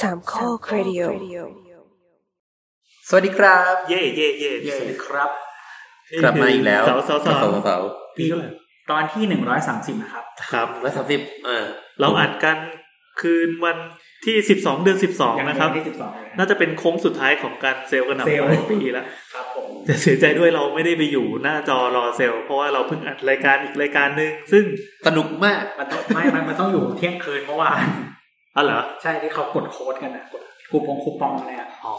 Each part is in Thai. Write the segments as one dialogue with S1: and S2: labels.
S1: สามข้อครดิโอ
S2: สวัสดีครับ
S3: เย่เย่เย่
S2: เย่
S3: สวัสดีครับ
S2: กลับมาอีกแล้ว
S3: เสาเสาเสา
S2: เสาเสา
S3: ปีเท่าไหร่
S4: ตอนที่หนึ่งร้อยสามสิบนะครับ
S3: ครับ
S2: ร้อยสามสิบอ่า
S3: เราอัดกันคืนวันที่สิบสองเดือนสิบสอง
S4: ยั
S3: นะครับ
S4: ที่สิบสองเลยนะ
S3: น่าจะเป็นโค้งสุดท้ายของการเซลล์กันหนัก
S4: เซลล์
S3: หลายปีแล้ว
S4: ครับผม
S3: จะเสียใจด้วยเราไม่ได้ไปอยู่หน้าจอรอเซลล์เพราะว่าเราเพิ่งอัดรายการอีกรายการหนึ่งซึ่ง
S2: สนุกมาก
S4: มันต้อง ไม่มันมันต้องอยู่เที่ยงคืนเมื่อวาน
S3: อ๋อเหรอ
S4: ใช่ที่เขากดโค้ดกันนะกดคูปองคูปองอะไรอ่ะ
S3: อ๋อ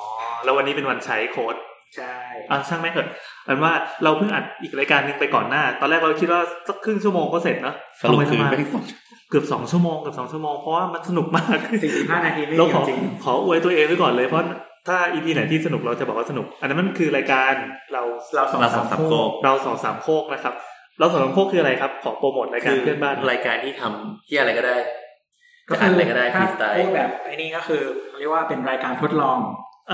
S3: แล้ววันนี้เป็นวันใช้โค้ด
S4: ใช่
S3: อ่ะช่างแม่งเถอะอันว่าเราเพิ่งอัดอีกรายการหนึ่งไปก่อนหน้า ตอนแรกเราคิดว่าสักครึ่งชั่วโมงก็เสร็จเนอะ
S2: สรุปคือ
S3: ทำไม
S2: ไม่
S3: ทำไม
S2: สน
S3: เกือบสองชั่วโมงเกือบสองชั่วโมงเพราะว่ามันสนุกมาก
S4: 45นาทีไม่
S3: เราขอ
S4: เกี่ยวจริง
S3: ขออวยตัวเองไว้ก่อนเลยเพราะถ้าอีพีไหนที่สนุกเราจะบอกว่าสนุก อันนั้นมันคือรายการเรา
S4: เราสอง
S2: เราส
S4: สา
S2: อง
S4: ม
S2: สาม
S4: คู่
S2: โกก
S3: เราสองสามโคกนะครับ เราสองสามโคกคืออะไรครับขอโปรโมทรายการเพื่อนบ้าน
S2: รายการที่ทำที่อะไรก็ได้
S4: ก็
S2: จะ
S4: คื
S2: อ่าน
S4: อ
S2: อะไรก็ได้
S4: ถ้า
S2: ฟีสไตล์
S4: พูดแบบไอ้นี่ก็คือเรียกว่าเป็นรายการทดลอง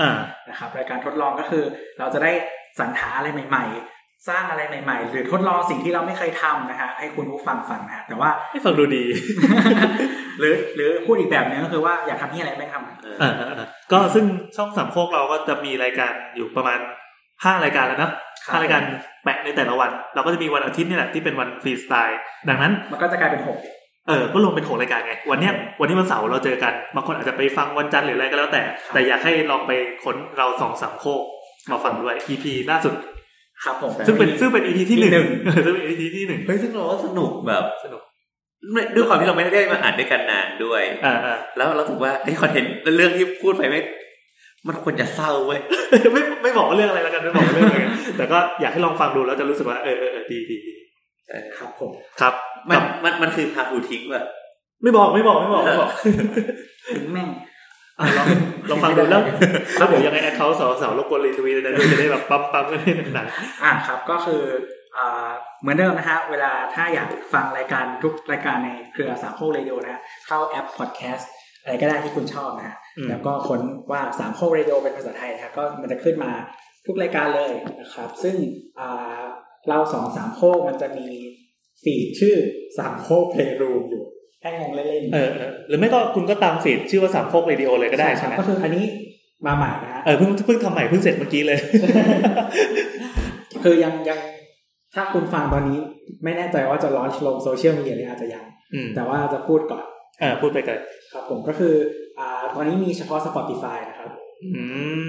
S3: อ่า
S4: นะครับ รายการทดลองก็คือ เราจะได้สรรหาอะไรใหม่ ๆ สร้างอะไรใหม่ ๆ หรือทดลองสิ่งที่เราไม่เคยทำนะฮะให้คุณผู้ฟังฟังนะฮะแต่ว่า
S3: ให้ฟังดูดี
S4: หรือหรือพูดอีกแบบหนึงก็คือว่าอยากทำที่อะไรไม่ทำ
S3: อ่าอ่าอ่าก็ซึ่งช่องสามโคกเราก็จะมีรายการอยู่ประมาณห้ารายการแล้วเนอะ
S4: ครับ
S3: ถ้ารายการแปะในแต่ละวัน เราก็จะมีวันอาทิตย์นี่แหละที่เป็นวันฟรีสไตล์ ดังนั้น
S4: มันก็จะกลายเป็นหก
S3: เออก็ลงเป็นหกรายการไง วันเนี้ยวันนี้วันเสาร์เราเจอกันบางคนอาจจะไปฟังวันจันทร์หรืออะไรก็แล้วแต่
S4: ครับ
S3: แต่อยากให้ลองไปค้นเราสองสามโคกมาฟังด้วย EP ล่าสุด
S4: ครับผม
S3: ซึ่งเป็นซึ่งเป็น EP ที่หนึ่ง
S4: ที่หนึ่ง
S3: เออซึ่งเป็น EP ที่หนึ่ง
S2: เฮ้ยซึ่งเราก็สนุกแบบ
S3: สนุก
S2: ไม่ด้วยความที่เราไม่ได้มาอ่านด้วยกันนานด้วย
S3: อ่าอ่า
S2: แล้วเราถือว่าไอ้คอนเทนต์เรื่องที่พูดไปไม่งมันควรจะเศร้าเว้ย
S3: ไม่ไม่บอกว่าเรื่องอะไรแล้วกันไม่บอกว่าเรื่องอะไรแต่ก็อยากให้ลองฟังดูแล้วจะรู้สึกว่าเออเออเออดีดีดี
S4: ครับผม
S3: ครับ
S2: มัน
S3: กับ
S2: มันมันคือพาคูทิ้งว่ะ
S3: ไม่บอกไม่บอกไม่บอกไม่บอก
S4: ถึงแม่ง
S3: อ่ะลองลองฟังดูแล้วแล้วเดี๋ยวยังไงแอคเคาท์สาวสาวรบกวนรีทวีตเลยนะด้วยจะได้แบบปั๊มปั๊มกันให้หนักๆ
S4: อ่าครับก็คืออ่าเหมือนเดิมนะฮะเวลาถ้าอยากฟังรายการทุกรายการในเครือสามโคกเรดิโอนะฮะเข้าแอปพอดแคสต์อะไรก็ได้ที่คุณชอบนะฮะ
S3: อืม
S4: แล้วก็ค้นว่าสามโคกเรดิโอเป็นภาษาไทยนะฮะก็มันจะขึ้นมาทุกรายการเลยนะครับ ซึ่งอ่าเราสองสามโคกมันจะมีฟีดชื่อสามโคกเพลย์รูมอยู่แค่งงเล่นๆ
S3: เออเออหรือไม่ก็คุณก็ตามฟีดชื่อว่าสามโคกเรดิโอเลยก็ได้
S4: ค
S3: ใช่
S4: รับ
S3: ไหม
S4: ก็คืออันนี้มาใหม่นะฮะ
S3: เออเพิ่งเพิ่งทำใหม่เพิ่งเสร็จเมื่อกี้เลย
S4: คือยังยังถ้าคุณฟังตอนนี้ไม่แน่ใจว่าจะร้อนลงโซเชียลมีเดียหรืออาจจะยัง
S3: อืม
S4: แต่ว่าจะพูดก่อน
S3: เออพูดไปก่อน
S4: ครับผมก็คืออ่าตอนนี้มีเฉพาะ Spotify นะครับ
S3: อื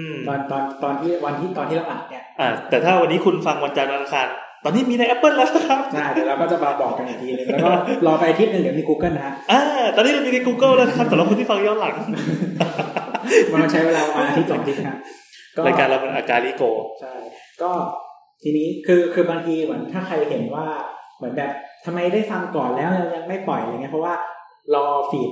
S3: ม
S4: ตอนตอนตอนที่วันที่ตอนที่เราอัดเนี่ย
S3: อ่าแต่ถ้าวันนี้คุณฟังวันจันทร์วันอังคารตอนนี้มีใน Apple แล้วนะครับ
S4: ใช่เดี๋ยวเราก็จะมาบอกกันอีกทีนึงแล้วก็รอไปอาทิตย์หนึ่งเดี๋ยวมี Google นะฮะ
S3: อ่าตอนนี้เรามีใน Google แล้วนะครับสำหรับคนที่ฟังย้อนหลัง
S4: มันใช้เวลาประมาณอาทิตย์สองอาทิตย์นะก็
S3: รายการเราเป็นอาการิโก
S4: ใช่ก็ทีนี้คือคือบางทีเหมือนถ้าใครเห็นว่าเหมือนแบบทำไมได้ฟังก่อนแล้วยังไม่ปล่อยอะไรเงี้ยเพราะว่ารอฟีด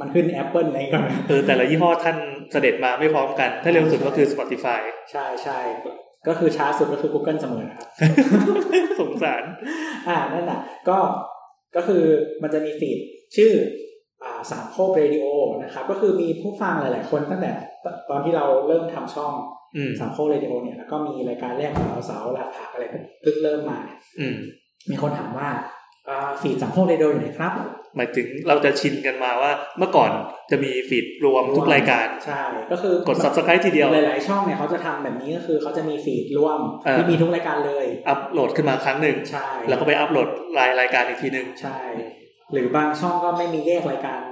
S4: มันขึ้น Apple อะไรก่อน
S3: เออแต่ละยี่ห้อท่านเสด็จมาไม่พร้อมกัน ถ้าเร็วสุดก็คือ Spotify
S4: ใช่ใช่ก็คือช้าสุดก็คือ Google เสมอนะครับ
S3: สงสาร
S4: อ่านั่นแหละก็ก็คือมันจะมีฟีดชื่ออ่าสามโคกเรดิโอนะครับ ก็คือมีผู้ฟังหลาย ๆ คนตั้งแต่ตตอนที่เราเริ่มทำช่อง
S3: อืม
S4: สามโคกเรดิโอเนี่ยแล้วก็มีรายการแรกของเราเสาหลักผักอะไรเพิ่งเริ่มมา
S3: อืม
S4: มีคนถามว่าอ่าฟีดสามโคกเรดิโออยู่ไหนครับ
S3: หมายถึงเราจะชินกันมาว่าเมื่อก่อนจะมีฟีดรวมทุกรายการ
S4: ใช่ ก็คือก
S3: ด subscribe ทีเดียว
S4: หลาย ๆ ช่องเนี่ยเขาจะทำแบบนี้ก็คือเขาจะมีฟีดรวม
S3: เออ
S4: ที่มีทุกรายการเลย
S3: อัปโหลดขึ้นมาครั้งหนึ่ง
S4: ใช่
S3: แล้วก็ไปอัปโหลดรายรายการอีกทีหนึ่ง
S4: ใช่ หรือบางช่องก็ไม่มีแยกรายการ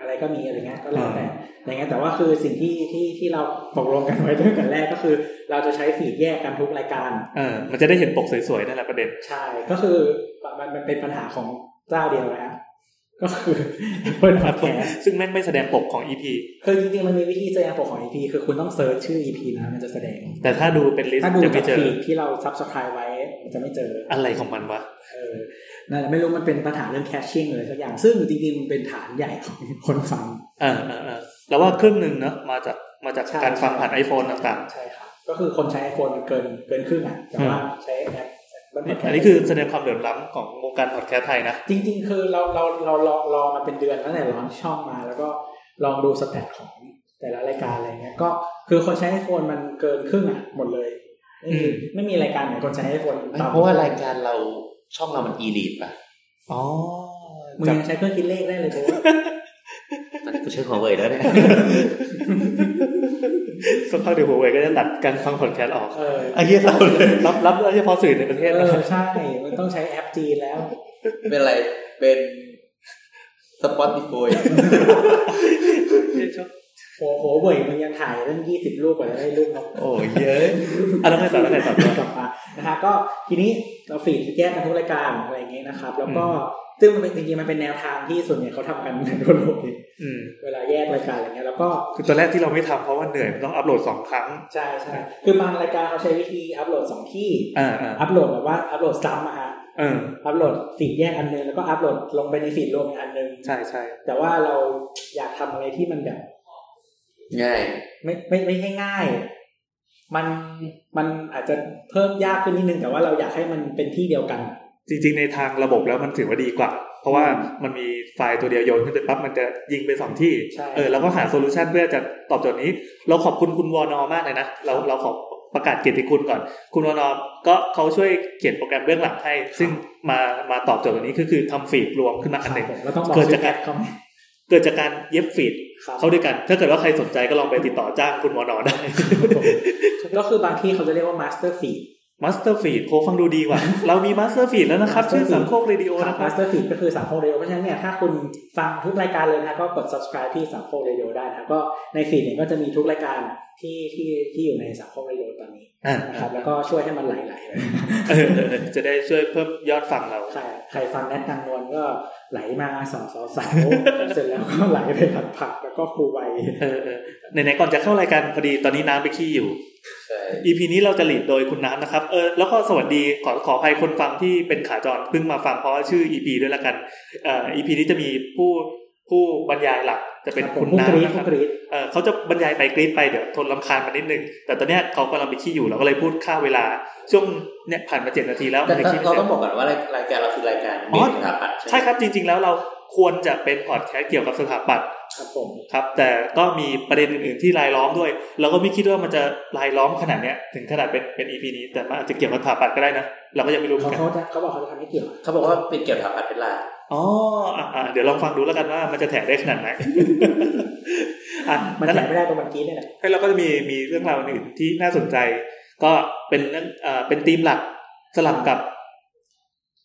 S4: อะไรก็มีอะไรเงี้ยก็แล้วแต่
S3: อ่า
S4: อย่างเงี้ยแต่ว่าคือสิ่งที่ที่ที่เราตกลงกันไว้ตั้งแต่แร กก็คือ เราจะใช้ฟีดแยกกันทุกรายการ
S3: เออ มันจะได้เห็นปกสวยๆนั่นแหละประเด็น
S4: ใช่ ก็คือมันมันเป็นปัญหาของเจ้าเดียวนะฮะก็คือ Apple Podcast
S3: ซึ่งแม่งไม่แสดงปกของ EP
S4: คือจริงๆมันมีวิธีแสดงปกของ EP คือคุณต้องเซิร์ชชื่อ EP นะมันจะแสดง
S3: แต่ถ้าดูเป็นลิส
S4: ถ้า
S3: ต์
S4: ดู
S3: จะไม่
S4: จาก
S3: เจอ
S4: ฟีดที่เราซับสไครต์ไว้มันจะไม่เจอ
S3: อะไรของมันวะ
S4: เออนั่นแหละไม่รู้มันเป็นปัญหาเรื่องแคชชิ่งเลยสักอย่าง ซึ่งจริงๆมันเป็นฐานใหญ่ของ คนฟัง
S3: เออเออเออแล้วว่าครึ่งหนึ่งเนาะมาจากมาจาก
S4: ใช่
S3: การฟังผ่าน iPhone ต่าง
S4: ใช่ครับ ก็คือคนใช้ iPhone เกินเกินครึ่งอ่ะ แต่ว่าใช้แอปแอป
S3: ๆ อันนี้คือแสดงความเดือดร้อนของวงการพอดแคสต์ไทยนะ
S4: จริง ๆ คือเราเราเรารอรอมาเป็นเดือนตั้งแต่ร้อนช่องมา แล้วก็ลองดูสแตทของแต่ละรายการอะไรเงี้ย ก็คือคนใช้ iPhone มันเกินครึ่งอ่ะ หมดเลย ไม่มี
S3: อืม
S4: ไม่มีรายการไหนคนใช้ iPhone ต่ำ
S2: เพราะว่ารายการเราช่องเรามันอีลีทป่ะ
S3: อ๋อ
S4: มึง
S3: จาก
S4: ยังใช้เครื่องคิดเลขได้เลยโบะ
S2: ตอนนี้กู ใช้หัวเว่ยแล้วเนี่ย
S3: สักพักเดี๋ยวหัวเว่ยก็จะตัดการฟังพอดแคสต์ออก
S4: เอ อ
S2: ไอ้เหี้ยเศร้าเลย
S3: รับรับได้เฉพาะสื่อในประเทศ
S4: เอ
S3: นะ
S4: อใช่ มันต้องใช้แอปจีนแล้ว
S1: เป็นอะไร เป็น Spotify
S4: โอ้โหเว่ยมันยังถ่ายตั้งยี่สิบรูปกว่าจะได้รูปนก
S2: โอ้ยเย้ย
S3: อ่ะแล้วไงต่อแล้วไงต่อ
S4: กลับมานะฮะก็ทีนี้เราฟีดแยกกันทุกรายการอะไรอย่างเงี้ยนะครับ แล้วก็ซึ่งมันเป็นจริงๆมันเป็นแนวทางที่ส่วนใหญ่เขาทำกันในทั่วโลกเลย
S3: อืม
S4: เวลาแยกรายการอะไรเงี้ยแล้วก็
S3: คือตอนแรกที่เราไม่ทำเพราะว่าเหนื่อยมันต้องอัปโหลดสองครั้ง
S4: ใช่ใช่คือบางรายการเขาใช้วิธีอัพโหลดสองที่
S3: อ่าอ่า
S4: อัพโหลดแบบว่าอัพโหลดซ้ำอะฮะ
S3: เออ
S4: อัพโหลดฟีดแยกอันนึงแล้วก็อัพโหลดลงไปในฟีดรวมอีกอันนึง
S3: ใช่ใช่
S4: แต่ว่าเราอยากทำอะไรที่มันแบบ
S1: ง่าย
S4: ไม่ไม่ไม่ใช่ง่าย มันมันอาจจะเพิ่มยากขึ้นนิดนึงแต่ว่าเราอยากให้มันเป็นที่เดียวกัน
S3: จริง ๆ ในทางระบบแล้วมันถือว่าดีกว่า เพราะว่ามันมีไฟล์ตัวเดียวโยนขึ้นไปปั๊บมันจะยิงไปสองที่
S4: ใช่
S3: เออแล้วก็หาโซลูชันเพื่อจะตอบโจทย์นี้ เราขอบคุณคุณวอนอมากเลยนะ เราเราขอประกาศเกียรติคุณก่อน คุณวอนอก็เขาช่วยเขียนโปรแกรมเบื้องหลังให้ ซึ่งมามาตอบโจทย์ตัวนี้คือคือทำฟีดรวมขึ้นมาอันหนึ่ง
S4: ครับผมเราต้องบอก
S3: เกิด
S4: ชื่
S3: จา
S4: อก แอ
S3: การ
S4: ปเขาไหม
S3: เกิดจากการเย็บฟีด
S4: ครับ
S3: เข้าด้วยกัน ถ้าเกิดว่าใครสนใจก็ลองไปติดต่อจ้างคุณวอนอ ได้
S4: ก็คือบางที่เขาจะเรียกว่า master feed
S3: มาสเตอร์ฟีดโคฟังดูดีว่ะ เรามีมาสเตอร์ฟีดแล้วนะครับ
S4: Master
S3: ชื่อ
S4: Feed
S3: สามโคกเรดิโอ
S4: ครั
S3: นะ
S4: บ
S3: ครับ
S4: master feed ก็คือสามโคกเรดิโอเพราะฉะนั้นเนี่ยถ้าคุณฟังทุกรายการเลยนะก็กด subscribe ที่สามโคกเรดิโอได้นะก็ในฟีดเนี่ยก็จะมีทุกรายการที่ที่ที่อยู่ในสามโคกเรดิโอตอนนี้
S3: อ่า
S4: นะครับแล้วก็ช่วยให้มันไหลๆเลย
S3: เออเออเออจะได้ช่วยเพิ่มยอดฟังเรา
S4: ใครใครฟังแนทนางนวลก็ไหลมาสองสาวสาวเสร็จแล้วก็ไหลไปผัดผักแล้วก็ครูไว
S3: เออเออไหนๆก่อนจะเข้ารายการพอดีตอนนี้น้ำไปขี้อยู่
S1: ใช่
S3: EP นี้เราจะหลีดโดยคุณน้ำนะครับ เออแล้วก็สวัสดีขอขออภัยคนฟังที่เป็นขาจรเพิ่งมาฟังเพราะว่าชื่อ EP ด้วยละกันเอ่อ EP นี้จะมีผู้ผู้บรรยายหลักจะเป็นคุณ
S4: ผู้กรี๊ด
S3: น้ำนะค
S4: ผู้
S3: รับ
S4: กรี๊ด
S3: เออเขาจะบรรยายไปกรีดไปเดี๋ยวทนลำคาญมานิดนึง แต่ตอนเนี้ยเขากำลังไปขี้อยู่เราก็เลยพูดค่าเวลาช่วงเนี่ยผ่านมาเจ็ดนาทีแล้ว
S1: แต่
S3: ยังขี้ไม่
S1: เรา
S3: เสร็
S1: ต้อ
S3: จ
S1: งบอกก่อนว่ารายรายการเราคือรายการ
S3: อ๋
S1: เม
S3: อ
S1: นสถาปัตย์
S3: ใช่
S1: ไหม
S3: ครับจริง ๆ แล้วเราควรจะเป็นพอดแคสต์เกี่ยวกับสถาปัตย์
S4: ครับผม
S3: ครับแต่ก็มีประเด็นอื่นๆที่รายล้อมด้วย เราก็ไม่คิดว่ามันจะรายล้อมขนาดเนี้ยถึงขนาดเป็นเป็น EP นี้แต่มันอาจจะเกี่ยวกับสถาปัตย์ก็ได้นะ เราก็ยังไม่รู้เหมื
S4: เขา
S3: อนกัน
S4: เขาจะเขาบอกเขาจะทำให้เกี่ยว
S1: เขาบอกว่าเป็นเกี่ยวกับสถาปัตย์เป็นหลัก
S3: อ๋ออ่ะอ่ะเดี๋ยวลองฟังดูแล้วกันว่ามันจะแถได้ขนาดไหน อ่ะ
S4: มัน
S3: นั่นแห
S4: แถ
S3: ละ
S4: มไม่ได้ตรงเมื่อกี้เนี่ยแหละ
S3: แล้วเราก็จะมีมีเรื่องราวอื่นที่น่าสนใจ ก็เป็นเรื่องเอ่อเป็นธีมหลักสลับกับ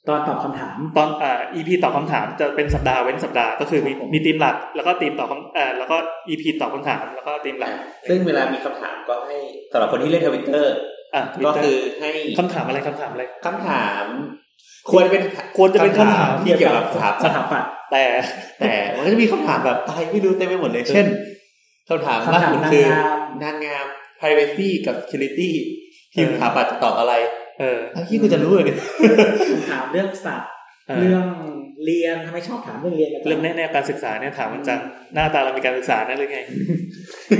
S4: ตอนตอบคำถาม
S3: ตอนเอ่อ EP ตอบคำถามจะเป็นสัปดาห์เว้นสัปดาห์ก็คือมี
S4: ครับผม
S3: มีธีมหลัก แล้วก็ธีมตอบคำเอ่อแล้วก็ EP ตอบคำถามแล้วก็ธีมหลัก
S1: ซึ่งเวลามีคำถามก็ให้สำหรับคนที่เล่นทวิตเตอร์
S3: อ่ะ
S1: ก็คือให้
S3: คำถามอะไรคำถามอะไร
S1: คำถาม ควรเป็น
S3: ควรจะเป็นคำถาม
S1: ที่เกี่ยวกับสถาปั
S4: ส
S1: ตย์
S4: ถาปัตย์
S3: แต่
S1: แต่มันก็จะมีคำถามแบบอะไรไม่รู้เต็มไปหมดเลย เช่นคำถาม
S4: คำถาม
S1: ล่าสุดคือน
S4: างงาม
S1: นางงาม privacy กับ security ทีม
S3: เออ
S1: สถาปัตย์จะตอบอะไร
S3: เออ
S1: เอ้าที่กูจะรู้เลยเนี่ย
S4: คำถามเรื่องสัตว์
S3: เออ
S4: เรื่องเรียนทำไมชอบถามเรื่องเรียนกัน
S3: เรื่องแนะแนวการศึกษาเนี่ยถามมันจังหน้าตาเรามีการศึกษานั่นหรือไง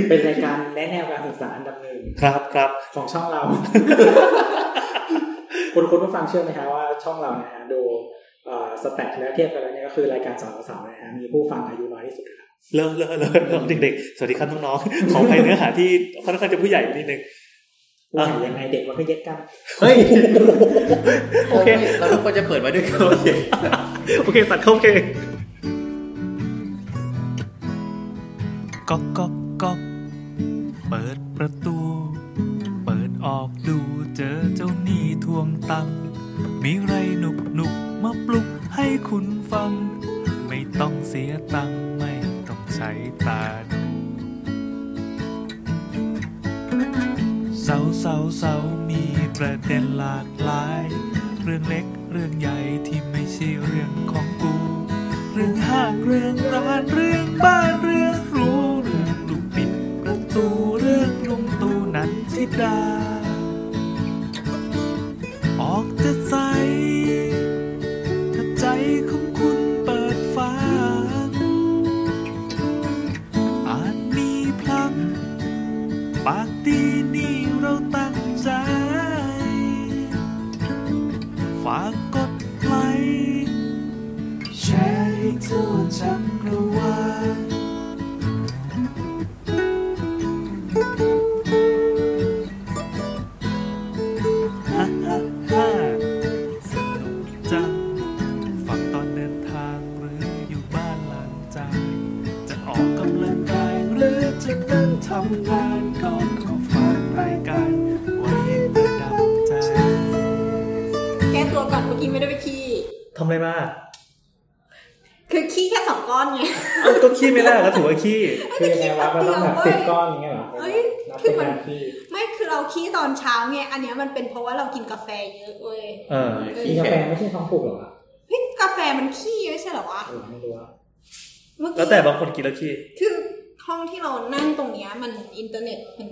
S4: เป็นรายการแนะแนวการศึกษาอันดับหนึ่ง
S3: ครับครับ
S4: ของช่องเรา คุณคุณผู้ฟังเชื่อไหมคะว่าช่องเรานะฮะดูสแตทแล้วเทียบกันแล้วเนี่ยก็คือรายการสาวสาวๆนะฮะมีผู้ฟังอายุน้อยที่สุดครับ
S3: เลิกเลิกเลิกเลิกเด็กๆ สวัสดีครับน้องๆ ขออภัยเนื้อหาที่ค่อนข้างจะผู้ใหญ่นิดนึง
S4: ผู้ใหญ่ยังไงเด็กมันก็เย็ดกัน
S1: เฮ้ย
S3: โอเค
S1: เราทุกคนจะเปิดมาด้วยกันโอเค
S3: โอเค ตัดเข้าโอเค
S5: ก๊อกก๊อกก๊อกเปิดประตู เปิดออกดูเจอเจ้าหนี้ทวงตังค์มีไรหนุกหนุกมาปลุกให้คุณฟัง ไม่ต้องเสียตังค์ไม่ต้องใช้ตาดูเสาเสาเสามีประเด็นหลากหลาย เรื่องเล็กเรื่องใหญ่ที่ไม่ใช่เรื่องของกู เรื่องห้างเรื่องร้านเรื่องบ้านเรื่องรู้เรื่องลูกปิดประตูเรื่องลุงตูนันทิดา ออกจะใสถ้าใจของคุณเปิดฟ้า อาจมีพลัง ปากดีนี่เราตั้งใจ ฝากกดไลค์ แชร์ให้ทั่วจักรวาล ฮ่าฮ่าฮ่าสนุกจัง ฟังตอนเดินทางหรืออยู่บ้านหลังจากจะออกกำลัง
S6: จะนั่งทำงานก็ขอฝากรายการไว้ประดับใจ
S7: แก้ตัวก่อนเมื่อกี้ไม่ได้ไปขี้
S3: ทำอะไรมา
S7: คือขี้แค่สองก้อนไง
S3: เอ้าก็ขี้ไม่ได้ก็ถือว่าขี้
S4: คือยังไงวะมันต้องแบบสิบก้อนอย่างเงี้ยเหรอ
S7: เอ้ย
S4: นับ
S7: คื
S4: เป็
S7: อน มัน
S4: งานที่
S7: ไม่คือเราขี้ตอนเช้าไงอันเนี้ยมันเป็นเพราะว่าเรากินกาแฟเยอะเว้ย
S3: เออ
S4: กินกาแฟไม่ใช่ท้องผูกเหรอวะ
S7: เฮ้ยกาแฟมันขี้ไม่ใช่เหรอวะ
S4: เออไม่รู้อะ
S7: เมื่อ
S3: แล้วแต่
S7: กี้
S3: บางคนกินแล้วขี้
S7: คือห้องที่เรานั่งตรงเนี้ยมันอินเทอร์เน็ตมัน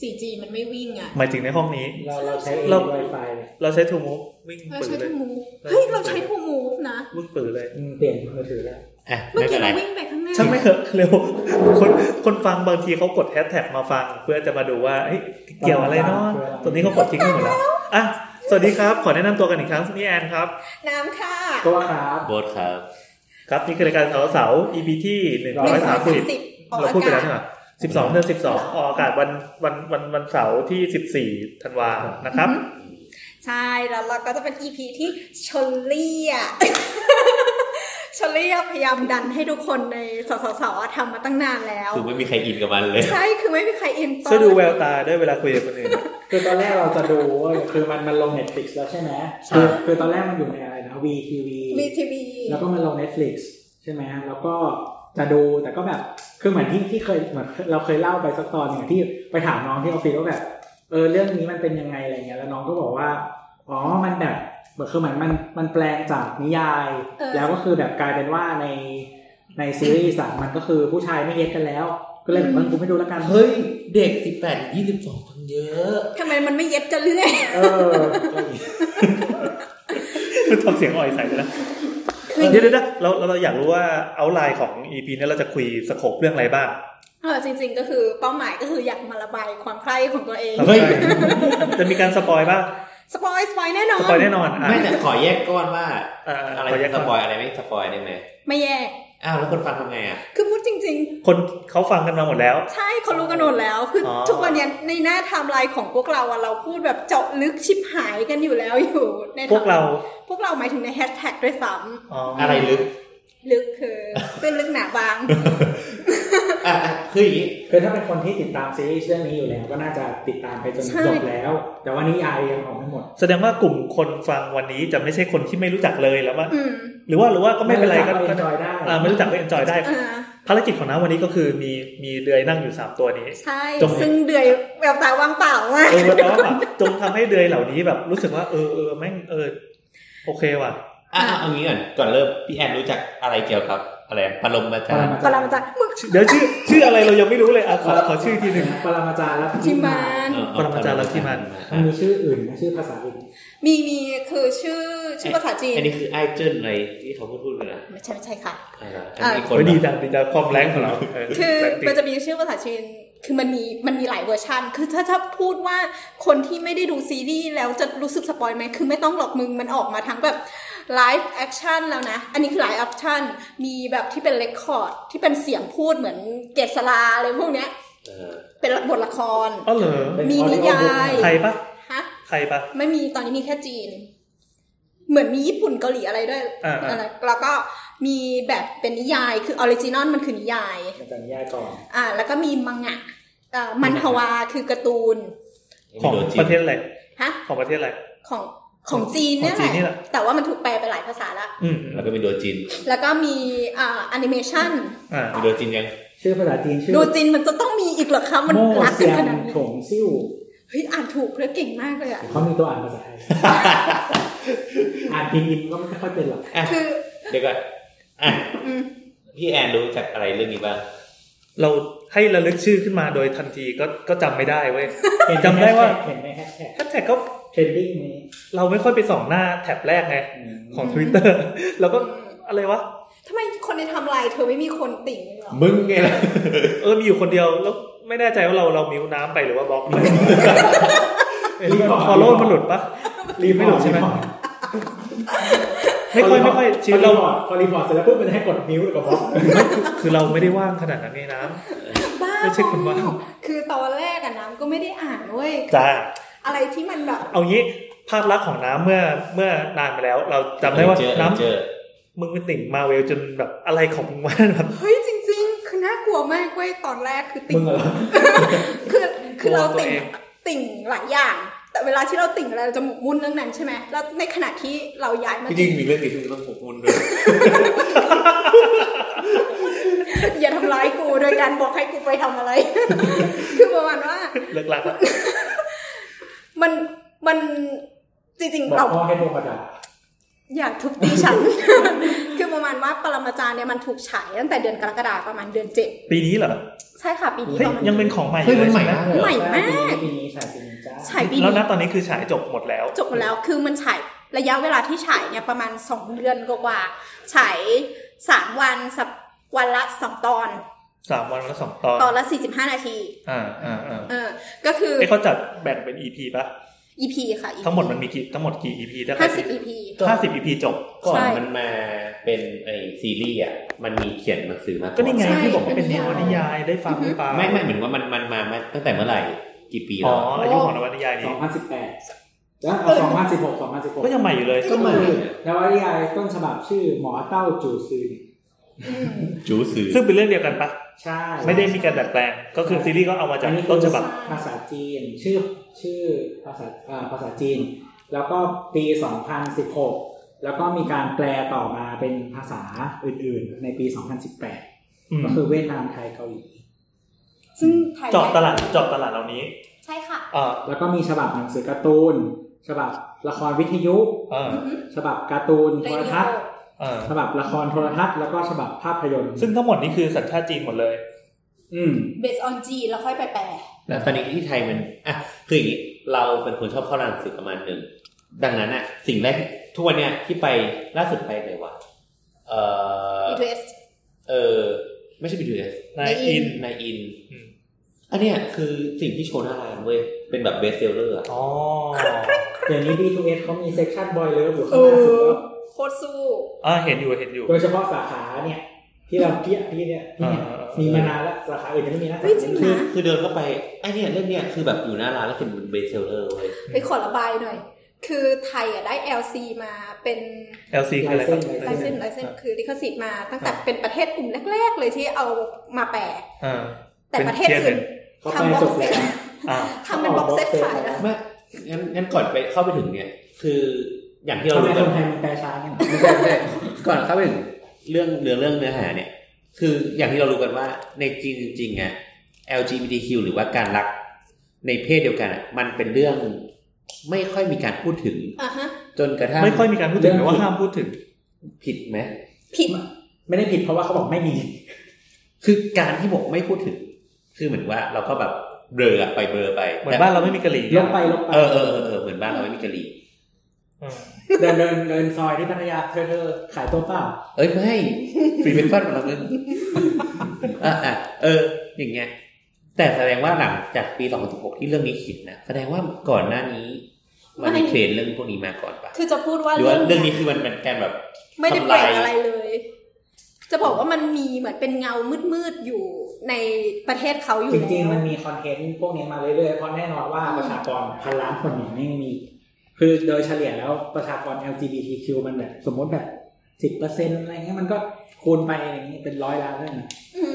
S7: 4G มันไม่วิ่งอ่ะ
S3: หมายถึงในห้องนี้
S4: เราเราใช้
S3: เรา
S4: ไวไฟเลย
S3: เราใช้ทูมูฟวิ่ง
S7: เรา
S3: ปืน
S7: ใช้
S3: เล
S7: ทู
S3: ย
S7: มูฟ
S3: เออ
S7: เฮ้ยเราใช้ทูมูฟนะ
S3: วิ่งปืนเลย
S4: อืมเปลี่ยนมือถือแล้ว
S2: อ่ะ
S7: เมื่อ
S2: ไม่เป็
S7: กี้
S2: นไร
S7: เราวิ่งไปข้างหน้า
S3: ช่างไม่เถอะเร็วคนคนฟังบางทีเขากดแฮชแท็กมาฟัง เพื่อจะมาดูว่าเฮ้ยเกี่ยวอะไรเนาะตอนนี้เขากดทิ้งไปหมดแล้วอ่ะสวัสดีครับ ขอแนะนำตัวกันอีกครั้งนี่แอนครับ
S7: น้ำค่ะ
S4: ตัวครับ
S2: โบทครับ
S3: ครับนี่คือรายการเสาเสา EP ที่หนึ่งร้อยสามสิบ
S7: 130ออก
S3: เรา
S7: อา
S3: พูดไป
S7: กา
S3: แล้
S7: ศ
S3: วใช่ไหมสิบสองเดือนสิบสองออกอากาศวันวันวันวันเสาร์ที่สิบสี่ธันวานะครับ
S7: ใช่แล้วเราก็จะเป็น EP ที่ชลลี่อ่ะ ชลลี่อะพยายามดันให้ทุกคนในสสสอะทำมาตั้งนานแล้ว
S2: คือไม่มีใครอินกับมันเลย
S7: ใช่คือไม่มีใครอินตอน
S3: ช่วยดูแววตาด้วยเวลาคุยกับคนอื่น
S4: คือตอนแรกเราจะดูเว้ยคือมันมันลง Netflix แล้วใช่ไหมคือคือตอนแรกมันอยู่ในอะไรนะ VTV
S7: มีทีวี
S4: แล้วก็มันลง Netflix ใช่ไหมฮะแล้วก็จะดูแต่ก็แบบ คือเหมือนที่ที่เคยเหมือนเราเคยเล่าไปสักตอนหนึ่งอะที่ไปถามน้องที่ออฟฟิศว่าแบบเออเรื่องนี้มันเป็นยังไงอะไรเงี้ยแล้วน้องก็บอกว่า อ๋อมันแบบเหมือนคือเหมือนมันมันแปลงจากนิยาย
S7: เออ
S4: แล้วก็คือแบบกลายเป็นว่าในในซีรีส์อะมันก็คือผู้ชายไม่เย็ดกันแล้ว ก็เลยแบบว่ากูไม่ดูแล้วกัน
S2: เฮ้ย เด็กสิบแปดยี่สิบสองฟังเยอะ
S7: ทำไมมันไม่เย็บกันเรื่อย
S4: เออ
S3: ทำเสียงอ่อยใส่เลยนะเดี๋ยวเดี๋ยวเดี๋ยวเราเราเราอยากรู้ว่าเอาไลน์ของ EP เนี้เราจะคุยสโคปเรื่องอะไรบ้าง
S7: เออจริงๆก็คือเป้าหมายก็คืออยากมาระบายความใคร่ของตัวเอง
S3: ครับ
S2: เฮ้ย
S3: จะมีการสปอยบ้าง
S7: สปอยสปอยแน่นอ
S3: ส
S7: น
S3: ปอยแน่นอนอ่ะ
S2: ไม่แต่ขอแยกก้อนว่า
S3: อ่า
S2: อะไร
S3: ขอแยก
S2: ส
S3: ก่อน
S2: ปอยอะไรไม่สปอยได้ไหม
S7: ไม่แย่
S2: อ้าวแล้วคนฟังทำไงอ่ะ
S7: คือพูดจริง
S3: คนเขาฟังกันมาหมดแล้ว
S7: ๆ ใช่เขารู้กันหมดแล้ว คืออ
S3: อ
S7: ทุกวันเนี้ยในหน้าไทม์ไลน์ของพวกเราอะเราพูดแบบเจาะลึกชิบหายกันอยู่แล้วอยู่ใน
S3: พวกเรา
S7: พวกเราหมายถึงในแฮชแท็กด้วยซ้
S3: อ๋อ
S2: อะไรลึก
S7: ำลึกคือเป็นลึกหนาบาง
S2: อ่ะอ่ะคืออย่างนี้
S4: คือถ้าเป็นคนที่ติดตามซีรีส์เรื่องนี้อยู่แล้วก็น่าจะติดตามไปจน
S7: ใช่
S4: จบแล้ว แต่ว่านิยายยังออกไม่หมด
S3: แสดงว่ากลุ่มคนฟังวันนี้จะไม่ใช่คนที่ไม่รู้จักเลยแล้วว่า
S7: อืม
S3: หรือว่าหรือว่าก็ไม่เป็นไรก็
S4: เอ็
S3: ก็
S4: นจอยได้
S3: อ่าไม่รู้จักก็เอนจอยได้
S7: อ่า
S3: ภารกิจของน้าวันนี้ก็คือมีมีเดือยนั่งอยู่สามตัวนี้
S7: ใช่
S3: จบ
S7: ซึ่งเดือยแววตาว่างเปล่ามาก
S3: เออแล้วก็แบบจงทำให้เดือยเหล่านี้แบบรู้สึกว่าเออเออแม่งเออโอเคว่ะ
S2: อ่ะอ่ะเอางี้ก่อน ก่อนเริ่ม พี่แอนรู้จักอะไรเกี่ยวกับ อะไรปรมาจารย์
S7: กำลังจะมึง
S3: เดี๋ยวชื่อชื่ออะไรเรายังไม่รู้เลยอ่ะขอขอชื่อทีหนึ่ง
S4: ปรมาจารย์รับ
S7: จิมาน
S2: เออเอ
S3: ปรมาจารย์ลัทธิมัน
S2: อ่ะ
S4: มันมีชื่ออื่นไหมชื่อภาษาอื่น
S7: มีมีคือชื่อชื่อภาษาจีน
S2: อันนี้คือไอเจิ้นอะไรที่เขาพูดพูดกันนะ
S7: ไม่ใช่ไม่ใช่ค่ะ
S2: อ่ะอันนี้คน
S3: โอ้ยดีจังดีจังความแรงของเราเ
S7: คือ
S3: แรงจริง
S7: มันจะมีชื่อภาษาจีน คือมันมีมันมีหลายเวอร์ชันคือถ้าถ้าพูดว่าคนที่ไม่ได้ดูซีรีส์แล้วจะรู้สึกสปอยไหม คือไม่ต้องหรอกมึง มันออกมาทั้งแบบไลฟ์แอคชั่นแล้วนะ อันนี้คือไลฟ์แอคชั่น มีแบบที่เป็นเรคคอร์ด ที่เป็นเสียงพูดเหมือนเกสลาอะไรพวกเนี้ย
S2: เออ
S7: เป็นบทละคร
S3: อ๋อเหรอ
S4: เป็น
S7: มี
S4: audio
S7: นิยาย
S3: ใครปะ
S7: ฮะ
S3: ใครปะ
S7: ไม่มีตอนนี้มีแค่จีน เหมือนมีญี่ปุ่นเกาหลีอะไรด้วย
S3: อ่าอ่า
S7: อะไรแล้วก็มีแบบเป็นนิยาย คือออริจินอลมันคือนิยาย
S4: book มาจากนิยายก่อน
S7: อ่าแล้วก็มีมังงะเอ่อมันฮวาคือการ์ตูน
S3: ของ
S2: ไม่โดนจี
S3: ป
S2: น
S3: ระเทศอะไร
S7: ฮะ
S3: ของประเทศอะไร
S7: ของของจีนเนี่ย
S3: ของจีนนี่แห
S7: แหละ
S3: ละ
S7: แต่ว่ามันถูกแปลไปหลายภาษาละ
S3: อืม
S2: แล้วก็มีโดจิน
S7: แล้วก็มีอ่าแอนิเมชัน
S3: อ่า
S2: มีโดจินยัง
S4: ชื่อภาษาจีนชื่อ
S7: ดูจีนมันจะต้องมีอีกเหรอคะมัน
S4: โม่
S7: รัก
S4: เซี
S7: กันข
S4: ยง
S7: นาดนี้
S4: ถงซิ่ว
S7: เฮ้ยอ่านถูกเลยเก่งมากเลยอ่ะ
S4: เขามีตัวอ่านภา ษาไทย อ่านพิมพ์ก็ไม่ค่อยเป็นหรอก
S2: อ่ะ
S7: คือ
S2: เดี๋ยวก่อนอ่ะ
S7: อืม
S2: พี่แอนรู้จักอะไรเรื่องนี้บ้าง
S3: เราให้ระลึกชื่อขึ้นมาโดยทันทีก็ก็จำไม่ได้เว้ย
S4: เห็นใน
S3: จำได้ว่า
S4: เห็นในแฮชแท็ก
S3: แฮชแท็กก็
S4: เทรนดิ้งนี้
S3: เราไม่ค่อยไปส่องหน้าแท็บแรกไง
S4: อืม
S3: ของ Twitter แล้วก็อะไรวะ
S7: ทำไมคนในไทำลายเธอไม่มีคนติ่งเลยเหรอ
S2: มึงไงล่ะ
S3: เออมีอยู่คนเดียวแล้วไม่แน่ใจว่าเราเรามิวน้ำไปหรือว่าบล็อกเลยคอโลมันหลุดปะ รีบไม่หลุดใช่ไหม ไม่ค่อยไม่ค่อยชีวิต
S4: เรา
S3: เรา
S4: พอรีพอร์ตเสร็จแล้วปุ๊บมันจะให้กดมิวหรือกับบ ล็อก
S3: คือเราไม่ได้ว่างขนาดนั้นไงน้ำ
S7: บ้า
S3: ไม่ใช่คนบ้า
S7: คือตอนแรกอ่ะน้ำก็ไม่ได้อ่านเว้ย
S3: จ้า
S7: อะไรที่มันแบบ
S3: เอางี้ภาพลักษณ์ของน้ำเมื่อเมื่อนานมาแล้ว เราจำได้ว่า
S2: เจอ
S3: น้ำ
S2: เจอ
S3: มึงเป็นติ่งมาเวลจนแบบอะไรของมึงวะแบบ
S7: เฮ้ยจริง ๆ คือน่ากลัว วมากเว้ยตอนแรกคือติ่
S4: มึ
S7: ง
S4: งเหรอ
S7: คือคือก
S3: ลัว
S7: เรา
S3: ตัว
S7: ติ่ง
S3: เอง
S7: ติ่งหลายอย่าง แต่เวลาที่เราติ่งเราจะหมกมุ่นเรื่องนั้นใช่ไหมแล้วในขณะที่เราย้ายมา
S8: จริงๆมีเรื่องดีที่ต้องหกมุนด้วย
S7: อย่าทำร้ายกูโดยการบอกให้กูไปทำอะไร คือประมาณว่า
S3: เลิกลักอะ
S7: มันมันจริง
S4: บ
S7: ๆ
S4: อ
S7: เรา
S4: กพ่อให้โทรมาด่า
S7: อยากทุบตีฉัน คือประมาณว่าปรมาจารย์เนี่ยมันถูกฉายตั้งแต่เดือนกรกฎาคมประมาณเดือนเจ็ด
S3: ปีนี้เหรอ
S7: ใช่ค่ะปีนี้
S3: เฮ้ย
S7: ประมาณ
S3: ยังเป็นของใหม่อ
S8: เฮ้ย
S3: ยู่
S8: มั
S3: เล
S8: น
S3: ย
S8: ใหม่
S3: ใช่ไหม
S8: มากเลย
S7: ใหม่ มาก
S4: ปีนี้ฉายปีนี้จ้า
S7: ฉายปี
S3: แล้ว
S7: นี้
S3: นะตอนนี้คือฉายจบหมดแล้ว
S7: จบหมดแล้วคือมันฉายระยะเวลาที่ฉายเนี่ยประมาณสองเดือนกว่าๆฉายสามวันสัปวันละสองตอน
S3: สามวันละสองตอน
S7: ตอนละสี่สิบห้านาที
S3: อ่าอ่าอ่า
S7: เออ ก็คือ
S3: เอ้ยเขาจัดแบ่งเป็น EP ปะ
S7: EP ค่ะ EP
S3: ทั้งหมดมันมีกี่ทั้งหมดกี่ EP ได้
S7: ห้าสิบ EP
S3: ห้าสิบ EP จบ
S7: ใช่
S2: มันมาเป็นไอซีรีส์อ่ะ มันมีเขียนหนังสือมา
S3: ก็นี่ไง
S7: ใช่
S3: ที่บอกว่าเป็
S7: เป็น
S3: นน
S7: นิาย
S3: วยนิยายได้ฟังหรือเปล่า
S2: ไม่ไม่เหมือนว่ามันมันมาตั้งแต่เมื่อไหร่ กี่ปี
S3: อ๋
S2: แล้
S3: อ
S2: ว
S3: อายุของนวนิยาย
S4: ส
S3: นี้
S4: องพันสิบแปดแล้วสองพันสิบหกสองพันสิบหก
S3: ก็ยังใหม่อยู่เลย
S8: ก็ใหม่
S4: นวนิยายต้นฉบับชื่อหมอเต้าจูซือ
S7: อืม
S2: จูสือ
S3: ซึ่งเป็นเรื่องเดียวกันปะ
S4: ใช่
S3: ไม่ได้มีการดัดแปลง ก็คือซีรีส์ก็เอามา
S4: อั
S3: จาก
S4: นนี้
S3: ต้นฉบับ
S4: ภาษาจีนชื่อชื่อภาษาอ่าภาษาจีน แล้วก็ปีสองพันสิบหกแล้วก็มีการแปลต่อมาเป็นภาษาอื่นๆ ในปี 2018
S3: อืม
S4: ก็คือเวียดนามไทยเกาหลี
S7: ซึ่งถ่ย
S3: เจาะตลาดเจาะตลาดเหล่านี้
S7: ใช่ค่ะ
S3: อ่า
S4: แล้วก็มีฉบับหนังสือการ์ตูน ฉบับละครวิทยุ
S3: อ่า
S7: อือฮึ
S4: ฉบับการ์ตูนโทรทัศน์
S3: อ่า
S4: ฉบับละครโทรทัศน์แล้วก็ฉบับภาพยนตร์
S3: ซึ่งทั้งหมดนี้คือสัญชาติจีนหมดเลย
S4: อืม
S7: เบสออนจีแล้วค่อยไปแปล
S2: แล้วตอนนี้ที่ไทยมันอ่ะคืออย่างนี้เราเป็นคนชอบเข้าร้านหนังสือประมาณหนึ่งดังนั้นอ่ะสิ่งแรกทุกวันเนี้ยที่ไปล่าสุดไปเลยว่ะเออ
S7: BTS
S2: เออไม่ใช่ BTS
S3: นายอิน
S2: นายอิน
S3: อืม
S2: อันเนี้ยคือสิ่งที่โชว์หน้าร้านเว้ยเป็นแบบเบสเซลเลอร์อะ
S3: อ๋อ
S4: เดี๋ยวนี้ B2S เขามีเซ็กชันบอยเลิฟอยู่ข้างหน้าสุดแล้ว
S7: โคตรสู้
S3: อ่าเห็นอยู่เห็นอยู่
S4: โดยเฉพาะสาขาเนี่ย ที่เราเกี้ยที่เนี่ยที่เนี่ย
S3: เออเออเออ
S4: มีมานานแล้วสาขาอื่นยังไม่มีนะ
S7: เฮ้ยจริง
S4: สา
S2: คื
S4: ขาอื่
S2: อน คือเดินเข้าไปไอเนี้ยเรื่องเนี้ยคือแบบอยู่หน้าร้านแล้วเห็นเป็นเบสเซลเลอร์เว้ย
S7: ไปขอระบายหน่อย คือไทยอ่ะได้ LC มาเป็น
S3: LC คืออะไรค
S4: เส้
S3: รับ
S4: นลา
S7: ลาย ย
S4: เส้
S7: เส้
S4: น
S7: นลายเส้นคือลิขสิทธิ์มาตั้งแต่เป็นประเทศกลุ่มแรก ๆ เลยที่เอามาแปล
S3: อ่า
S7: แต่ประเทศอื่น
S4: เขาไป
S7: ทำบ็อ
S4: จ
S7: ก
S4: บ
S7: เซ
S4: แล้
S7: ต
S4: ว
S3: อ่า
S7: ทำเป็นบ็อกเซตขายแล้ว
S2: แม่งั้นงั้นก่อนไปเข้าไปถึงเนี่ย คืออย่างที่เรา
S4: ทำไม
S2: รู้
S4: ค
S2: กัน
S4: นไทยมันแปลช้าเนี่ย
S2: ไม่ใช่ไม่ใช่ก่อนเข้าไปถึงเรื่องเนื้อเรื่องเนื้อหาเนี่ย คืออย่างที่เรารู้กันว่าในจีนจริงๆอะ LGBTQ หรือว่าการรักในเพศเดียวกันอะมันเป็นเรื่องไม่ค่อยมีการพูดถึง
S7: อ่ะฮะ
S2: จนกระทั่ง
S3: ไม่ค่อยมีการพูดถึงหรือว่าห้ามพูดถึง
S2: ผิดไหม
S7: ผิด
S4: ไม่ได้ผิดเพราะว่าเขาบอกไม่มี
S2: คือการที่บอกไม่พูดถึง คือเหมือนว่าเราก็แบบเบลออะไปเบลอไป
S3: เหมือนบ้านเราไม่มีกะหรี่
S4: ลงไปลงไป
S2: เออเออเออเออเหมือนบ้านเราไม่มีกะหรี่
S3: อืม
S4: เดินเดินเดินซอยที่พัทยาเธอเธอขายตัวเปล่า
S2: เอ้ยไม่ฟรีเป็นฟันของเรา เงินอ่ะอ่ะเออ อย่างเงี้ย แต่แสดงว่าหลังจากปี 2016 ที่เรื่องนี้เขียนนะ แสดงว่าก่อนหน้านี้ มัน
S7: ไม่
S2: มีเทรนเรื่องพวกนี้มาก่อนปะ
S7: คือจะพูดว่า
S2: หรือว่าเรื่อง
S7: เนี้
S2: นี้
S7: ย
S2: คือมันเป็นการแบบ
S7: ไม่ได้
S2: ทำ
S7: เปลี่ย
S2: ลาย
S7: นอะไรเลย จะบอกว่ามันมีเหมือนเป็นเงามืดๆอยู่ในประเทศเขาอยู่
S4: จ
S7: แล้ว
S4: ริงๆ มันมีคอนเทนต์พวกนี้มาเรื่อยๆ เพราะแน่นอนว่าประชากรพันล้านคนเนี่ยไม่มี คือโดยเฉลี่ยแล้วประชากร LGBTQ มันแบบ สมมติแบบสิบเปอร์เซ็นอะไรเงี้ยมันก็คูณไปอย่างนี้เป็นร้อยล้านแล้วนะ
S7: อืม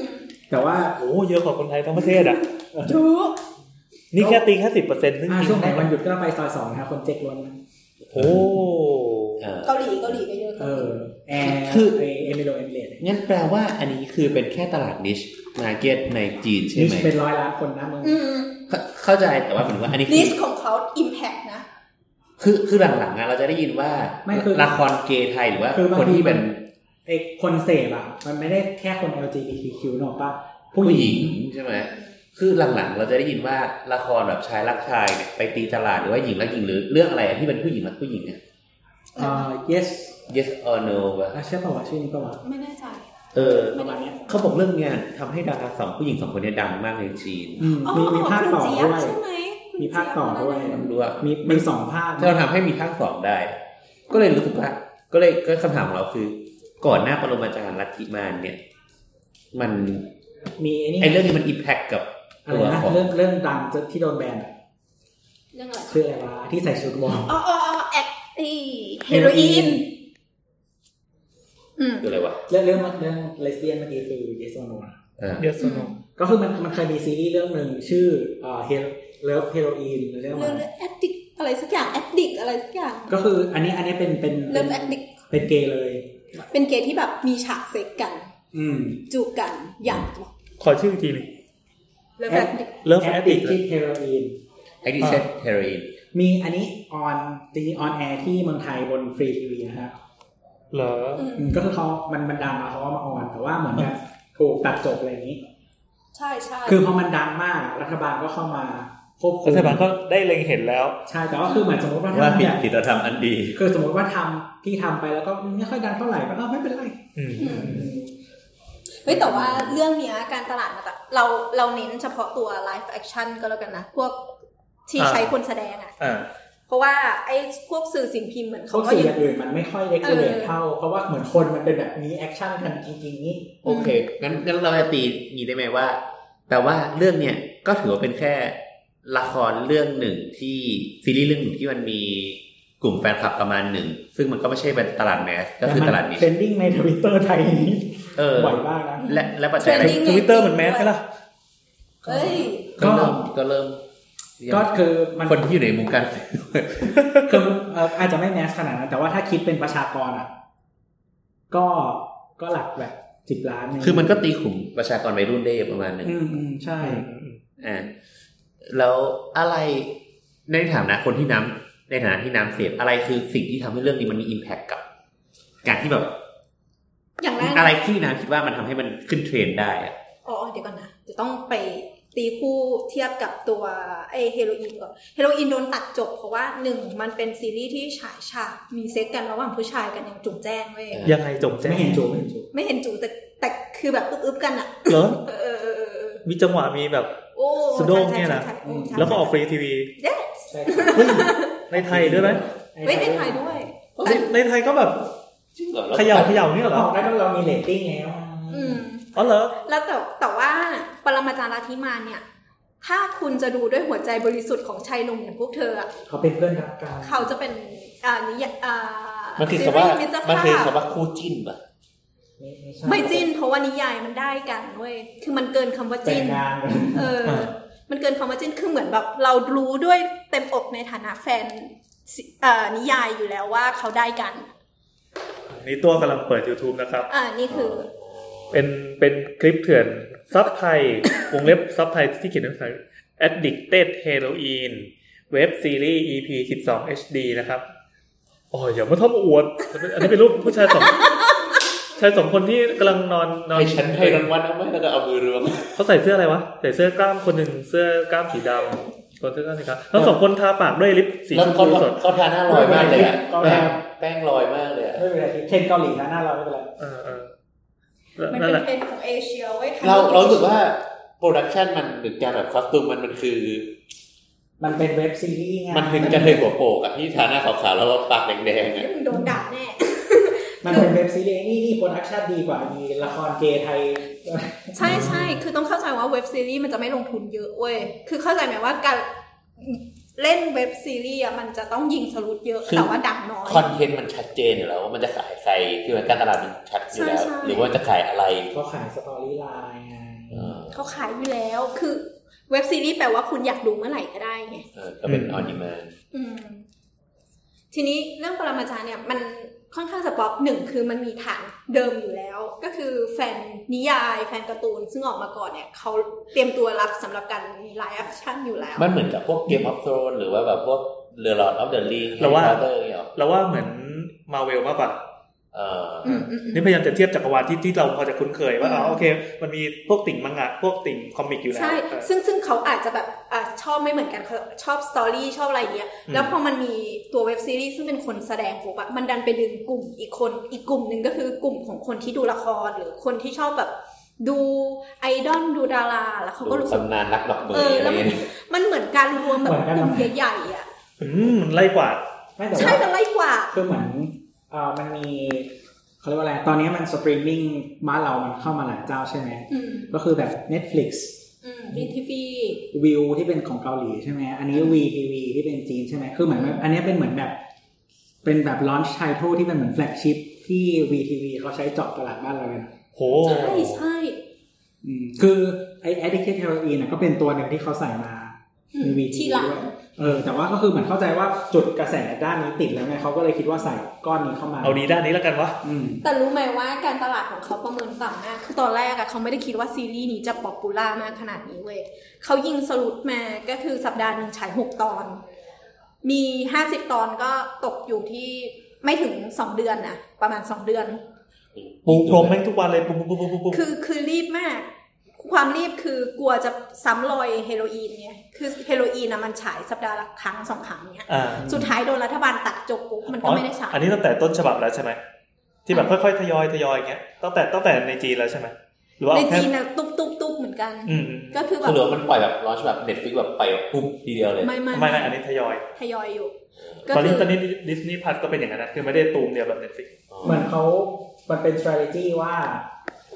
S4: แต่ว่า
S3: โอ้เยอะกว่าคนไทยทั้งประเทศอ่ะ
S7: จู๊
S3: นี่แค่ตีแค่สิบเปอร์เซ็นต์ซึ่ง
S4: อ่า
S3: จริ
S4: ช่ว
S3: ง
S4: งไหนวันหยุดก็ต้องไปซอยสองนะคะคนเจ๊กล้วนนะ
S3: โอ้
S2: เออ
S7: เกาหลีเกาหลีก็เยอะ
S4: เออ แอร์ไอเอมิโลเอมิเลต
S2: งั้นแปลว่าอันนี้คือเป็นแค่ตลาดนิชมาเก็ตในจีนใช่
S4: นี่
S2: ไหม
S4: เป็นร้อยล้านคนนะมึง
S7: อืม
S2: เข้าเข้าใจแต่ว่าเหมือนว่าอันนี้
S7: ลิ
S2: คือ
S7: สต์ของเขา impact นะ
S2: คือคือหลังๆอะเราจะได้ยินว่า
S4: ไม่คือ
S2: ละครเกย์ไทยหรือว่า
S4: คือบาง
S2: คนที่เป็น
S4: ไอคนเสพอ่ะ มันไม่ได้แค่คน LGBTQ หรอกป่ะผู้
S2: ผู้
S4: ห
S2: ห
S4: ญิ
S2: ญิ
S4: ง
S2: งใช่ไหม คือหลังๆ เราจะได้ยินว่าละครแบบชายรักชายเนี่ยไปตีตลาดหรือว่าหญิงรักหญิงหรือเรื่องอะไรอะที่เป็นผู้หญิงรักผู้หญิงเนี่ย
S4: เอ่อ yes
S2: yes or no ป่ะ
S4: อ่ะใช่ป่าวะชื่อนี้ป่าวะ
S7: ไม่แน่ใจ
S2: เออ
S4: ประมาณเนี้ย
S2: เขาบอกเรื่องเนี้ยทำให้ดาราสองผู้หญิงสองคนเนี้ดังมากในจีน
S4: อืมมีมีภาค
S7: คุณ
S4: ต่อ
S7: เจี๊ย
S4: ด้
S7: บ
S4: วย
S7: ใช่ไหมคุณ
S4: มีภาคต่อด้วย
S2: มันรู้ว่า
S4: มีมีสองภาค
S2: ถ้าเราทำให้มีภาคสองได้ ก็เลยรู้สึกว่าก็เลยก็คำถามของเราคือ ก่อนหน้าปรมาจารย์ลัทธิมารเนี่ย มัน
S4: มีไอ้นี่
S2: ไอเรื่องนี้มันอิมแพคกับ
S4: อะไร
S2: ตัว
S4: นะ
S2: ของ
S4: เรื่องเรื่องดังที่โดนแบนอะ
S7: เรื่องอะไร
S4: ชื่ออะไรวะที่ใส่ชุดวอร์ม
S7: อ๋ออ๋ออ๋อแอคอีเฮโรอีนอืม
S2: คืออะไรวะ
S4: เรื่องเรื่องเรื่องเลสเบี้ยนเมื่อกี้คือเยสโนนะ
S2: เออ
S3: เยสโน
S4: ก็คือมันมันเคยมีซีรีส์เรื่องหนึ่งชื่อเอ่อเฮลเลิฟเฮโรอีนเรื่อง
S7: เรื่
S4: มั
S7: อง
S4: น
S7: เรื่องแอดดิกอะไรสักอย่างแอดดิกอะไรสักอย่าง
S4: ก็คืออันนี้อันนี้เป็นเป็น
S7: เริ่มแอดดิก
S4: เป็นเกย์เลย
S7: เป็นเกย์ที่แบบมีฉากเซ็กกัน
S4: อืม
S7: จูบกันอย่าง
S3: ขอชื่ออีกทีหนึง
S7: เริ่มแอดดิก
S3: Love
S4: แอด
S3: Addict
S4: ดิกที่เฮโรอีน
S2: addiction heroin
S4: มีอันนี้ออนจริงๆออนแอร์ที่เมืองไทยบนฟรีทีวีนะฮะ
S3: เหรอ
S7: อืม
S4: อืมก็คือเขามันมันดังมาเขาก็มาออน แต่ว่าเหมือนแบบถูกตัดจบอะไรอย่างนี้
S7: ใช่ใช่
S4: คือพอมันดังมากรัฐบาลก็เข้ามาควบคุ
S3: รั
S4: ม
S3: ฐบาลก็ได้เล็งเห็นแล้ว
S4: ใช่แต่ว่าคือเหมือนสมมติว่าถ้า
S9: ว่า
S4: มัน
S9: ผิด
S4: อยาก
S9: ผิดเราทำอันดี
S4: คือสมมติว่าทำที่ทำไปแล้วก็ไม่ค่อยดังเท่าไหร่ก็เออไม่เป็นไร
S3: อืม
S7: อืม
S4: อืม
S7: เฮ้ยแต่ว่าเรื่องเนี้ยการตลาดมาแต่เราเราเน้นเฉพาะตัว live action ก็แล้วกันนะ พวกที่
S3: อ่า
S7: ใช้คนแสดงอ่ะ
S3: อ่า
S7: เพราะว่าไอ้พวกสื่อสิ่งพิมพ์เหมือน
S4: เขา
S7: เขาก็
S4: สื่อ
S7: ยัง
S4: อย่างอื่นมันไม่ค่อยเล็ก
S7: เอ
S4: เล
S7: อ
S4: ยเท่า เพราะว่าเหมือนคนมันเป็นแบบนี้แอคชั่นกันจริงๆนี่
S2: โอเค งั้นงั้นเราจะตีนี้ได้ไหมว่า แต่ว่าเรื่องเนี่ยก็ถือว่าเป็นแค่ละครเรื่องหนึ่งที่ซีรีส์เรื่องหนึ่งที่มันมีกลุ่มแฟนคลับประมาณหนึ่ง ซึ่งมันก็ไม่ใช่เป็นตลาดแมส ก็คือตลาดนี้
S4: เทรนดิ้งในทวิตเตอร์ไทยนี่
S2: เออ
S4: บ่อยมากนะ
S2: และและปัจจัยอะไร
S7: Trending
S3: ทวิตเตอร์เหมือนแมสใช่ล่ะ
S7: เอ้ย
S2: ก็เริ่ม
S4: ก็
S2: ก็เริ่ม
S4: ก็คือมัน
S2: คนที่อยู่ในวงการ
S4: คือเอ่ออาจจะไม่แมสขนาดนั้น แต่ว่าถ้าคิดเป็นประชากรอ่ะ ก็ก็หลักแบบสิบล้าน
S2: คือมันก็ตีกลุ่มประชากรวัยรุ่นได้ประมาณหนึ่ง
S4: อืมอืมใช่
S2: อ่าแล้วอะไรในฐานะคนที่น้ำในฐานะที่น้ำเสพอะไรคือสิ่งที่ทำให้เรื่องนี้มันมีอิมแพคกับ การที่แบบ
S7: อย่างแรก
S2: อะไรที่น้ำคิดว่ามันทำให้มันขึ้นเทรนด์ได้อะ
S7: อ๋อเดี๋ยวก่อนนะ จะต้องไปตีคู่เทียบกับตัวไอเฮโรอีนก่อนเฮโรอีนโดนตัดจบ เพราะว่าหนึ่งมันเป็นซีรีส์ที่ฉายฉากมีเซ็กกันระหว่างผู้ชายกันอย่างจุ่มแจ้งเว้ย
S3: ยังไงจงแจ้ง
S4: ไม่เห็นจูไม่เห็นจู
S7: ไม่เห็นจูแต่แต่คือแบบอึ๊บๆกันอ่ะ
S3: เหรอ
S7: เออเออเออเออ
S3: มีจังหวะมีแบบ
S7: โอ้
S3: สะดุ้งเนี่ยนะ
S7: ใช่ใช่ใช่ใช่
S3: แล้วก็ออกฟรีทีวี
S7: Yes
S4: ใช่
S3: เฮ้ยในไทยด้วยไหม
S7: เฮ้ยได้ถ่ายด้วย
S3: ในในไทยก็แบบ
S2: จริงเหรอ
S3: เขย่าเขย่าเนี่ยเหร
S4: อ
S3: อ
S4: อกได้ก็เรามีเรตติ้งไง
S7: อืม
S3: อ๋อเหรอ
S7: แล้วแต่แต่ว่าปรมาจารย์ลัทธิมานเนี่ย ถ้าคุณจะดูด้วยหัวใจบริสุทธิ์ของชายหนุ่มอย่างพวกเธออะ
S4: เขาเป็นเพื่อนรักกัน
S7: เขาจะเป็นอ่านิยายอ่ามั
S2: มันคือคำว่า
S7: มิตร
S2: มัน
S7: ภา
S2: คือ
S7: พ
S2: คำว่าคู่จิ้นป่ะ
S4: ไม่ใช่
S7: ไม่จิ้นเพราะว่านิยายมันได้กันเว้ยคือมันเกินคำว่า
S4: แต่
S7: จิ้
S4: ง
S7: น
S4: งานกัน
S7: เออ มันเกินคำว่าจิ้นคือเหมือนแบบเรารู้ด้วยเต็มอกในฐานะแฟนซิเอ่อนิยายอยู่แล้วว่าเขาได้กัน
S3: นี่ตัวกำลังเปิด YouTube นะครับ
S7: อ่านี่คือ
S3: เป็นเป็นคลิปเถื่อนซับไทย วงเล็บซับไทยที่เขียนด้วยภาษา Addicted Heroin เว็บซีรีส์ EP 12 HD นะครับโอ้ยอย่ามาทบอวด อันนี้เป็นรูปผู้ชายสอง ชายสองคนที่กำลังนอนนอน
S2: ให้ฉันให้รางวัลเอาไหมแล้วก็เอามือรวม
S3: เขาใส่เสื้ออะไรวะ ใส่เสื้อกล้ามคนหนึ่งเสื้อกล้ามสีดำคนเสื้อกล้ามสีขาวแล้วสองคนทาปากด้วยลิปสี
S2: แล้ว
S3: ชม
S2: เขา
S3: พูสด
S2: เขาทาหน้าลอยมากเลยอะ
S4: ก็
S2: แป้
S4: ทา
S2: งแป้งลอยมากเลยอะ
S4: ไม่เป็นไรเช่นเกาหลีนะหน้าเราไม่เป็นไร
S3: เออเออ
S7: มัน
S3: นั่น
S7: เป็น
S3: แหละ
S7: เทรนด์ของเอเชียไว้ย
S2: เราเรารู้สึกว่าโปรดักชันมันหรือการแบบคอสตูมมันมันคือ
S4: มันเป็นเว็บซีรีส์ไง
S2: มันคือกระเทยหัวโปกอะที่ทาหน้าขาวๆแล้วก็ปากแดงๆ
S7: เดี๋ย
S2: อะ
S7: วมึงโดนด่าแน่
S4: มันเป็นเว็บซีรีส์นี่นี่โปรดักชันดีกว่ามีละครเกย์ไท ย
S7: ใช่ใช่ คือต้องเข้าใจว่าเว็บซีรีส์มันจะไม่ลงทุนเยอะเว้ย คือเข้าใจไหมว่าการเล่นเว็บซีรีส์อะมันจะต้องยิงสรุปเยอะ แต่ว่าดังน้อย
S2: คอนเทนต์มันชัดเจนอยู่แล้วว่ามันจะขายใครคือมันการตลาดมันชัดอยู่แล้ว
S7: ใช่ใช่
S2: หรือว่าจะขายอะไร
S4: เขาขายสตอรี่ไลน์ไง
S2: เออ
S7: เขาขายอยู่แล้ว คือเว็บซีรีส์แปลว่าคุณอยากดูเมื่อไหร่ก็ได้ไง
S2: เออก็เป็น
S3: อืม
S2: ออนดีมา
S7: อืม ทีนี้เรื่องปรมาจารย์เนี่ย มันค่อนข้างสปอปหนึ่งคือมันมีฐานเดิมอยู่แล้ว ก็คือแฟนนิยายแฟนการ์ตูน ซึ่งออกมาก่อนเนี่ยเขาเตรียมตัวรับสำหรับการมีไลฟ์แอคชั่นอยู่แล้ว
S2: มันเหมือนกับพวกเกมออฟโ n นหรือว่าแบบพวกเรือ Lord of the Ring
S3: เราว่า
S2: เตอร์เนี่ยหรอ
S3: เราว่าเหมือนมาเวลมากกว่า
S2: เออ
S7: อืมอืมอืม
S3: นี่พยายามจะเทียบจักรวาลที่ที่เราพอจะคุ้นเคยว่าอ๋อโอเค มันมีพวกติ่งมังงะพวกติ่งคอมิกอยู่แล้ว
S7: ใช่
S3: เออ
S7: ซึ่งซึ่งเขาอาจจะแบบอะชอบไม่เหมือนกันเขาชอบสตอรี่ชอบอะไรอย่างเงี้ย
S3: อืม
S7: แล้วพอมันมีตัวเว็บซีรีส์ซึ่งเป็นคนแสดงปุ๊บอะมันดันไปดึงกลุ่มอีกคน อีกกลุ่มหนึ่งก็คือกลุ่มของคนที่ดูละครหรือคนที่ชอบแบบดูไอดอลดูดาราแล้วเขาก็
S2: ดู
S7: รู้สึก
S2: ตำนานรักดอกเม
S7: เอย อ
S2: อะ
S7: แล้วมั
S2: ไร
S7: น
S2: เงี้ย
S7: มันเหมือนการรวมแบบกลุ่มใหญ่ๆอะ
S3: อืมมันไล่กว่า
S4: ไม่แต่
S7: ใช่
S4: ว่า
S7: มันไล่กว่า
S4: คือเหมือนเอ่อมันมีเขาเรียกว่าอะไร ตอนนี้มันสตรีมมิ่งบ้านเรามันเข้ามาหลายเจ้าใช่ไหม
S7: อืม
S4: ก็คือแบบ Netflix
S7: อืมบีทีฟี
S4: วิวที่เป็นของเกาหลีใช่ไหม อันนี้ VTV ที่เป็นจีนใช่ไหม คือเหมือนแบบอันนี้เป็นเหมือนแบบ เป็นแบบลอนช์ไททลที่เป็นเหมือนแฟลกชิพที่ VTV เขาใช้เจาะตลาดบ้านเราเลยนะ
S3: โห
S7: ใช่ใช่
S3: อืม
S4: คือไอ้ addicted heroin นะก็เป็นตัวหนึ่งที่เขาใส่มาในวี
S7: ที่หลัง
S4: ด้วยเออ แต่ว่าก็คือเหมือนเข้าใจว่าจุดกระแสด้านนี้ติดแล้วไงเขาก็เลยคิดว่าใส่ก้อนนี้เข้ามา
S3: เอาดีด้านนี้แล้วกันวะ
S4: อืม
S7: แต่รู้ไหมว่าการตลาดของเขาประเมินต่ำมาก คือตอนแรกอะเขาไม่ได้คิดว่าซีรีส์นี้จะป๊อปปูล่ามากขนาดนี้เว้ยเขายิงสรุปมาก็คือสัปดาห์หนึ่งฉายหกตอน มีห้าสิบตอนก็ตกอยู่ที่ไม่ถึงสองเดือนอะประมาณสองเดือน
S3: ปูพรมแม่งทุกวันเลยปูปูปูปูปูปู
S7: คือคือรีบมาก ความรีบคือกลัวจะซ้ำรอยเฮโรอีนเนี่ย คือเฮโรอีนอะมันฉายสัปดาห์ละครั้งสองครั้งเนี่ย
S3: อ่า
S7: สุดท้ายโดนรัฐบาลตัดจบปุ๊บมันก็ไม่ได้ฉาย
S3: อันนี้ตั้งแต่ต้นฉบับแล้วใช่ไหมที่แบบค่อยๆทยอยทยอยอย่างเงี้ยตั้งแต่ตั้งแต่ในจีนแล้วใช่ไหมหรือว่า
S7: ใน
S3: เอาแค่
S7: จีนนะตุ๊บตุ๊บตุ๊บเหมือนกัน
S3: อืม
S7: ก็คือแบ
S2: คือบ หรือว่ามันปล่อยแบบลอนช์แบบเน็ตฟิกแบบไปล่อยแบบปุ๊บทีเดียวเลย
S7: ไม่
S3: ไม่
S7: ไม่
S3: ไม่อันนี้ทยอย
S7: ทยอยอยู่
S3: ตอนนี้ตอนนี้ดิสนีย์พัทก็เป็นอย่างนั้นนะคือไม่ได้ตูมเดียวแบบเน็ตฟิก
S4: เหมือนเขา มันเป็น strategy ว่า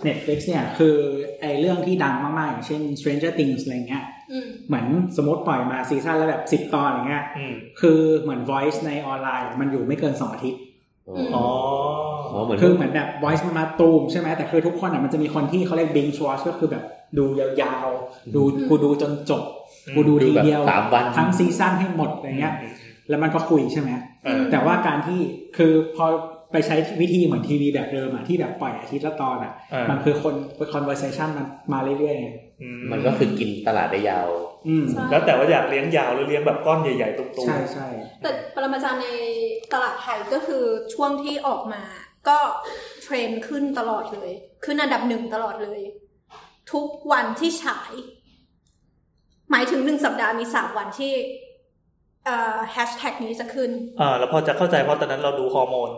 S4: Netflix เนี่ยคือไอเรื่องที่ดังมากๆ อย่างเช่น Stranger Things อะไรเงี้ย
S7: อืม
S4: เหมือนสมมติปล่อยมาซีซั่นแล้วแบบ 10 ตอนอย่างเงี้ย
S3: อืม
S4: คือเหมือน voice ในออนไลน์ มันอยู่ไม่เกิน 2 อาทิตย์
S7: ม
S3: อ๋อ
S2: อ๋อเหมือน
S4: คือเหมือนแบบ voice มันมาตูมใช่ไหม แต่คือทุกคนอ่ะมันจะมีคนที่เขาเรียก binge watch ก็คือแบบดูยาวๆ ดูกูดูจนจบ กูดู
S2: ดู
S4: ที
S2: แบบ
S4: เดียว
S2: สามวัน
S4: ทั้งซีซั่นให้หมดอะไรเงี้ย แล้วมันก็คุยใช่ไหม
S3: เออ
S4: แต่ว่าการที่คือพอไปใช้วิธีเหมือนทีวีแบบเดิมอะที่แบบปล่อยอาทิตย์ละตอนอะ
S3: เออ
S4: มันคือคน conversation มันมาเรื่อยๆไง
S3: อื
S2: มันก็คือกินตลาดได้ยาว
S4: อืม
S7: ใช่
S3: แล้วแต่ว่าอยากเลี้ยงยาวหรือเลี้ยงแบบก้อนใหญ่ๆตุ้ม
S4: ใช่ใช่
S7: แต่ปรมาจารย์ในตลาดไทยก็คือช่วงที่ออกมา ก็เทรนด์ขึ้นตลอดเลย ขึ้นอันดับหนึ่งตลอดเลย ทุกวันที่ฉาย หมายถึงหนึ่งสัปดาห์มีสามวันที่เอ่อแฮชแท็กนี้จะขึ้น
S3: ๆอ่าแล้วพอจะเข้าใจเพราะตอนนั้นเราดูฮอร์โมน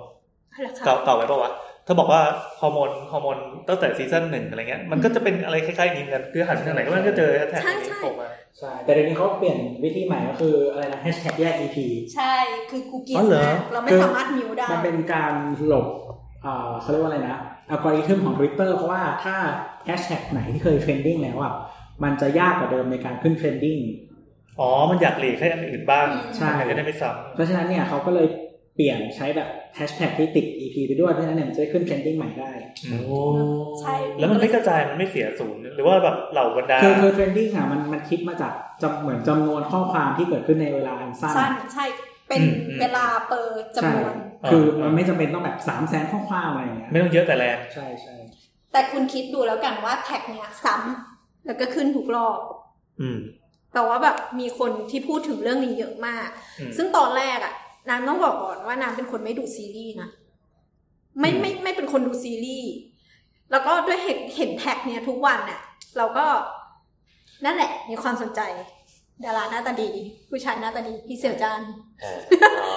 S7: ราคา
S3: เก่าเก่าไปปะวะ ถ้าบอกว่าฮอร์โมนฮอร์โมนตั้งแต่ซีซั่นหนึ่งอะไรเงี้ย มันก็จะเป็นอะไรคล้ายๆอย่างนี้กันคือหันทางไหนก็มันก็เจอแฮชแท็กนี้โผล่มา
S4: ใช่ แต่เดี๋ยวนี้เขาเปลี่ยนวิธีใหม่ก็คืออะไรนะ hashtag แยก EP
S7: ใช่ คือกูเกลีย
S3: อ๋
S7: ด
S3: อเหรอ
S7: มากเราไม่สามารถมิวได้
S4: มันเป็นการหลบเอ่อเขาเรียกว่าอะไรนะอัลกอริทึมของ Twitter เพราะว่าถ้า hashtag ไหนที่เคย trending แล้วอะมันจะยากกว่าเดิมในการขึ้น trending
S3: อ๋อ มันอยากหลีกให้อันอื่นบ้าง
S4: ใช่
S3: มันจะได้ไม่ซ้
S4: เพราะฉะนั้นเนี่ยเขาก็เลยเปลี่ยนใช้แบบ hashtag ที่ติด EP ไปด้วย เพราะฉะนั้นเนี่ยมันจะได้ขึ้น trending ใหม่ได้
S3: ำ
S7: ใช่
S3: แล้วมันไม่กระจาย มันไม่เสียศูนย์ หรือว่าแบบเหล่าบรรดา
S4: คือคือเทรนดิ้งอ่ะมันมันคิดมาจากจำเหมือนจำนวนข้อความที่เกิดขึ้นในเวลาอันสั้น
S7: สั้นใช่ เป็น
S3: อืมอืม
S7: เวลาเปิดจำนวน
S3: อ่า
S4: คือมันไม่จำเป็นต้องแบบสามแสนข้อความอะไรอย่างเงี้ย
S3: ไม่ต้องเยอะแต่แรง
S4: ใช่ใช่
S7: แต่คุณคิดดูแล้วกันว่าแท็กเนี้ยซ้ำแล้วก็ขึ้นทุกรอบ
S3: อืม
S7: แต่ว่าแบบมีคนที่พูดถึงเรื่องนี้เยอะมาก
S3: อืม
S7: ซึ่งตอนแรกอะน้ำต้องบอกก่อนว่าน้ำเป็นคนไม่ดูซีรีส์นะ ไม่ไม่ไม่เป็นคนดูซีรีส์ แล้วก็ด้วยเห็นเห็นแท็กเนี่ยทุกวันน่ะ เราก็นั่นแหละ มีความสนใจ ดาราหน้าตาดี ผู้ชายหน้าตาดีพี่เสี่ยวจาน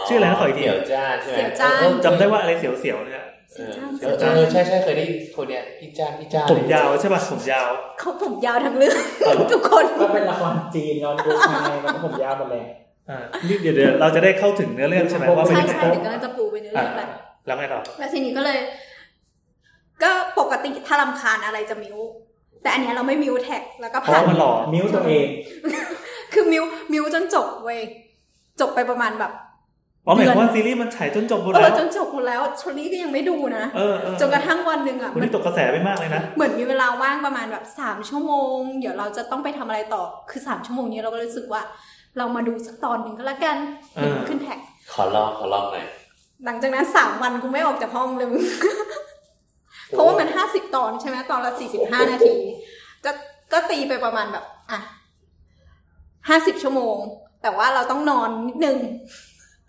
S3: ชื่ออะไรนะขออีกที
S2: เสี่ยวจ้านใช่ไหม
S7: เสี่ยวจ้าน
S2: ออ
S3: จำได้ว่าอะไรเสียวๆเนี่ย
S2: เออ
S7: เสี่
S2: เสี่
S7: ย
S2: ยว ว
S7: จ้า
S2: จ้าน นเออใช่ใช่เคยได้ยินคนเนี้ยพี่จ้านพี่จ้าน
S3: ผมยาวใช่ป่ะ ผมยาว
S7: เขาผมยาวทั้งเรื่อง
S3: เอาเหรอ
S7: ทุกคน
S4: ก็เป็นละครจีนเราดูยังไงมันก็ผมยาวหมดเลย
S3: อ่านี่เดี๋ยวเดี๋ยวเราจะได้เข้าถึงเนื้อเรื่องใช่ไหมว่าเป็น
S7: ใช่
S3: ยังไง
S7: ใช่เดี๋ยวกำลังจะปูไปในเรื่องแหละ
S3: แล้วไงต่อ
S7: แล้วทีนี้ก็เลย ก็ปกติถ้ารำคาญอะไรจะมิวแต่อันเนี้ยเราไม่มิวแท็กแล้วก็
S3: เพราะ
S7: ผ่าน
S3: ว่ามันหล่อ
S4: มิวตัวเอง
S7: คือมิวมิวจนจบเว้ยจบไปประมาณแบบ
S3: อ๋อหมายความว่าซีรีส์มันฉายจนจบหมด
S7: เอ
S3: แล้
S7: อ
S3: ว
S7: จนจบหมดแล้วชลี่ก็ยังไม่ดูนะ
S3: เออเออ
S7: จนกระทั่งวันหนึ่งอ่ะ
S3: วัน
S7: มัน
S3: นี้ตกกระแสไปมากเลยนะ
S7: เหมือนมีเวลาว่างประมาณแบบสามชั่วโมง เดี๋ยวเราจะต้องไปทำอะไรต่อคือสามชั่วโมงนี้เราก็รู้สึกว่า เรามาดูสักตอนหนึ่งก็แล้วกัน
S3: เออ
S7: ขึ้นแท็ก
S2: ขอลองขอลองหน่อย
S7: หลังจากนั้นสามวันกูไม่ออกจากห้องเลยมึง เพราะว่ามันห้าสิบตอนใช่ไหมตอนละสี่สิบห้านาที จะก็ตีไปประมาณแบบ อ่ะห้าสิบชั่วโมง แต่ว่าเราต้องนอนนิดนึง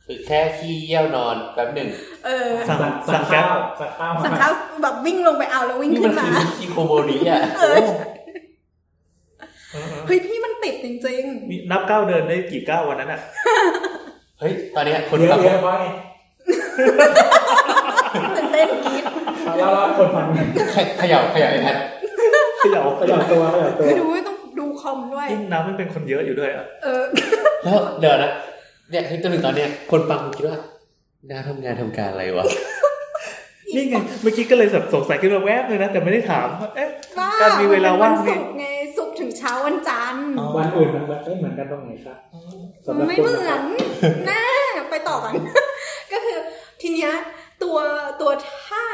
S2: คือแค่ขี้เยี่ยวนอนแป๊บหนึ่ง
S7: เออ
S3: สั่ง
S4: สั่ง
S3: สั่
S4: สั่
S3: ง
S4: ง
S3: แก๊
S4: ข้า
S3: ป
S4: วสั่งข้าว
S7: สัง
S4: มา
S7: เขาแบบวิ่งลงไปเอาแล้ววิ่ง
S2: นี่
S7: ขึ้
S2: มัน น
S7: มา
S2: คือคิโคโบริอ่ะ
S7: เออเฮ้ยพี่มันติดจริง
S3: มีนับก้าวเดินได้กี่ก้าววันนั้นอ่ะ
S2: เฮ้ยตอนเนี้ยคน
S4: เย
S2: ขับ
S4: อะเยอะไว้
S7: ๆตื่นเต้นกรี๊ด
S4: แล้วเราคนฟัง
S2: เขย่าเขย่าไอ้แพท
S3: เขย่า
S4: ขยับตัวข
S7: คือ
S4: ยับตัว
S7: ดูไม่ต้องดูคอมด้วย
S3: ยิ่งนับมันเป็นคนเยอะอยู่ด้วยอ่ะ
S7: เออ
S2: แล้วเดี๋ยวนะเนี่ยที่ตัวหนึ่งตอนเนี้ยคนฟังคงคิดว่าน่าทำงานทำการอะไรวะ
S3: นี่ไง เมื่อกี้ก็เลยแบบสงสัยขึ้นมาแวบเลยนะ แต่ไม่ได้ถามว่าเอ๊ะ
S7: บ้า
S3: การมีเวลาว่าง
S7: น
S3: นี่
S7: เป็นนศุกร์ไงศุกร์ถึงเช้าวันจันทร์
S4: วันอื่นมันไม่เหมือนกันตรงไหนครับสำรับ
S7: ไม่
S4: คุณ
S7: เหมือน แน่ไปต่อกัน ก็คือทีเนี้ยตัวตัวท่า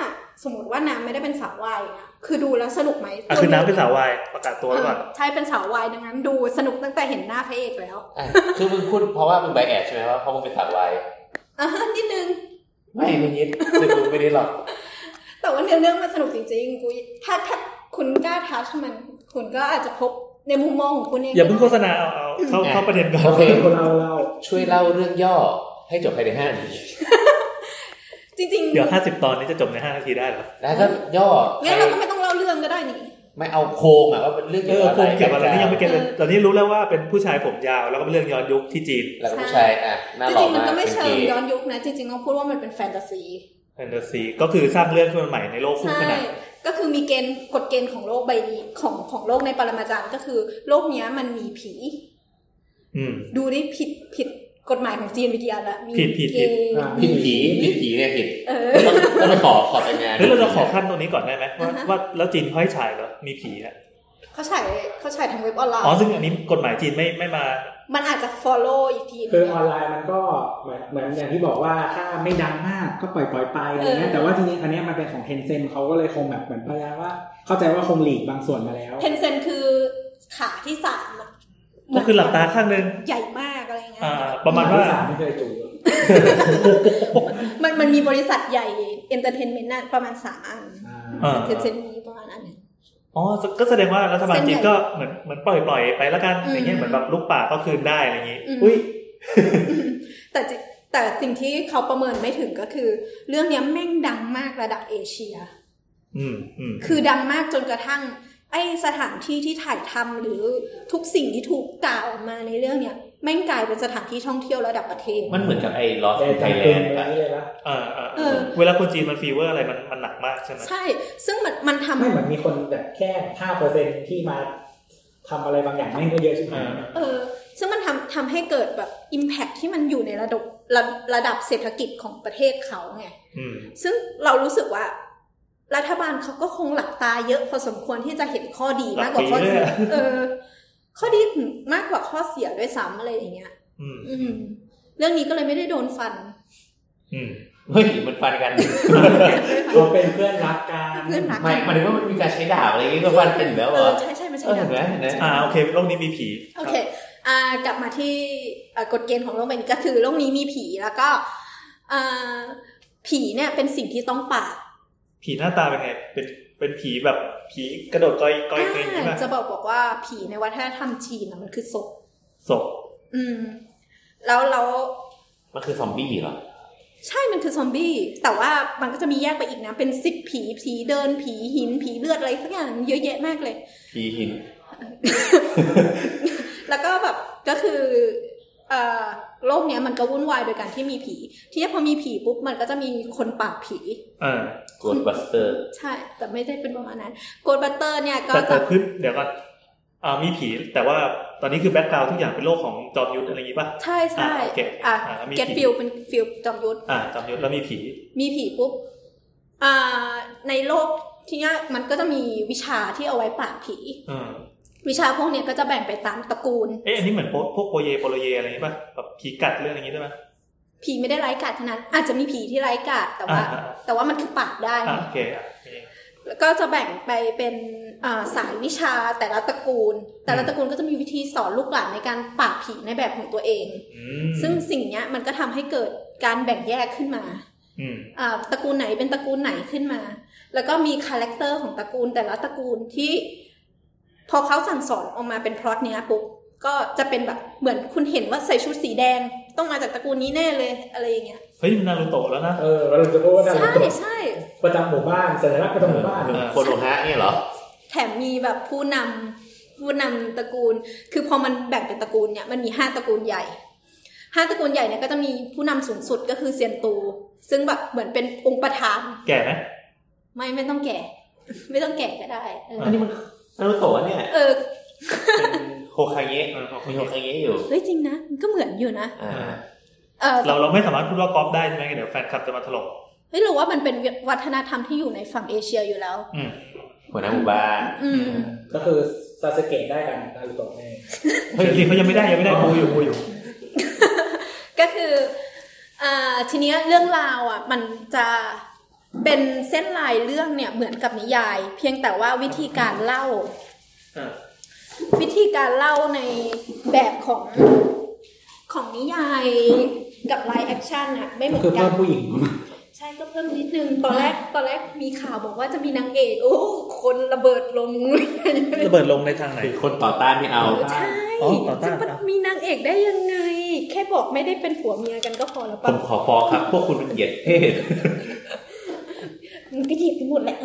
S7: สมมติว่าน้ำไม่ได้เป็นสาววายอย่างเงี้ยคือดูแล้วสนุกไหม
S3: อ่ะคือน้ำเป็นสาววายประกาศตัวไว้ก่อน
S7: เออใช่เป็นสาววายดังนั้น ดูสนุกตั้งแต่เห็นหน้าพระเอกแล้ว
S2: อ่ะคือมึงพูดเพราะว่ามึงไบแอดใช่ไหมว่าเพราะมึงเป็นสาววาย
S7: อ่ะนิดนึง
S2: ไม่ไม่ยิดคือมึงไม่ได้หรอก
S7: แต่ว่าเนื้อเรื่องมันสนุกจริงๆกูถ้าถ้าคุณกล้าทัชมัน คุณก็อาจจะพบในมุมมองของคุณเอง
S3: อย่าเพิ่งโฆษณาเอาเอาเข้า
S2: อ่ะ
S3: เข้าประเด็นก่อน
S2: โอเค
S4: คนเราเรา
S2: ช่วยเล่าเรื่องย่อให้จบภายในห้านาที
S7: จริงๆ
S3: เดี๋ยว 50 ตอนนี้จะจบใน 5 นาทีได้เหรอ
S2: แล้วก็ย่อ
S7: งั้นเราก็ไม่ต้องเล่าเรื่องก็ได้นี่
S2: ไม่เอาโครงอ่ะว่าเป็นเรื่อง
S3: เอ
S2: เกี่ยว
S3: อ
S2: กับอะไร
S3: คงเก็บอะไรนี่ยังไม่เก็ตเลย
S7: เออ
S3: ตอนนี้รู้แล้วว่าเป็นผู้ชายผมยาวแล้วก็เป็นเรื่องย้อนยุคที่จีน
S2: แล้วก็ผู้ชายอ่ะหน้า
S7: จ
S2: หล่อ
S7: ริงๆ มั
S2: มาน ก
S7: ก็ไม่
S2: เป็น
S7: เชิ
S2: เก
S7: ง
S2: ย์
S7: ย้อนยุคนะ จริงๆต้องพูดว่ามันเป็นแฟนตาซี
S3: แฟนตาซีก็คือสร้างเรื่องขึ้นมาใหม่ในโลกคู่
S7: ใช่
S3: ขนาน
S7: ก็คือมีเกณฑ์กฎเกณฑ์ของโลกใบนี้ของของโลกในปรมาจารย์ก็คือ โลกเนี้ยมันมีผี
S3: อืม
S7: ดูดิผิดผิดกฎหมายของจีนวิทยาละมี
S3: ผิดผิด
S7: เก
S3: ผิด
S7: ณฑ์
S4: อ่า
S2: ผิดผีผิดผีเนี่ยผิด
S7: เออ
S2: ต้องต้องไปขอขอแต่งงาน
S3: เฮ้ยเราจะขอขั้นตรงนี้ก่อนได้ไหมว่า
S7: อ่าฮะ
S3: ว่าแล้วจีนค่อยฉายเหรอมีผีอะ
S7: เขาฉายเขาฉายทางเว็บออนไล
S3: อ๋อ
S7: น์
S3: ซึ่งอันนี้กฎหมายจีนไม่ไม่มา
S7: มันอาจจะ follow อีกที
S4: คืออ
S7: นึ
S4: อง นไลน์มันก็เหมือนเหมือนอย่างที่บอกว่าถ้าไม่ดังมากก็ปล่อยปล่อยๆไปอะไรเงี้ย
S7: เออ
S4: แต่ว่าจริงๆอันเนี้ยมันเป็นของเทนเซนเขาก็เลยคงแบบเหมือนพยายามว่า เข้าใจว่าคงหลีกบางส่วนมาแล้ว
S7: เทนเซนคือขาที่สามอะ
S3: ก็คือหลับตาข้างหนึง
S7: ใหญ่มากอะไรเงี้ย
S3: อ่า ประมาณว่า
S4: สามไม่เคยดู
S7: มันมันมีบริษัทใหญ่เอนเตอร์เทนเมนต์น่ะประมาณสามอัน
S4: อ่า
S3: อ่า
S7: เทนเซนมีประมาณอันหนึ่ง
S3: อ๋อก็แสดงว่ารัฐบาล
S7: เส้นใหญ่
S3: จีนก็เหมือนเหมือนปล่อยปล่อยไปละกัน
S7: อืม
S3: อย่างเงี้ยเหมือนแบบลูกป่าก็คืนได้อะไรอย่างงี้
S7: อืม
S3: อุ้ย
S7: แต่จิแต่สิ่งที่เขาประเมินไม่ถึงก็คือ เรื่องเนี้ยแม่งดังมากระดับเอเชีย
S3: อืมอืม
S7: คือดังมากจนกระทั่ง ไอสถานที่ที่ถ่ายทำหรือทุกสิ่งที่ถูกกล่าวออกมาในเรื่องเนี้ยแม่งกลายเป็นสถานที่ท่องเที่ยวระดับประเทศ
S2: มันเหมือนกับไอ้ลอส
S4: แต่
S2: ไท
S4: จาย
S2: ยแล
S4: เกิน
S2: นด์
S4: อะไร
S2: อะ
S4: นี่เลยนะ
S3: อ่าอ่า
S7: เออ
S3: เวลาคนจีนมันฟีเวอร์อะไรมันมันหนักมากใช่ไหม
S7: ใช่ ซึ่งมันมันทำ
S4: ไม่เหมือนมีคนแบบแค่ห้าเปอร์เซ็นที่มาทำอะไรบางอย่างแม่งก็เยอะใช่ไหม
S7: เออซึ่งมันทำทำให้เกิดแบบ Impact ที่มันอยู่ในระดับระระดับเศรษฐกิจของประเทศเขาไง
S3: อืม
S7: ซึ่งเรารู้สึกว่า รัฐบาลเขาก็คงหลับตาเยอะพอสมควรที่จะเห็นข้อดีมากกว่าข้อเสี
S3: ห
S7: ย
S3: ลับปีเลยอะ
S7: เออ ข้อดีมากกว่าข้อเสียด้วยซ้ำอะไรอย่างเงี้ย
S3: อืม
S7: อืม เรื่องนี้ก็เลยไม่ได้โดนฟัน
S3: อืม
S2: เฮ้ยมันฟันกัน
S4: เขาเป็นเพื่อนรักกัน
S7: เพื่อนรัก
S2: หมายหมายถึงว่ามันมีการใช้ดาบอะไรอย่างงี้ก็ฟันกันอยู่แล้วเห
S7: เอ
S2: รอ
S7: อใช่ใช่มันใช่
S2: เออ
S7: ดา
S2: เห็
S7: บ
S2: นไหมเห็นไหม
S3: อ่าโอเคโลกนี้มีผี
S7: โอเค อ่ากลับมาที่เอ่อกฎเกณฑ์ของโลกใบนี้ก็คือโลกนี้มีผีแล้วก็เอ่อผีเนี่ยเป็นสิ่งที่ต้องปราบ
S3: ผีหน้าตาเป็นไง เป็นเป็นผีแบบผีกระโดดก้อยก้อย
S7: อ่า
S3: เองใช่ไหม
S7: จะบอกบอกว่าผีในวัฒนธรรมจีนนะมันคือศพ
S3: ศพ
S7: อืม แล้วเรา
S2: มันคือซอมบี้เหรอ
S7: ใช่มันคือซอมบี้ แต่ว่ามันก็จะมีแยกไปอีกนะ เป็นสิบผี ผีเดิน ผีหิน ผีเลือดอะไรสักอย่างเยอะแยะมากเลย
S2: ผีหิน
S7: แล้วก็แบบก็คือเอ่อโลกเนี้ยมันก็วุ่นวายโดยการที่มีผี ที่พอมีผีปุ๊บมันก็จะมีคนปราบผี
S3: อ่า
S2: g h o s t b u s t e r
S7: ใช่ แต่ไม่ได้เป็นประมาณนั้นโกดบัตเตอร์เนี่ยก็
S3: แต่แต่
S7: จะ
S3: พื้นเดี๋ยวก่อนอ่ามีผีแต่ว่าตอนนี้คือแบ็คกราวทุกอย่างเป็นโลกของจอมยุทธอะไรอย่างงี้ป่ะ
S7: ใช่ใช่
S3: อ่าโอเค
S7: อ่ะ
S3: อ่ามี
S7: เก็ต
S3: ผี
S7: ฟิลเป็นฟิลจอมยุทธ
S3: อ่าจอมยุทธแล้วมีผี
S7: มีผีปุ๊บอ่าในโลกที่เนี้ยมันก็จะมีวิชาที่เอาไว้ปราบผี
S3: อืม
S7: วิชาพวกเนี้ยก็จะแบ่งไปตามตระกูล
S3: เอ๊ะอันนี้เหมือนพวกพวกโปเยโปโลเยอะไรอย่างงี้ป่ะแบบผีกัดเรื่องอย่างงี้ได้ไหม
S7: ผีไม่ได้ไร้ายกาจขนาดอาจจะมีผีที่ไร้ายกาจแต่ว่า
S3: อ่า
S7: แต่ว่ามันคือปราบได้
S3: อ่าโอเคอ่ะโอเค
S7: แล้วก็จะแบ่งไปเป็นอ่าสายวิชาแต่ละตระกูล แต่ละตระกูลก็จะมีวิธีสอนลูกหลานในการปราบผีในแบบของตัวเอง
S3: อืม
S7: ซึ่งสิ่งเนี้ยมันก็ทำให้เกิดการแบ่งแยกขึ้นมา
S3: อืม
S7: อ่าตระกูลไหนเป็นตระกูลไหนขึ้นมา แล้วก็มีคาแรคเตอร์ของตระกูลแต่ละตระกูลที่ พอเขาสั่งสอนออกมาเป็นพล็อตเนี้ยปุ๊บก็จะเป็นแบบเหมือนคุณเห็นว่าใส่ชุดสีแดง ต้องมาจากตระกูลนี้แน่เลยอะไรอย่างเงี้ย
S3: เฮ้ยมันนารูโตะแล้วนะ
S4: เออเราจะพูดว่าดัง
S7: ใช่
S4: ตก
S7: ใช่
S4: ประจำหมู่บ้านสัญลักษณ์ประจำหมู่บ้าน
S2: เออโคโนฮะเนี่ยเหรอ
S7: แถมมีแบบผู้นำผู้นำตระกูล คือพอมันแบ่งเป็นตระกูลเนี่ยมันมีห้าตระกูลใหญ่ห้าตระกูลใหญ่เนี่ยก็จะมีผู้นำสูงสุดก็คือเซียนตู ซึ่งแบบเหมือนเป็นองค์ประธาน
S3: แก่ไหม
S7: ไม่ไม่ต้องแก่ ไม่ต้องแก่ก็ได้เออ
S2: อันนี้มันนารูโตะเนี่ย
S7: เออ
S2: เป็นโฮคาเงะมีโฮคาเงะอยู่
S7: เฮ้ยจริงนะมันก็เหมือนอยู่นะ
S2: อ่า
S7: เออ
S3: เราเราไม่สามารถพูดว่ากอล์ฟได้ใช่ไหมงั้นเดี๋ยวแฟนคลับจะมาถล่ม
S7: เฮ้ยหรือว่ามันเป็นวัฒนธรรมที่อยู่ในฝั่งเอเชียอยู่แล้ว
S3: อืม
S2: หัวหน้าหมู่บ้าน
S7: อืม
S4: ก็คือซาสเกะได้กันนารูโตะแน่
S3: เฮ้ยจริงๆเขายังไม่ได้ยังไม่ได้กูอยู่กูอยู่
S7: ก็คืออ่าทีเนี้ยเรื่องราวอ่ะ มันจะ เป็นเส้นลายเรื่องเนี่ยเหมือนกับนิยาย เพียงแต่ว่าวิธีการเล่า
S3: อ่า
S7: วิธีการเล่าในแบบของของนิยายกับไลฟ์แอคชั่นอะไม่เหมือน
S4: คือ
S7: กั
S4: เพิ่
S7: น
S4: มผู้หญิง
S7: ใช่ก็เพิ่มนิดนึง ตอนแรกตอนแรกมีข่าวบอกว่าจะมีนางเอกโอ้คนระเบิดลงเลย
S3: ระเบิดลงในทางไหน
S2: คือคนต่อต้านไม่เอา
S7: ใช่
S3: อ๋อต่อต้าน
S7: จะมันมีนางเอกได้ยังไง แค่บอกไม่ได้เป็นผัวเมียกันก็พอแล้ว
S2: ผ
S7: ปะ
S2: มขอฟ้องครับ พวกคุณเป็นเหยียดเพศ
S7: มันก็หยิบไปหมดแหละ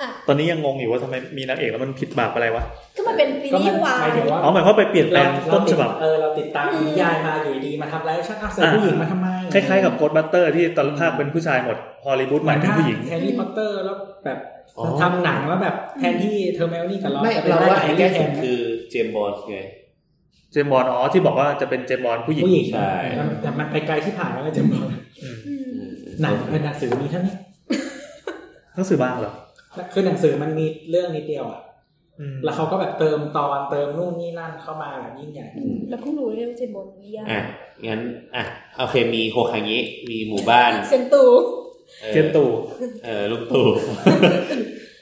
S7: อ่ะ
S3: ตอนนี้ยังงงอยู่ว่าทำไมมีนางเอกแล้วมันผิดบาปอะไรวะ
S7: ก็มาเป็นซี
S4: ก็
S7: รี
S4: มัน
S7: ส์วา
S4: หมาย
S7: ย
S4: ถึงว่า
S3: อ๋อหมายความว่าไปเปลี่ยนแปลงต้นฉบับ
S4: เออเราติดตามนิยายมาอยู่ดีมาทำไลฟ์แอคชั่นเอาใส่
S3: อ่ะ
S4: ผู้หญิงมาทำไม
S3: คล้ายๆกับโคดบัตเตอร์ที่ตอนภาคเป็นผู้ชายหมดฮอลลีวูดใหม่เป็นผู้หญิง
S4: แฮร์รี่พอตเตอร์แล้วแบบ
S2: อ๋อ
S4: ทำหนังว่าแบบแทนที่เทอร์เมลนี่กับเรา
S2: ไม่
S4: จะป็น
S2: เราว่าไอ้แก้
S4: แท
S2: แข็
S4: น
S2: คือเจมส์บอลไง
S3: เจมส์บอลด์อ๋อที่บอกว่าจะเป็นเจมส์บอลด์ผู้หญิง
S4: ผู้หญิง
S2: ใช่
S4: แต่มันไปไกลที่ผ่านแล้วก็จะบอกหนังเออหนังสือมีเท่านี้
S3: หนังสือบ้างเหรอ
S4: คือหนังสือมันมีเรื่องนิดเดียวอ่ะ
S3: อืม
S4: แล้วเขาก็แบบเติมตอนเติมนู่นนี่นั่นเข้ามาแบบยิ่งใหญ่
S7: อืมแล้วเพิ่งรู้เรื่องเจมส์บอลนิยาย
S2: อ่ะ งั้น อ่ะ โอเค มีโฮคังยิมีหมู่บ้าน
S7: เซนตู
S2: ออ
S3: เจมส์ตู่
S2: เออลูกตู่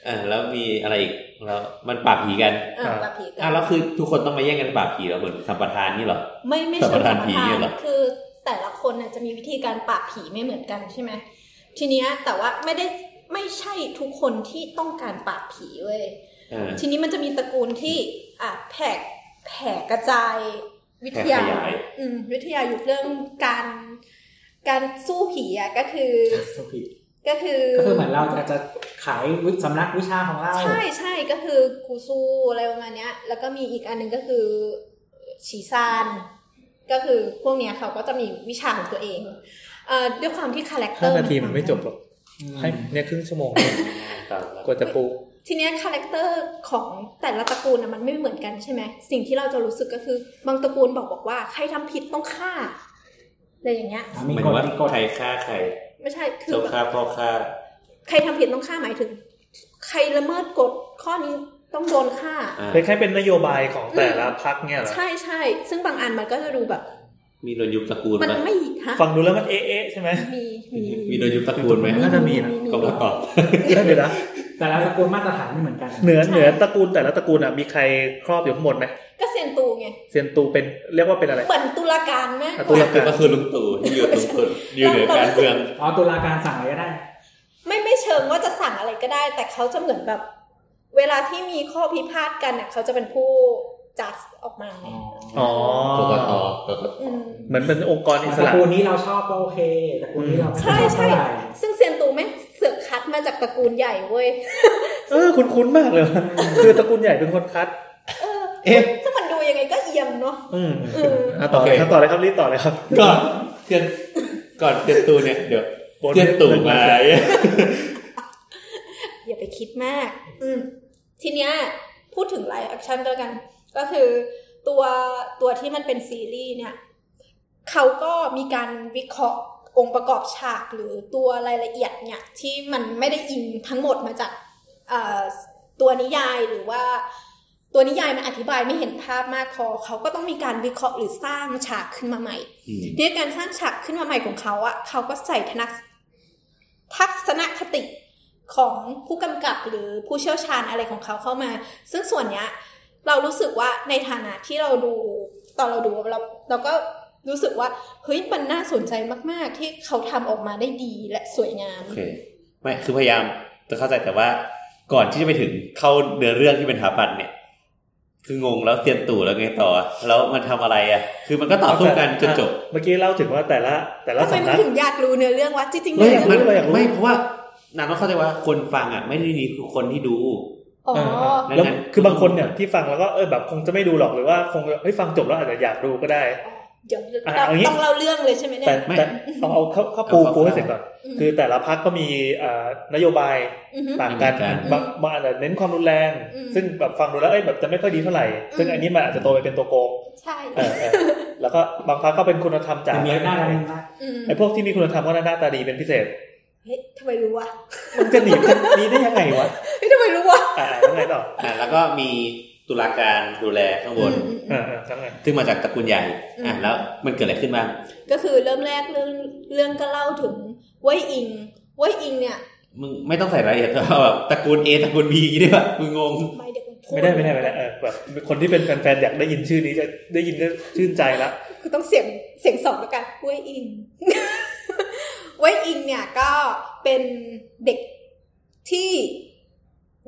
S2: เออแล้วมีอะไรอีก แล้วมันปราบผีกัน
S7: อ่ะปาผีกั
S2: อ่ะ
S7: น
S2: แล้วคือทุกคนต้องมาแย่งกันปราบผีเหรอเหมือนสัมปทานนี่เหรอ
S7: ไม่ไม่
S2: สั
S7: เชิ
S2: ม
S7: ง
S2: ปทา
S7: สั
S2: น
S7: มป
S2: ผีเนี่
S7: ทาย
S2: เหรอ
S7: นคือแต่ละคนน่ะจะมีวิธีการปราบผีไม่เหมือนกันใช่ไหมทีเนี้ยแต่ว่าไม่ได้ไม่ใช่ทุกคนที่ต้องการปราบผีเว้ย
S2: เออ
S7: ทีนี้มันจะมีตระกูลที่อ่ะแผ่แผ่กระจายวิ
S2: แผ่
S7: ท
S2: ข
S7: ยาย
S2: าย
S7: อืมวิทยาอยู่เรื่องการการสู้ผีอ่ะก็คือ
S4: สปีด
S7: ก็คือ
S4: ก็คือเหมือนเราจะจะขายวิสำนักวิชาของเรา
S7: ใช่ใช่ก็คือกูซูอะไรประมาณเนี้ย แล้วก็มีอีกอันหนึงก็คือชีซาน ก็คือพวกเนี้ยเขาก็จะมีวิชาของตัวเองเอ่อด้วยความที่คาแรคเตอ
S3: ห้า
S7: ร์
S3: นาทีมันไม่จบหรอก ให้เนี่ยครึ่งชั่วโมง กว่าจะปู
S7: ทีเนี้ยคาแรคเตอร์ของแต่ละตระกูลนะมันไม่เหมือนกันใช่ไหมสิ่งที่เราจะรู้สึกก็คือบางตระกูลบอกบอกว่าใครทำผิดต้องฆ่าอะไรอย่างเงี้ย
S4: มี
S2: เหมือก น
S4: ฎ
S2: ว่า
S4: มีกฎ
S2: ใครฆ่าใคร
S7: ไม่ใช่คือ
S2: เจ้าฆ่าพ่อฆ่า
S7: ใครทำผิดต้องฆ่าหมายถึง ใครละเมิดกฎข้อนี้ต้องโดนฆ่า
S2: อ่า
S3: คล้ายๆเป็นนโยบายของแต่ละพรรคเนี่ยเหรอ
S7: ใช่ใช่ซึ่งบางอันมันก็จะดูแบบ
S2: มีโดนยุบตระกูล
S7: มัน
S2: ไหม
S7: ไม่ฮะ
S3: ฟังดูแล้วมันเอ๊ะๆใช่ไหม
S7: มี
S2: มีโดนยุบตระกูลไหม
S3: น่าจะมีนะ
S2: กบก
S3: เดี๋ยวนะ
S4: แต่ละตระกูลมาตรฐานไม่เหมือนกัน
S3: เหนือเหนือตระกูลแต่ละตระกูลอ่ะมีใครครอบอยู่ข้างบนไหม
S7: ก็เซียนตูไง
S3: เซียนตูเป็นเรียกว่าเป็นอะไร
S7: เหมือนตุลาการมาก
S3: อ่ะ
S7: ก
S3: ตุลา
S7: ว่า
S3: การ
S2: ก็คือลุงตู่ที่อยู่ตรงคนอยู่เหนือการเมือง
S4: อ๋อตุลาการสั่งอะไรก็ได้
S7: ไม่ไม่เชิงว่าจะสั่งอะไรก็ได้ แต่เขาจะเหมือนแบบ เวลาที่มีข้อพิพาทกันน่ะเขาจะเป็นผู้จัดออกมาไง
S3: อ๋อก
S2: กตกกต
S7: ม
S3: เหมือนเป็นองค์กรอิส
S4: ตระ
S3: ระ
S4: กูลนี้เราชอบก็โอเคตระกูลนี้เราไม่ชอ
S7: ใช่
S4: บเท่า
S7: ใช่
S4: ไหร่
S7: ซึ่งเซียนตูไม่งเสือกคัดมาจากตระกูลใหญ่เว้ย
S3: เออคุ้นๆมากเลย คือตระกูลใหญ่เป็นคนคัด
S7: เออ
S3: เอ๊ะ
S7: ซึ่งมันดูยังไงก็เอียมเนาะ
S3: อืม
S7: เออ
S3: อ่ะต่อเลยครับต่อเลยครับรีบต่อเลยครับ
S2: ก่อนเตือนก่อนเตือนตูเนี่ยเดี๋ยวเตือนตู่มา
S7: อย่าไปคิดมาก อืมทีเนี้ยพูดถึงไลฟ์แอคชั่นด้วยกัน ก็คือตัวตัวที่มันเป็นซีรีส์เนี่ย เขาก็มีการวิเคราะห์องค์ประกอบฉากหรือตัวรายละเอียดเนี่ย ที่มันไม่ได้อินทั้งหมดมาจากเอ่อตัวนิยายหรือว่า ตัวนิยายมันอธิบายไม่เห็นภาพมากพอ เขาก็ต้องมีการวิเคราะห์หรือสร้างฉากขึ้นมาใหม่ด้วยการสร้างฉากขึ้นมาใหม่ของเขาอะ่ะเขาก็ใส่ทนักทัศนคติของผู้กำกับหรือผู้เชี่ยวชาญอะไรของเขาเข้ามา ซึ่งส่วนเนี้ย เรารู้สึกว่าในฐานะที่เราดูตอนเราดูเราเราก็รู้สึกว่าเฮ้ยมันน่าสนใจมาก ๆ ที่เขาทำออกมาได้ดีและสวยงาม
S2: โอเคไม่คือพยายามจะเข้าใจแต่ว่า ก่อนที่จะไปถึงเข้าเนื้อเรื่องที่เป็นถาปันเนี่ย คืองงแล้วเตียนตู่แล้วไงต่อ แล้วมันทำอะไรอ่ะ คือมันก็ต่อสู้กันจนจบ
S3: เมื่อกี้เล่าถึงว่าแต่ละแต่ละ
S7: ทำไม
S3: สำ
S7: มั
S3: นั
S7: น
S3: ก
S7: ถึงอยากรู้เนื้อเรื่องวะจริงๆ
S3: เฮ้
S7: เนื้อ
S3: ย
S7: เรื่อง
S2: มันไม่เพราะว่านางต้องเข้าใจว่าคนฟังอ่ะ ไม่ได้ดีคือคนที่ดู
S7: อ๋อ
S3: แล้วคือบางคนเนี่ยที่ฟังแล้วก็เออแบบคงจะไม่ดูหรอกหรือว่าคงเฮ้ยฟังจบแล้วอาจจะอยากดูก็ได้
S7: เดี๋ยว
S3: อ่ะ
S7: เรา
S3: เอางี้
S7: ต้องเล่าเรื่องเลยใช่ไหมเนี่
S3: แต่
S7: ย
S3: แต่เอาเอาเข้าเข้าปูปูให้เสร็จก่อน
S7: อืม
S3: คือแต่ละพักก็มีเอ่อนโยบาย
S7: อฮึ
S3: ต่างกันบางบางอาจจะเน้นความรุนแรง
S7: อืม
S3: ซึ่งแบบฟังดูแล้วเอ้ยแบบจะไม่ค่อยดีเท่าไหร่ ซึ่ง
S7: อืม
S3: อันนี้มันอาจจะโตไปเป็นตัวโกง
S7: ใช่
S3: เออเออแล้วก็บางพักก็เป็นคุณธรรมจ๋า
S4: แต่มีหน้าดังมาก
S7: อืม
S3: ไอ้พวกที่มีคุณธรรมก็หน้าตาดีเป็นพิเศษ
S7: เฮ้ยทำไมรู้วะ
S3: มันจะหนีจะหนีได้ยังไงวะ
S7: เฮ้ยทำไมรู้วะ
S3: อ่าแล้วไงต่อ
S2: อ่ะแล้วก็มีตุลาการดูแลข้างบน
S7: อืมอืมอืม
S3: อ่าอ่าแล้วไง
S2: ซึ่งมาจากตระกูลใหญ่อ่ะ
S7: อืม
S2: แล้วมันเกิดอะไรขึ้นบ้าง
S7: ก็คือเริ่มแรกเรื่องเรื่องก็เล่าถึงเว้ยอิงเว้ยอิงเนี่ย
S2: มึงไม่ต้องใส่รายละเอียด เอาแบบตระกูลเอตระกูลบีดีกว่ามึงงง
S7: ไม่เดี๋ยวกูพูด
S3: ไม่ได้ไม่ได้ไม่ได้เออแบบคนที่เป็นแฟนๆอยากได้ยินชื่อนี้จะได้ยินก็ชื่นใจละ
S7: กูต้องเสียงเสียงสองแล้วกันเว้ยอิง เว้ยอิงเนี่ยก็เป็นเด็กที่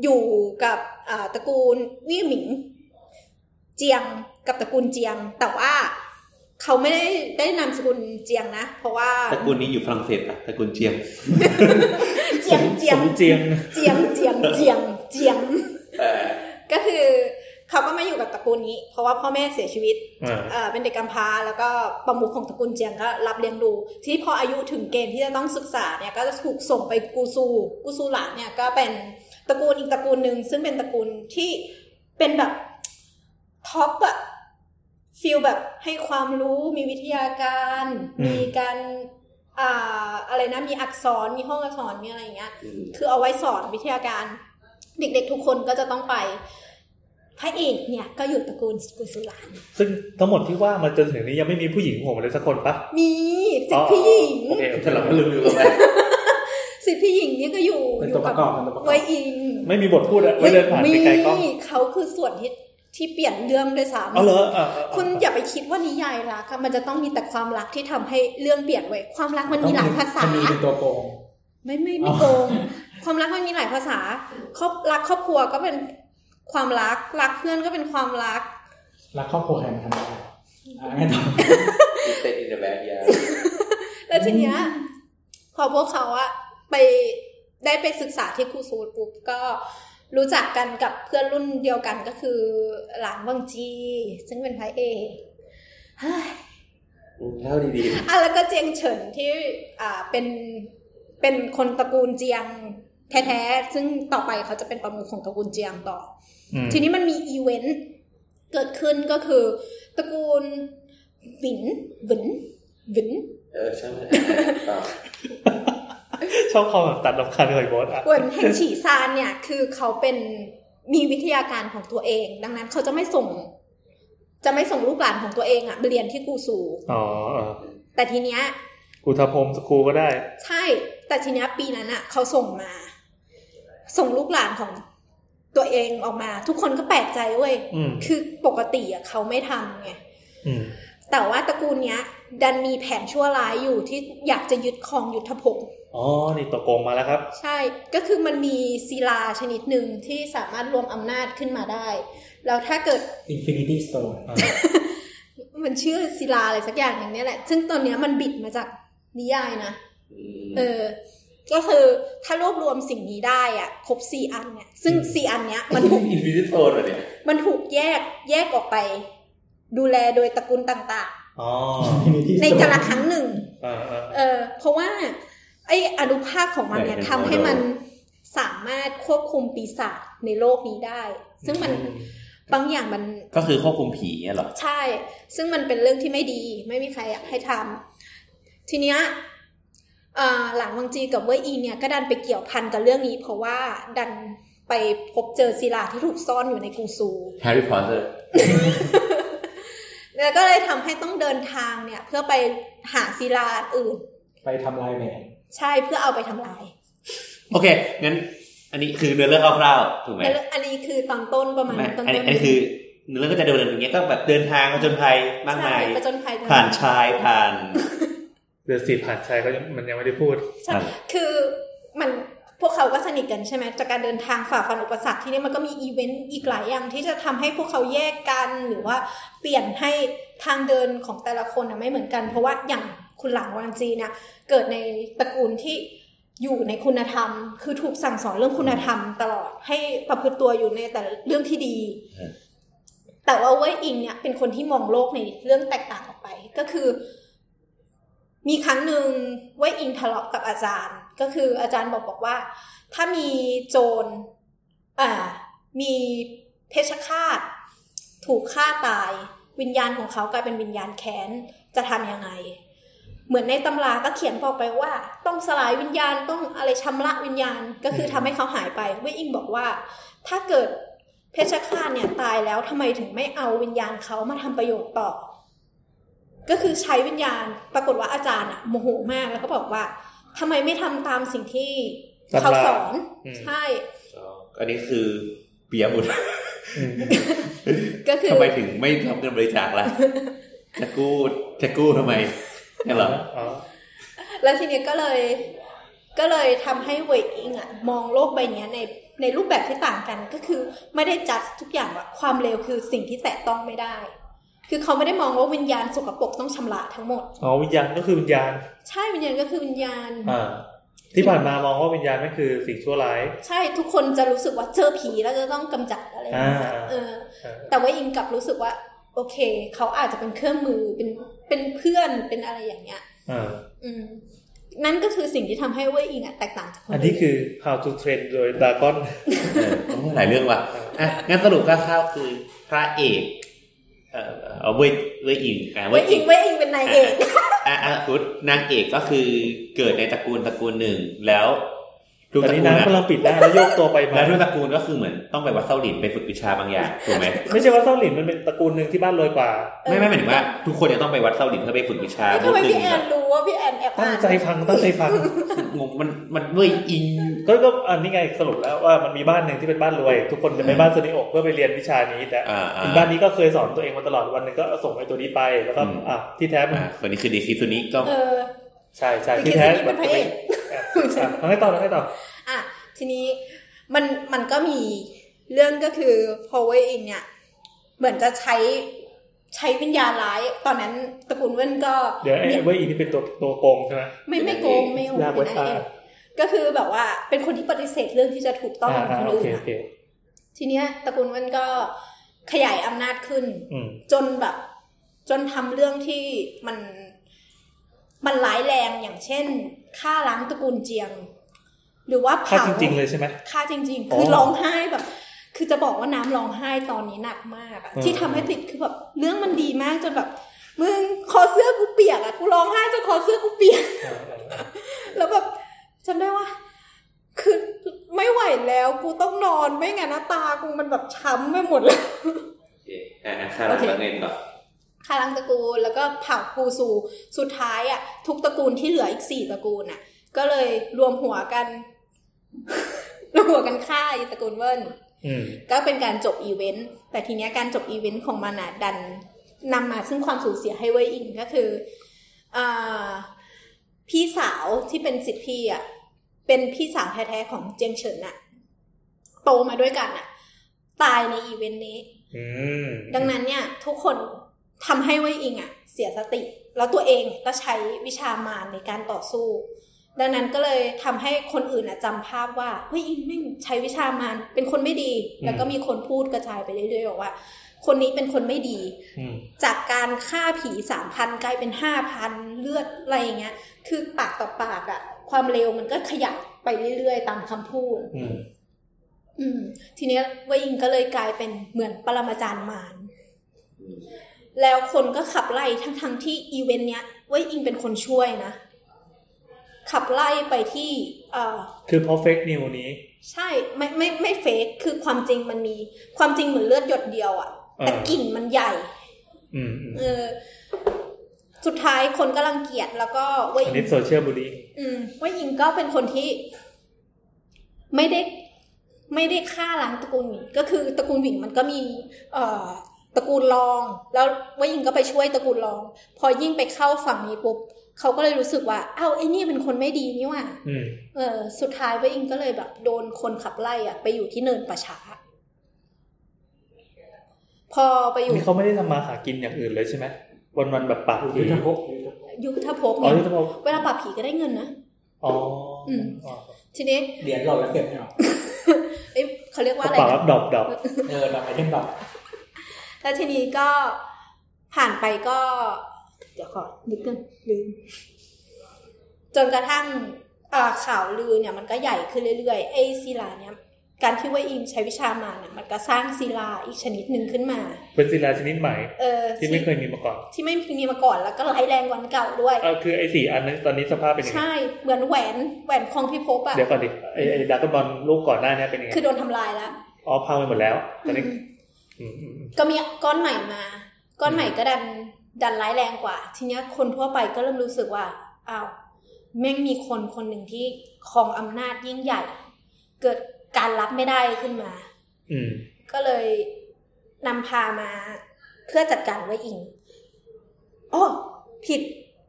S7: อยู่กับอ่าตระกูลวี่หมิง เจียงกับตระกูลเจียง แต่ว่าเขาไม่ได้ได้นามสกุลเจียงนะ เพราะว่า
S2: ตระกูลนี้อยู่ฝรั่งเศสอะตระกูลเจียง
S7: เจียงเจียง
S3: เจียง
S7: เจียงเจียงเจียงเจียง ก็คือเขาก็มาอยู่กับตระกูลนี้ เพราะว่าพ่อแม่เสียชีวิต
S3: อ่า
S7: เอ่อเป็นเด็กกำพร้าแล้วก็ประมุขของตระกูลเจียงก็รับเลี้ยงดู ที่พออายุถึงเกณฑ์ที่จะต้องศึกษาเนี่ยก็จะถูกส่งไปกูซู กูซูหลานเนี่ยก็เป็นตระกูลอีกตระกูลหนึ่งซึ่งเป็นตระกูลที่เป็นแบบท็อปอะฟิลแบบให้ความรู้มีวิทยาการ
S3: อืม
S7: มีการอ่าอะไรนะมีอักษรมีห้องอักษรมีอะไรอย่างเงี้ย คือเอาไว้สอนวิทยาการ เด็กๆทุกคนก็จะต้องไป พระเอกเนี่ยก็อยู่ตระกูลกุสุลาน
S3: ซึ่งทั้งหมดที่ว่ามาจนถึงนี้ยังไม่มีผู้หญิงโผล่มาเลยสักคนปะ
S7: มีสิ
S3: อ๋
S7: ท
S3: อ
S7: ธิพี่หญิง
S3: โอเคโอเค
S2: ถ้าเราก็ลืมลืมไป
S7: สิทธิพี่หญิงเนี่ยก็อยู่
S4: เป็น
S7: อ
S4: ตัว
S7: ยู่
S4: ป
S7: กั
S4: ระกอบเป็นตัวประกอบ
S7: ไวยอิง
S3: ไม่มีบทพูดอะไม่เดินผ่านไปไกลกล้อง
S7: มีเขาคือส่วนที่ที่เปลี่ยนเรื่องด้วยซ้
S3: เอาเหรออ่ะอ่ะ
S7: ำคุณอย่าไปคิดว่านิยายรักอะมันจะต้องมีแต่ความรักที่ทำให้เรื่องเปลี่ยนไว้ยความรักมันมีหลายภาษา
S4: คดีเป็นตัวโกง
S7: ไม่ไม่
S4: อ๋
S7: ไม่
S4: อ
S7: โกง ความรักมันมีหลายภาษาครอบรักครอบครัวก็เป็นความรักรักเพื่อนก็เป็นความรัก
S4: รักครอบครัวแห่งธรรมดาอ่ะไม่ต้อง
S2: เตนอินเดอะแบดยา
S7: แล้วทีเนี้ยพอพวกเขาอะไปได้ไปศึกษาที่คูซูลปุ๊บก็รู้จักกันกับเพื่อนรุ่นเดียวกันก็คือหลานวังจี ซึ่งเป็นพระเอก เฮ้ย
S2: เล่าดี
S7: อ่ะแล้วก็เจียงเฉินที่อ่าเป็นเป็นคนตระกูลเจียงแท้ๆ ซึ่งต่อไปเขาจะเป็นประมุขของตระกูลเจียงต่อ
S3: อืม
S7: ทีนี้มันมีอีเวนต์เกิดขึ้นก็คือตระกูลหวินหวินหวิน
S2: ๆ เออใช่ไหม
S3: ชอบเขาแบบตัดลำคาญเลยบอสอ่ะ
S7: เหวนแห่งฉีซานเนี่ยคือเขาเป็นมีวิทยาการของตัวเอง ดังนั้นเขาจะไม่ส่ง จะไม่ส่งลูกหลานของตัวเองอะไปเรียนที่กูสู
S3: อ๋อเออ
S7: แต่ทีเนี้ย
S3: กูทำโฮมสกูลก็ได้
S7: ใช่ แต่ทีเนี้ยปีนั้นอะเขาส่งมา ส่งลูกหลานของตัวเองออกมา ทุกคนก็แปลกใจเว้ย
S3: อืม
S7: คือปกติอะเขาไม่ทำไง
S3: อืม
S7: แต่ว่าตระกูลเนี้ย ดันมีแผนชั่วร้ายอยู่ที่อยากจะยึดครองยุทธภพ
S3: อ๋อ นี่ตัวโกงมาแล้วครับ
S7: ใช่ ก็คือมันมีศิลาชนิดหนึ่งที่สามารถรวมอำนาจขึ้นมาได้ แล้วถ้าเกิด
S4: Infinity Stone
S7: มันชื่อศิลาอะไรสักอย่างอย่างเนี้ยแหละ ซึ่งตอนเนี้ยมันบิดมาจากนิยายนะ เออ ก็คือถ้ารวบรวมสิ่งนี้ได้อะครบสี่อันเนี่ย ซึ่งสี่อันเนี้ยมันถูก
S2: อินฟินิตโซนเหรอเนี่ย
S7: มันถูกแยกแยกออกไป ดูแลโดยตระกูลต่าง
S3: อ๋อ
S4: Infinity
S7: ๆ ใน
S4: Stone
S7: กาละครั้งหนึ่ง
S3: เออ เออ
S7: เออเพราะว่า ไออนุภาคของมันเนี่ยทำให้มันสามารถควบคุมปีศาจในโลกนี้ได้ ซึ่งมันบางอย่างมัน
S2: ก็คือควบคุมผีเนี่ยเหรอ
S7: ใช่ ซึ่งมันเป็นเรื่องที่ไม่ดี ไม่มีใครอยากให้ทำทีเนี้ยเอ่อหลังวังจีกับเว่ยอีเนี่ยก็ดันไปเกี่ยวพันกับเรื่องนี้ เพราะว่าดันไปพบเจอศิลาที่ถูกซ่อนอยู่ในกรุงซู
S2: แฮร์รี่พอตเตอร์
S7: แล้วก็เลยทำให้ต้องเดินทางเนี่ย เพื่อไปหาศิลาอันอื่น
S4: ไปทำลายแหวน
S7: ใช่เพื่อเอาไปทำลาย
S2: โอเค งั้น อันนี้คือเนื้อเรื่องคร่าวๆถูกไหม
S7: แล้วอันนี้คือตอนต้นประมาณ
S2: ไม่
S7: ตอน
S2: อัน
S7: ต้
S2: นี้
S7: น
S2: อันนี้คือเนื้อเรื่องก็จะเดินอย่างเงี้ยก็แบบเดินทางผจญภัยมากมาย
S7: ใช่ประจนภัย
S2: ผ่านชายผ่าน
S3: เดือดสีผ่านชายก็ยังมันยังไม่ได้พูด
S7: ใช่คือมันพวกเขาก็สนิทกันใช่ไหมจากการเดินทางฝ่าฟันอุปสรรคที่นี่มันก็มีอีเวนต์อีกหลายอย่างที่จะทำให้พวกเขาแยกกันหรือว่าเปลี่ยนให้ทางเดินของแต่ละคนน่ะไม่เหมือนกัน เพราะว่าอย่างคุณหลังวานจีเนี่ยเกิดในตระกูลที่อยู่ในคุณธรรม คือถูกสั่งสอนเรื่องคุณธรรมตลอดให้ประพฤติตัวอยู่ในแต่ละเรื่องที่ดี
S2: อืม
S7: แต่ว่าเว่ยอิงเนี่ยเป็นคนที่มองโลกในเรื่องแตกต่างออกไปก็คือ มีครั้งหนึ่งเว่าอิงทะเลาะกับอาจารย์ ก็คืออาจารย์บอกบอกว่า ถ้ามีโจรอ่า มีเพชฌฆาต ถูกฆ่าตาย วิญญาณของเขากลายเป็นวิญญาณแค้นจะทำยังไง เหมือนในตำราก็เขียนบอกไปว่า ต้องสลายวิญญาณต้องอะไรชำระวิญญาณก็คือทำให้เขาหายไปเว่าอิงบอกว่า ถ้าเกิดเพชฌฆาตเนี่ยตายแล้วทำไมถึงไม่เอาวิญญาณเขามาทำประโยชน์ต่อ ก็คือใช้วิญญาณ ปรากฏว่าอาจารย์อะโมโหมากแล้วก็บอกว่าทำไมไม่ทำตามสิ่งที่
S3: ตำรา
S7: เขาสอน
S3: อืม
S7: ใช่
S2: อ๋ออันนี้คือเปียบุตร
S3: อื ม
S7: ก็คือ
S2: ทำไมถึงไม่รับเงินบริจาคล่ะจะกู้จะกู้ทำไมเนี่ยเหรอ
S3: อ๋อ
S7: แล้วทีเนี้ยก็เลยก็เลยทำให้เวกอิงอะมองโลกใบเนี้ยในในรูปแบบที่ต่างกันก็คือไม่ได้จัดทุกอย่างว่าความเร็วคือสิ่งที่แตะต้องไม่ได้ คือเขาไม่ได้มองว่าวิญญาณสกปรกต้องชำระทั้งหมด
S3: อ๋อวิญญาณก็คือวิญญาณ
S7: ใช่วิญญาณก็คือวิญญาณ
S3: อ่า ที่ผ่านมามองว่าวิญญาณนั่นคือสิ่งชั่วร้าย
S7: ใช่ทุกคนจะรู้สึกว่าเจอผีแล้วจะต้องกำจัดอะไรอย่างเงี้ย
S3: อ่า
S7: เออ
S3: อ่า
S7: แต่ว่าอิงกลับรู้สึกว่า โอเค เขาอาจจะเป็นเครื่องมือเป็นเป็นเพื่อนเป็นอะไรอย่างเงี้ย
S3: อ่า
S7: อืม นั่นก็คือสิ่งที่ทำให้เวยอิงอะแตกต่างจากคน
S3: อั
S7: อื่
S3: น
S7: น
S3: นี้คือ how to train โดยดากอน
S2: เออโอ้หลายเรื่องว่ะอ่ะงั้นสรุปคร่าวๆคือพระเอกเออเอาเว้ยเว้ยอิงอ่ะ
S7: เว้ยอิ
S2: เว้ยอิ
S7: ง
S2: ง
S7: เว้ยอิงเป็นนายเอก
S2: อ่ะอ่ะสมมุตินางเอกก็คือเกิดในตระกูลตระกูลหนึ่งแล้วทุกต
S3: ตอน
S2: ระกู
S3: นี้
S2: ล
S3: น้ำ
S2: อะ
S3: กำลังปิดหน้าแล้วโยกตัวไปมา
S2: แล้วทุกตระกูลก็คือเหมือนต้องไปวัดเส้าหลินไปฝึกวิชาบางอย่างถูกไหม
S3: ไม่ใช่ว่าเศร้าหลินมันเป็นตระกูลหนึ่งที่บ้านรวยกว่า
S2: ไม่ไม่หมายถึงว่า ทุกคนจะต้องไปวัดเส้าหลินเพื่อไปฝึกวิชา
S7: เอ้ยทำไม
S2: พูด
S7: พี่
S2: ถึง
S7: แอนรู้ว่าพี่แอนแอบ
S3: ตั้
S7: อ่าง น
S3: ใจฟังตั้งใจฟัง
S2: งงมันมันเว้ยอิง
S3: ก็ก็อันนี้ไงสรุปแล้วว่ามันมีบ้านหนึ่งที่เป็นบ้านรวย ทุกคนจะไปบ้านซนิโอกเพื่อไปเรียนวิชานี้แต่
S2: อ่าอ่า
S3: บ้านนี้ก็เคยสอนตัวเองมาตลอดวันหนึ่งก็ส่งไอ้ตัวนี้ไปแล้วก็
S2: อืม
S3: อ่ะที่แท้มัน
S2: อ่าคนนี้คือดีคิซุนิก็
S7: เออ
S3: ใช่ใช่
S7: ดี
S3: ที่
S7: คิ
S3: แท้
S7: ซุนิเป็นพระเอก
S3: อ่ะอ่ะเอาให้ต่อเอาให้ต่อ
S7: อ่ะทีนี้มันมันก็มีเรื่องก็คือพอเวยอิงเนี่ย เหมือนจะใช้ใช้วิญญาณร้าย ตอนนั้นตระกูลเว้นก็
S3: เดี๋ยวไอ้
S7: มี
S3: เว้ยอีนี่เป็นตัวตัวโกงใช่ไหม
S7: ไม่ไม่โกงไม่โกง
S3: ยากเว้
S7: เป็น
S3: ย
S7: นายเอ
S3: อ่า
S7: กก็คือแบบว่าเป็นคนที่ปฏิเสธเรื่องที่จะถูกต้อง
S3: อ่า
S7: ของ
S3: อ่า
S7: คน
S3: โอ
S7: อื่
S3: เคน โอ
S7: อะ
S3: เค
S7: ทีเนี้ยตระกูลเว้นก็ขยายอำนาจขึ้น
S3: อืม
S7: จนแบบ จนทำเรื่องที่มันมันร้ายแรงอย่างเช่นฆ่าล้างตระกูลเจียง หรือว่า
S3: ค่า
S7: เผา
S3: จริงๆเลยใช่ไหม
S7: ฆ่าจริง ๆ
S3: อ๋อ
S7: คือร้องไห้แบบ คือจะบอกว่าน้ำร้องไห้ตอนนี้หนักมากอะ
S3: อืม
S7: ที่ทำให้ติดคือแบบเรื่องมันดีมากจนแบบมึงคอเสื้อกูเปียกอะกูร้องไห้จนคอเสื้อกูเปียก แล้วแบบจำได้ว่า คือไม่ไหวแล้วกูต้องนอนไม่งั้นนะตากูมันแบบช้ำไปหมดเลย
S2: อ่าอ่าค่ารับเงินต่อ
S7: คารังตระกูลแล้วก็เผ่าภูซูสุดท้ายอ่ะ ทุกตระกูลที่เหลืออีกสี่ตระกูลอ่ะ ก็เลยรวมหัวกัน รวมหัวกันฆ่าอีตระกูลเวิร์น
S3: อืม
S7: ก็เป็นการจบอีเวนต์แต่ทีเนี้ยการจบอีเวนต์ของมันอ่ะดันนำมาซึ่งความสูญเสียให้เวยอิงก็คืออ่าพี่สาวที่เป็นสิทธิพี่อ่ะ เป็นพี่สาวแท้ๆของเจียงเฉินอ่ะ โตมาด้วยกันอ่ะ ตายในอีเวนต์นี้
S3: อืม
S7: ดังนั้นเนี่ยทุกคนทำให้เวยอิงอะเสียสติ แล้วตัวเองก็ใช้วิชามารในการต่อสู้ ดังนั้นก็เลยทำให้คนอื่นอะจำภาพว่าเวยอิงแม่งใช้วิชามารเป็นคนไม่ดี แล้วก็มีคนพูดกระจายไปเรื่อยๆบอกว่า คนนี้เป็นคนไม่ดี
S3: อืม
S7: จากการฆ่าผีสามพันกลายเป็นห้าพันเลือดอะไรอย่างเงี้ย คือปากต่อปากอะความเร็วมันก็ขยับไปเรื่อยๆ ตามคำพูด
S3: อืม
S7: อืม ทีเนี้ยเวยอิงก็เลยกลายเป็นเหมือนปรมาจารย์มาร แล้วคนก็ขับไล่ทั้งทั้งๆที่อีเวนต์เนี้ยเว้ยอิงเป็นคนช่วยนะ ขับไล่ไปที่ เออ
S3: คือเพราะเฟกนิวนี้
S7: ใช่ไม่ไม่ไม่เฟกคือความจริงมันมี ความจริงเหมือนเลือดหยดเดียวอะแต่
S3: เออ
S7: กลิ่นมันใหญ่
S3: อืมอืม
S7: เออ สุดท้ายคนก็รังเกียจแล้วก็เว้ย
S3: อัน
S7: อิ
S3: นี้
S7: ง
S3: โซเชียลบูลลี่
S7: อืมเว้ยอิงก็เป็นคนที่ ไม่ได้ ไม่ได้ฆ่าล้างตระกูลหวิงก็คือตระกูลหวิงมันก็มี เอ่อ ตระกูลรอง แล้วว่ายิงก็ไปช่วยตระกูลรอง พอยิ่งไปเข้าฝั่งนี้ปุ๊บเขาก็เลยรู้สึกว่าเอ้าไอ้นี่เป็นคนไม่ดีนี่หว่า
S3: อืม
S7: เออสุดท้ายว่ายิงก็เลยแบบ โดนคนขับไล่อะไปอยู่ที่เนินประชาพอไปอยู่
S3: นี่เขาไม่ได้ทำมาหากินอย่างอื่นเลยใช่ไหมวันวันๆแบบปาก
S4: ยุ
S3: ผี
S4: ทธภพ
S7: ยุทธภพ
S3: อ๋อ
S7: เนี่ย
S3: ที่จะบอก
S7: เวลาปราบผีก็ได้เงินนะ
S3: อ๋ออ
S7: ม
S3: อ๋อ
S7: ทีนี้
S4: เหรียญหล่นแล้วเก็บไม่ออก
S7: เอ้ยเขาเรียกว่าอะไร
S3: ปาก
S7: นะ
S3: รับดอกดอก
S4: เออดอกไอเทมดอก
S7: แล้วทีนี้ก็ผ่านไปก็ เดี๋ยวก่อนนึกกันลืมจนกระทั่งเอ่อข่าวลือเนี่ยมันก็ใหญ่ขึ้นเรื่อยๆไอ้ศิลาเนี่ยการที่เว่าอิมใช้วิชามาเนี่ยมันก็สร้างศิลาอีกชนิดหนึ่งขึ้นมา
S3: เป็นศิลาชนิดใหม่
S7: เออ
S3: ที่ไม่เคยมีมาก่อน
S7: ที่ไม่มีมาก่อนแล้วก็ร้ายแรงกวันเก่าด้วย
S3: เออคือไอ้สี่อันนั้นตอนนี้สภาพเป็นยังไง
S7: ใช่เหมือนแหวนแหวนของพิภพอะ
S3: เดี๋ยวก่อนดิไอ้ไอ้ดากอนบอลลูกก่อนหน้านี้เป็นยังไง
S7: คือโดนทำลายแล้ว
S3: อ๋อพังไปหมดแล้ว ตอนนี้อืมอืมอืม
S7: ก็มีก้อนใหม่มา ก้อนใหม่ก็ดันดันร้ายแรงกว่า ทีเนี้ยคนทั่วไปก็เริ่มรู้สึกว่าอ้าว แม่งมีคนคนหนึ่งที่ครองอำนาจยิ่งใหญ่ เกิดการรับไม่ได้ขึ้นมา
S3: อืม
S7: ก็เลยนำพามาเพื่อจัดการไว้อิงอ๋อผิด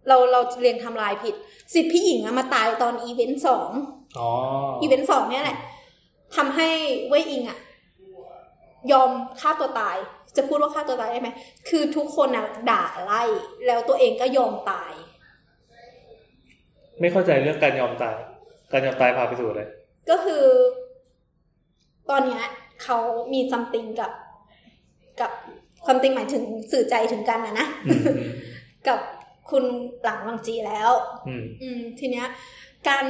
S7: เราเราเรียงไทำลายผิด สิทธิพี่หญิงอะมาตายตอนอีเวนต์สอง
S3: อ๋ออ
S7: อีเวนต์สองเนี่ยแหละทำให้เว่ยอิงอะยอมฆ่าตัวตาย จะพูดว่าฆ่าตัวตายได้ไหม คือทุกคนอะด่าไล่ แล้วตัวเองก็ยอมตาย
S3: ไม่เข้าใจเรื่องการยอมตาย การยอมตายพาไปสู่อะไร
S7: ก็คือ ตอนเนี้ยเขามีซัมติงกับ กับความติงหมายถึงสื่อใจถึงกันนะนะ
S3: อืม
S7: กับคุณหลังวังจีแล้ว
S3: อืม
S7: อืมทีเนี้ยการ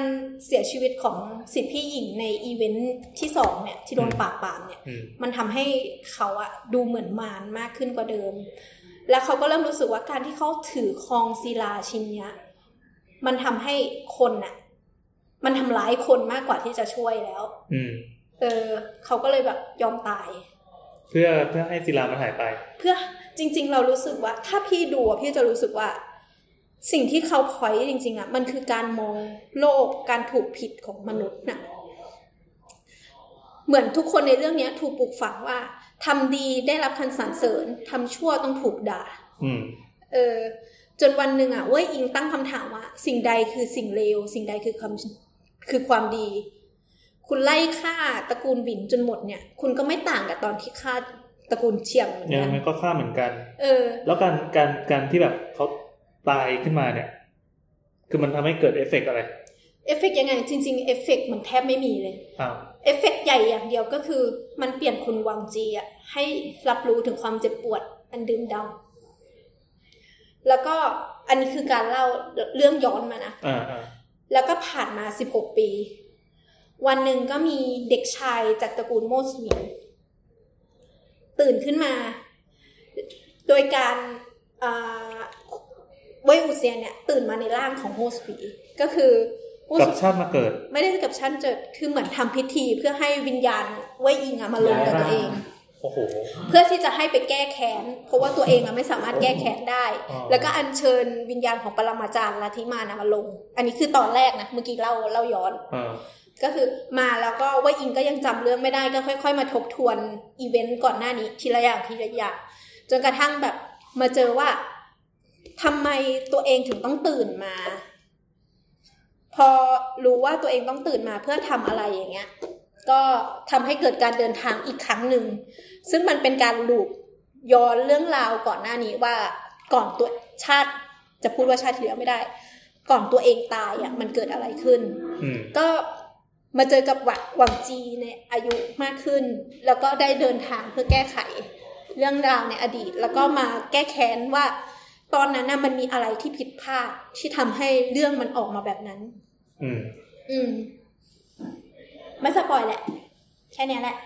S7: เสียชีวิตของสิทธิพี่หญิงในอีเวนต์ที่สองเนี่ยที่โดน
S3: อืม
S7: ปราบปรามเนี่ย
S3: อืม
S7: มันทำให้เขาอะดูเหมือนมารมากขึ้นกว่าเดิม แล้วเขาก็เริ่มรู้สึกว่าการที่เขาถือครองศิลาชิ้นเนี้ย มันทำให้คนอะมันทำร้ายคนมากกว่าที่จะช่วยแล้ว
S3: อืม
S7: เออ เขาก็เลยแบบยอมตาย
S3: เพื่อเพื่อให้ศิลามันหายไป
S7: เพื่อจริง ๆ เรารู้สึกว่า ถ้าพี่ดูอะพี่จะรู้สึกว่า สิ่งที่เขาพอยจริง ๆอะมันคือการมองโลกการถูกผิดของมนุษย์น่ะ เหมือนทุกคนในเรื่องเนี้ย ถูกปลูกฝังว่าทำดีได้รับคำสรรเสริญทำชั่วต้องถูกด่า
S3: อืม
S7: เออ จนวันหนึ่งอ่ะเว้ยอิงตั้งคำถามว่า สิ่งใดคือสิ่งเลว สิ่งใดคือความคือความดี คุณไล่ฆ่าตระกูลหวินจนหมดเนี่ย คุณก็ไม่ต่างกับตอนที่ฆ่าตระกูลเฉียงเหมือน
S3: ยัง
S7: กัน
S3: ไงก็ฆ่าเหมือนกัน
S7: เออ
S3: แล้วการการการที่แบบเขาตายขึ้นมาเนี่ย คือมันทำให้เกิดเอฟเฟกต์อะไร
S7: เอฟเฟกต์ยังไง จริง ๆ เอฟเฟกต์มันแทบไม่มีเลย
S3: อ้าว
S7: เอฟเฟกต์ใหญ่อย่างเดียวก็คือ มันเปลี่ยนคุณวังจีอะให้รับรู้ถึงความเจ็บปวดอันดื่มดำแล้วก็อันนี้คือการเล่าเรื่องย้อนมานะ
S3: อ่าอ่า
S7: แล้วก็ผ่านมา 16 ปี วันหนึ่งก็มีเด็กชายจากตระกูลโมสวินตื่นขึ้นมา โดยการอ่าเวยอุเซียนเนี่ย ตื่นมาในร่างของโฮสปีก็คือโฮส
S3: กลับชาติมาเกิด
S7: ไม่ได้กับชั้นเจิดคือเหมือนทำพิธีเพื่อให้วิญญาณเวยอิงอะมาลงกับตัวเอง
S3: โอ้โห
S7: เพื่อที่จะให้ไปแก้แค้น เพราะว่าตัวเองอะไม่สามารถแก้แค้นได้
S3: อ๋อ
S7: แล้วก็อัญเชิญวิญญาณของปรมาจารย์ลัทธิมานะมาลง อันนี้คือตอนแรกนะ เมื่อกี้เล่าเล่าย้อน
S3: อ่า
S7: ก็คือมาแล้วก็ว่าอิงก็ยังจำเรื่องไม่ได้ก็ค่อย ๆ มาทบทวนอีเวนต์ก่อนหน้านี้ทีละอย่างทีละอย่างจนกระทั่งแบบมาเจอว่าทำไมตัวเองถึงต้องตื่นมา พอรู้ว่าตัวเองต้องตื่นมาเพื่อทำอะไรอย่างเงี้ย ก็ทำให้เกิดการเดินทางอีกครั้งหนึ่ง ซึ่งมันเป็นการลูปย้อนเรื่องราวก่อนหน้านี้ว่าก่อนตัวชาติจะพูดว่าชาติที่แล้วไม่ได้ ก่อนตัวเองตายอ่ะมันเกิดอะไรขึ้น
S3: อืม
S7: ก็มาเจอกับหวังหวังจีในอายุมากขึ้น แล้วก็ได้เดินทางเพื่อแก้ไข เรื่องราวในอดีต แล้วก็มาแก้แค้นว่า ตอนนั้นน่ะมันมีอะไรที่ผิดพลาดที่ทำให้เรื่องมันออกมาแบบนั้น
S3: อืม
S7: อืม ไม่สปอยแหละ แค่เนี้ยแหละ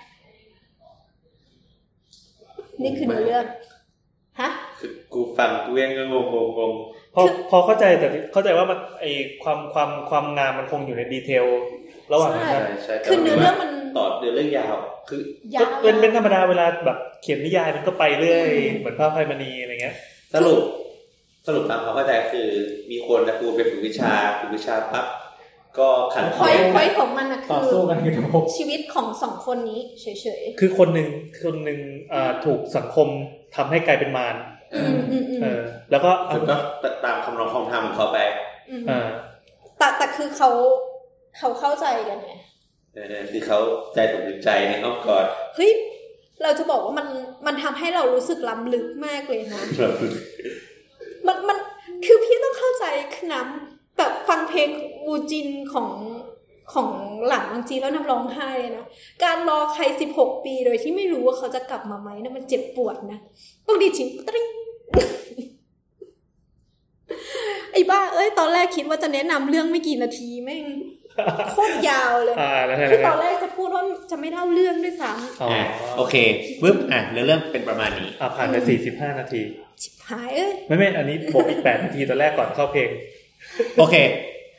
S7: นี่คือเนื้อเรื่องฮะ
S1: กูฟังกูยังก็งงงงง
S3: พอพอเข้าใจแต่เข้าใจว่ามันไอความความความงามมันคงอยู่ในดีเทล ระหว่างนั้น
S7: ใช่
S1: ใช่
S3: นะ
S1: ใช่แต่
S7: คือเนื้อเรื่องมัน
S1: ต่อเนื้อเรื่องยาว คือ
S7: ยา
S3: ก็
S7: ว
S3: เป็นเป็นธรรมดาเวลาแบบเขียนนิยายมันก็ไปเรื่อย เหมือนภาพไพมณีอะไรเงี้ย
S1: สรุป สรุปตามความเข้าใจคือ มีคนตระกูลไปฝึกวิชาฝึกวิชาปั๊บก็ขัง
S7: คอยคอยของมันนะ
S4: ต่อ
S7: คือ
S4: สู้กันคือทุกคน
S7: ชีวิตของสองคนนี้เฉยๆ
S3: คือคนหนึ่งคนหนึ่งอ่าถูกสังคมทำให้กลายเป็นมาร
S7: อืมอืมอืม
S3: เออ แล้วก็
S1: ถึงก็ตามคำร้องความทำของเขาไป
S7: ม
S3: อ่า
S7: แต่แต่คือเขาเขาเข้าใจกันไง
S1: เออคือเขาใจสมถึงใจในอ้อมกอด
S7: เฮ้ยเราจะบอกว่ามันมันทำให้เรารู้สึกล้ำลึกมากเลยนะมันมันคือพี่ต้องเข้าใจคือน้ำแบบฟังเพลงวูจินของของหลังบางจีแล้วน้ำร้องไห้เลยนะการรอใครสิบหกปีโดยที่ไม่รู้ว่าเขาจะกลับมาไหมนะมันเจ็บปวดนะต้องดีดชิงตริง ไอ้บ้าเอ้ยตอนแรกคิดว่าจะแนะนำเรื่องไม่กี่นาทีแม่ง โคตรยาวเลย
S3: อ่าแล้วไง
S7: คื
S3: แล้
S7: อต
S3: วไง
S7: อนแรกจะพูดว่าจะไม่เล่าเรื่องด้วยซ้
S3: อ๋อ
S2: อ่ะโอเคปึ๊บอ่ะเนื้อเรื่องเป็นประมาณนี้
S3: อ่าผ่านไปสี่สิบห้านาที
S7: ำชิบหายเอ้ย
S3: ไม่ไม่อันนี้บวกอีกแปดนาทีตอนแรกก่อนเข้าเพลง
S2: โอเค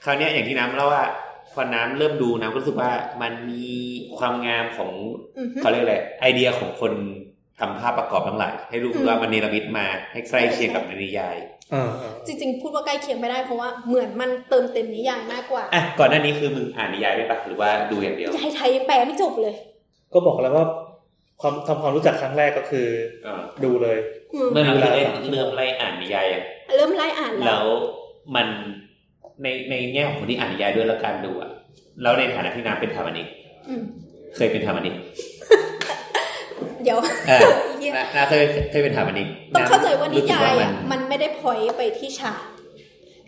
S2: คราวเนี้ยอย่างที่น้ำเล่าว่าพอน้ำเริ่มดูน้ำก็รู้สึกว่ามันมีความงามของ
S7: อือฮึ
S2: เขาเรียกอะไรไอเดียของคนท ทำภาพประกอบทั้งหลายให้รู้ว่ามันเนรมิตมาให้ใกล้เคียงกับในนิยาย
S3: เออเออ
S7: จริง ๆ พูดว่าใกล้เคียงไม่ได้เพราะว่าเหมือนมันเติมเต็มนิยายมากกว่า
S2: อ่ะก่อนหน้านี้คือมึงอ่านนิยายด้วยปะหรือว่าดูอย่างเดียว
S7: ยายไทยยังแปลไม่จบเลย
S3: ก็บอกแล้วว่า ความทำความรู้จักครั้งแรกก็คือ
S2: เออ
S3: ดูเลย
S7: อืม
S2: เมื่อเราเริ่มเริ่มไล่อ่านนิยายอะ
S7: เริ่มไล่อ่านแล้
S2: แล้ว วมันในในแง่ของคนที่อ่านนิยายด้วยแล้วการดูอะแล้วในฐานะที่น้ำเป็นธรรมนิก
S7: อืม
S2: เคยเป็นธรรมนิก
S7: เดี๋ยว
S2: เออ
S7: อีเหี้ย
S2: น้าน้าเคยเคยเป็นธรรมนิก
S7: ต้องเข้าใจว่านิยาย
S2: รู้สึกว่
S7: อ่ะมันไม่ได้พอยต์ไปที่ฉาก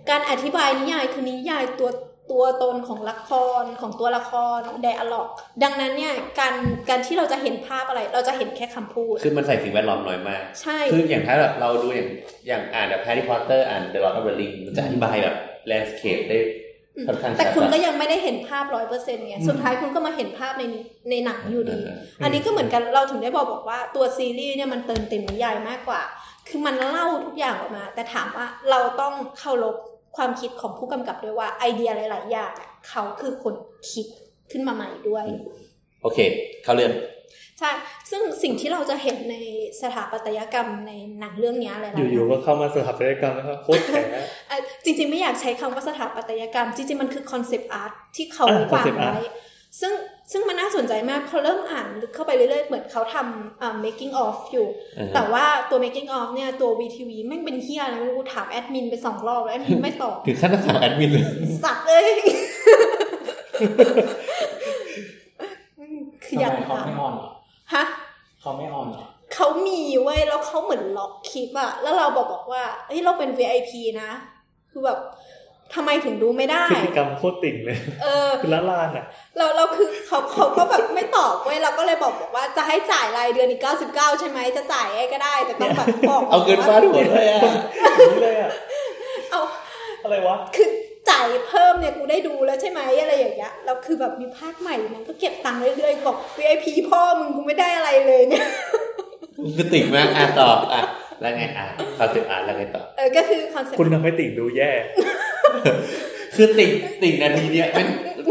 S7: การอธิบายนิยายคือนิยายตัวตัวตนของละครของตัวละครไดอะล็อก ดังนั้นเนี่ยการการที่เราจะเห็นภาพอะไร เราจะเห็นแค่คำพูด
S2: คือมันใส่สิ่งแวดล้อมน้อยมาก
S7: ใช่
S2: คืออย่างถ้าแบบเราดูอย่างอย่างอ่านแบบแฮร์รี่พอตเตอร์อ่านเดอะลอร์ดออฟเดอะริงมันจะอธิบายแบบแลนด์สเคปได้ค่อนข้างชัด
S7: แต่คุณก็
S2: อะ
S7: ยังไม่ได้เห็นภาพร้อยเปอร์เซ็นต์ไง
S3: อืม
S7: สุดท้ายคุณก็มาเห็นภาพในนี้ในหนังอยู่
S2: เอ
S7: ดี
S2: อ
S7: อันนี้ก็เหมือนกัน เราถึงได้บอกบอกว่าตัวซีรีส์เนี่ยมันเติมเต็มนิยายมากกว่า คือมันเล่าทุกอย่างออกมา แต่ถามว่าเราต้องเคารพความคิดของผู้กำกับด้วยว่าไอเดียหลาย ๆ อย่างอะเขาคือคนคิดขึ้นมาใหม่ด้วย
S2: โอเค เข้าเรื่อง
S7: ใช่ ซึ่งสิ่งที่เราจะเห็นในสถาปัตยกรรมในหนังเรื่องเนี้ยหลาย ๆ
S3: อยู่ๆก็เข้ามาสถาปัตยกรรมแล้วก็โคตรแข็ง
S7: เอ่อจริงๆไม่อยากใช้คำว่าสถาปัตยกรรม จริงๆมันคือคอนเซปต์อาร์ตที่เขา
S3: อ่า concept
S7: วางไว้ซึ่งซึ่งมันน่าสนใจมากพอเริ่มอ่านลึกเข้าไปเรื่อยๆ เหมือนเขาทำอ่า making of อยู่
S2: เออ
S7: แต่ว่าตัว making of เนี่ยตัว VTV แม่งเป็นเฮียอะไรไม่รู้ถามแอดมินไปสองรอบแล้วแอดมินไม่ตอบ
S2: ถึงขั้นต้องถามแอดมินเลย
S7: สัตว์เลย คืออยาก
S4: ทำไมเขา
S7: ถาม
S4: ไม่ออนเหรอ
S7: ฮะ
S4: เขาไม่ออนเหรอ
S7: เขามีเว้ยแล้วเขาเหมือนล็อกคลิปอะแล้วเราบอกบอกว่าเฮ้ยเราเป็น VIP นะ คือแบบทำไมถึงดูไม่ได้
S3: พฤติกรรมโคตรติ่งเลย
S7: เออ
S3: คือละลานอ่ะ
S7: เราเราคือเขาเขาก็แบบไม่ตอบเว้ยเราก็เลยบอกบอกว่าจะให้จ่ายรายเดือนอีก99 ใช่ไหมจะจ่ายไอ้ก็ได้ แต่ต้องแบบบอก
S2: เอาเงินฟาดหัวเลยอ่ะ
S3: อย่างนี้เลยอ่ะ
S7: เอา
S3: อะไรวะ
S7: คือจ่ายเพิ่มเนี่ยกูได้ดูแล้วใช่ไหมอะไรอย่างเงี้ยเราคือแบบมีภาคใหม่มันก็เก็บตังค์เรื่อยๆบอก VIP พ่อมึงกูไม่ได้อะไรเลยเนี่ย
S2: คือติ่งมากอ่ะต่ออ่ะแล้วไงอ่ะเขาติดอ่านแล้วไงต่อ
S7: เออก็คือคอนเซ็ป
S3: คุณ
S7: ต์
S3: ทำให้ติ่งดูแย่
S2: คือติ่งติ่งนาทีเนี้ยแม่ง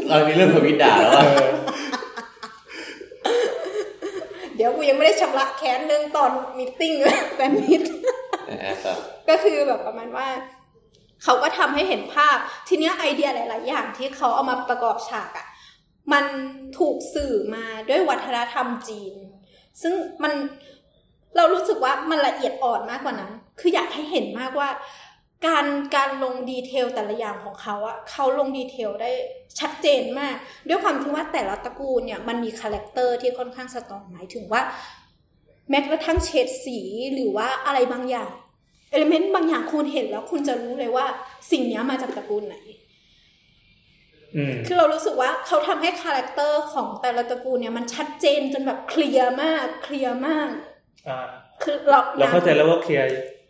S2: เรามีเรื่องทวิตด่าแล้ว
S3: เอ
S2: อ่ะ
S3: อ
S7: เดี๋ยวกูยังไม่ได้ชำระแค้นเรื่องตอนมีตติ้งเลย แฟนมิต
S2: เอออ่ะต่อ
S7: ก็คือแบบประมาณว่า เขาก็ทำให้เห็นภาพ ทีเนี้ยไอเดียหลาย ๆ อย่างที่เขาเอามาประกอบฉากอะ่ะมันถูกสื่อมาด้วยวัฒนธรรมจีน ซึ่งมันเรารู้สึกว่ามันละเอียดอ่อนมากกว่านั้น คืออยากให้เห็นมากว่า การการลงดีเทลแต่ละอย่างของเขาอะเขาลงดีเทลได้ชัดเจนมาก ด้วยความที่ว่าแต่ละตระกูลเนี่ยมันมีคาแรคเตอร์ที่ค่อนข้างสตรองหมายถึงว่า แม้กระทั่งเฉดสีหรือว่าอะไรบางอย่าง เอลเมนต์บางอย่างคุณเห็นแล้วคุณจะรู้เลยว่าสิ่งเนี้ยมาจากตระกูลไหน
S3: อืม
S7: คือเรารู้สึกว่าเขาทำให้คาแรคเตอร์ของแต่ละตระกูลเนี่ยมันชัดเจนจนแบบเคลียร์มากเคลียร์มาก
S3: อ่า
S7: คือเรา
S3: เราเข้าใจแล้วว่าเคลียร์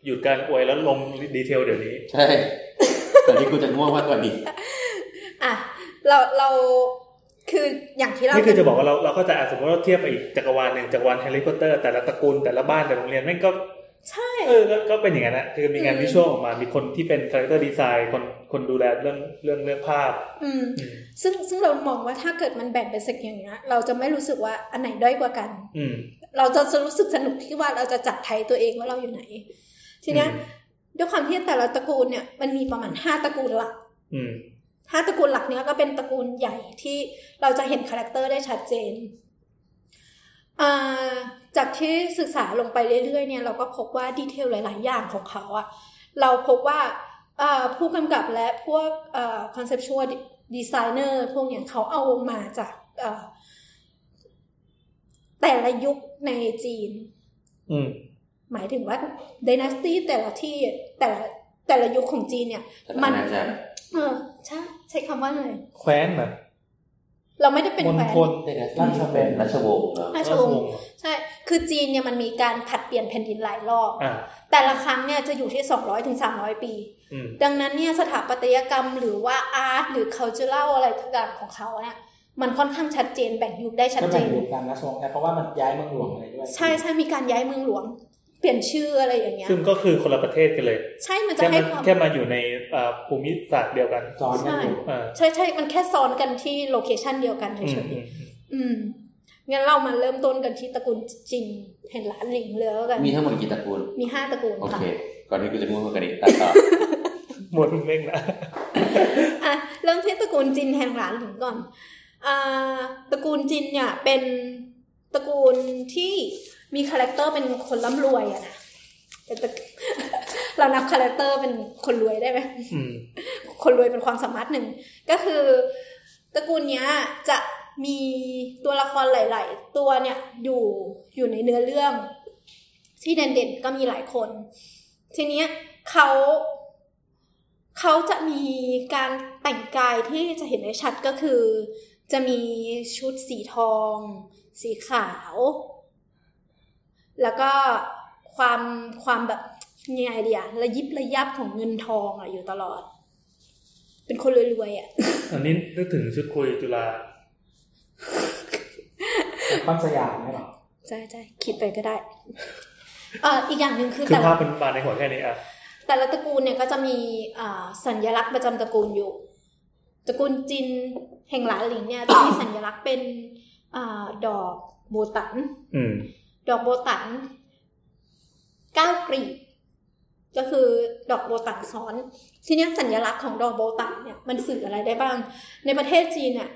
S3: หยุดการอวยแล้วลงดีเทลเดี๋ยวนี้
S2: ใช่แต่ที่กูจะง่วงมากกว่านี้
S7: อ่ะเราเราคืออย่างที่เรา
S3: นี่คือจะบอกว่าเราเราเข้าใจอ่ะสมมติว่าเทียบไปอีกจักรวาลหนึ่งจักรวาลแฮร์รี่พอตเตอร์แต่ละตระกูลแต่ละบ้านแต่ละโรงเรียนแม่งก็
S7: ใช่
S3: เออก็ก็เป็นอย่างนั้นนะคือมีงาน
S7: อืม
S3: วิชวลออกมา มีคนที่เป็นคาแรคเตอร์ดีไซน์คนคนดูแลเรื่องเรื่องเรื่องภาพ
S7: อืม
S3: อืม
S7: ซึ่งซึ่งเรามองว่าถ้าเกิดมันแบ่งเป็นสักอย่างเนี้ยเราจะไม่รู้สึกว่าอันไหนด้อยกว่ากัน
S3: อืม
S7: เราจะรู้สึกสนุกที่ว่าเราจะจับไทยตัวเองว่าเราอยู่ไหน ทีเนี้ย
S3: อืม
S7: ด้วยความที่แต่ละตระกูลเนี่ยมันมีประมาณห้าตระกูลหลัก
S3: อืม
S7: ห้าตระกูลหลักเนี้ยก็เป็นตระกูลใหญ่ที่เราจะเห็นคาแรคเตอร์ได้ชัดเจนอ่าจากที่ศึกษาลงไปเรื่อยๆเนี่ยเราก็พบว่าดีเทลหลาย ๆ อย่างของเขาอะเราพบว่าอ่าผู้กำกับและพวกคอนเซปชวลดีไซเนอร์พวกเนี้ยเขาเอามาจากเอ่อแต่ละยุคในจีน
S3: อืม
S7: หมายถึงว่าดนาสตี้แต่ละที่แต่ละแต่ละยุคของจีนเนี่ย มัน
S2: อาจารย์
S7: เออใช่ใช้คำว่าอะไร
S3: แคว้นนะ
S7: เราไม่ได้เป็น
S3: มณ
S7: แฟน
S3: ฑล
S2: ได้นะราชเป็นราชวงศ์เหรอ
S7: ราชวงศ์ใช่ คือจีนเนี่ยมันมีการผลัดเปลี่ยนแผ่นดินหลายรอบ
S3: อ่า
S7: แต่ละครั้งเนี่ยจะอยู่ที่ 200ถึง300 ปี
S3: อืม
S7: ดังนั้นเนี่ยสถาปัตยกรรมหรือว่าอาร์ตหรือ cultural อะไรต่างๆของเขาเนี่ยมันค่อนข้างชัดเจนแบ่งยุคได้ชัด
S4: ก็
S7: เจ
S4: แบ่ง
S7: น
S4: อยู่ตามราชวงศ์นะเพราะว่ามันย้ายเมืองหลวงอะไรด้วย
S7: ใช่ใช่มีการย้ายเมืองหลวง เปลี่ยนชื่ออะไรอย่างเงี้ย
S3: ซึ่งก็คือคนละประเทศกันเลย
S7: ใช่มันจะ
S3: แค่
S7: ให้
S3: มา
S7: ความ
S3: แค่มาอยู่ในเอ่อภูมิศาสตร์เดียวกัน
S4: ซ้อนกันอยู่
S3: อ่า
S7: ใช่ใช่มันแค่ซ้อนกันที่โลเคชันเดียวกันเฉ
S3: อืม
S7: ย
S3: อืม
S7: ๆอืม งั้นเรามาเริ่มต้นกันที่ตระกูลจินเห็นหลานหลิงเลยแล้วกัน
S2: มีทั้งหมดกี่ตระกูล
S7: มีห้าตระกูล
S2: โอ
S7: ค่ะ
S2: เค ก่อนที่กูจะง่วงกว่านี้ตัดต่อ
S3: หมดเม่งนะ
S7: อ่ะเริ่มที่ตระกูลจินแห่งหลานหลิงก่อนอ่าตระกูลจินเนี่ยเป็นตระกูลที่มีคาแรคเตอร์เป็นคนร่ำรวยอะนะ เป็นตระ เรานับคาแรคเตอร์เป็นคนรวยได้ไหม
S3: อืม
S7: คนรวยเป็นความสามารถหนึ่ง ก็คือตระกูลเนี้ยจะมีตัวละครหลาย ๆ ตัวเนี่ยอยู่อยู่ในเนื้อเรื่อง ที่เด่นๆก็มีหลายคน ทีเนี้ยเขาเขาจะมีการแต่งกายที่จะเห็นได้ชัดก็คือ จะมีชุดสีทอง สีขาว แล้วก็ความความแบบยังไงดีอะระยิบระยับของเงินทองอะอยู่ตลอด เป็นคนรวยๆอ่ะ
S3: อันนี้นึกถึงชุดคุยจุฬา
S4: ความสยามไหมหรอ
S7: ใช่ใช่คิดไปก็ได้ เอ่ออีกอย่างหนึ่งคือ
S3: คือ
S7: แต่
S3: ภา
S7: ละ
S3: พมันมาในหัวแค่นี้อ่ะ
S7: แต่ละตระกูลเนี่ยก็จะมีอ่าสัญลักษณ์ประจำตระกูลอยู่ ตระกูลจินแห่งหลานหลิงเนี่ยจะมีสัญลักษณ์เป็นอ่าดอกโบตัน
S3: อืม
S7: ดอกโบตันเก้ากลีบก็คือดอกโบตันซ้อน ทีเนี้ยสัญลักษณ์ของดอกโบตันเนี่ยมันสื่ออะไรได้บ้าง ในประเทศจีนเนี่ย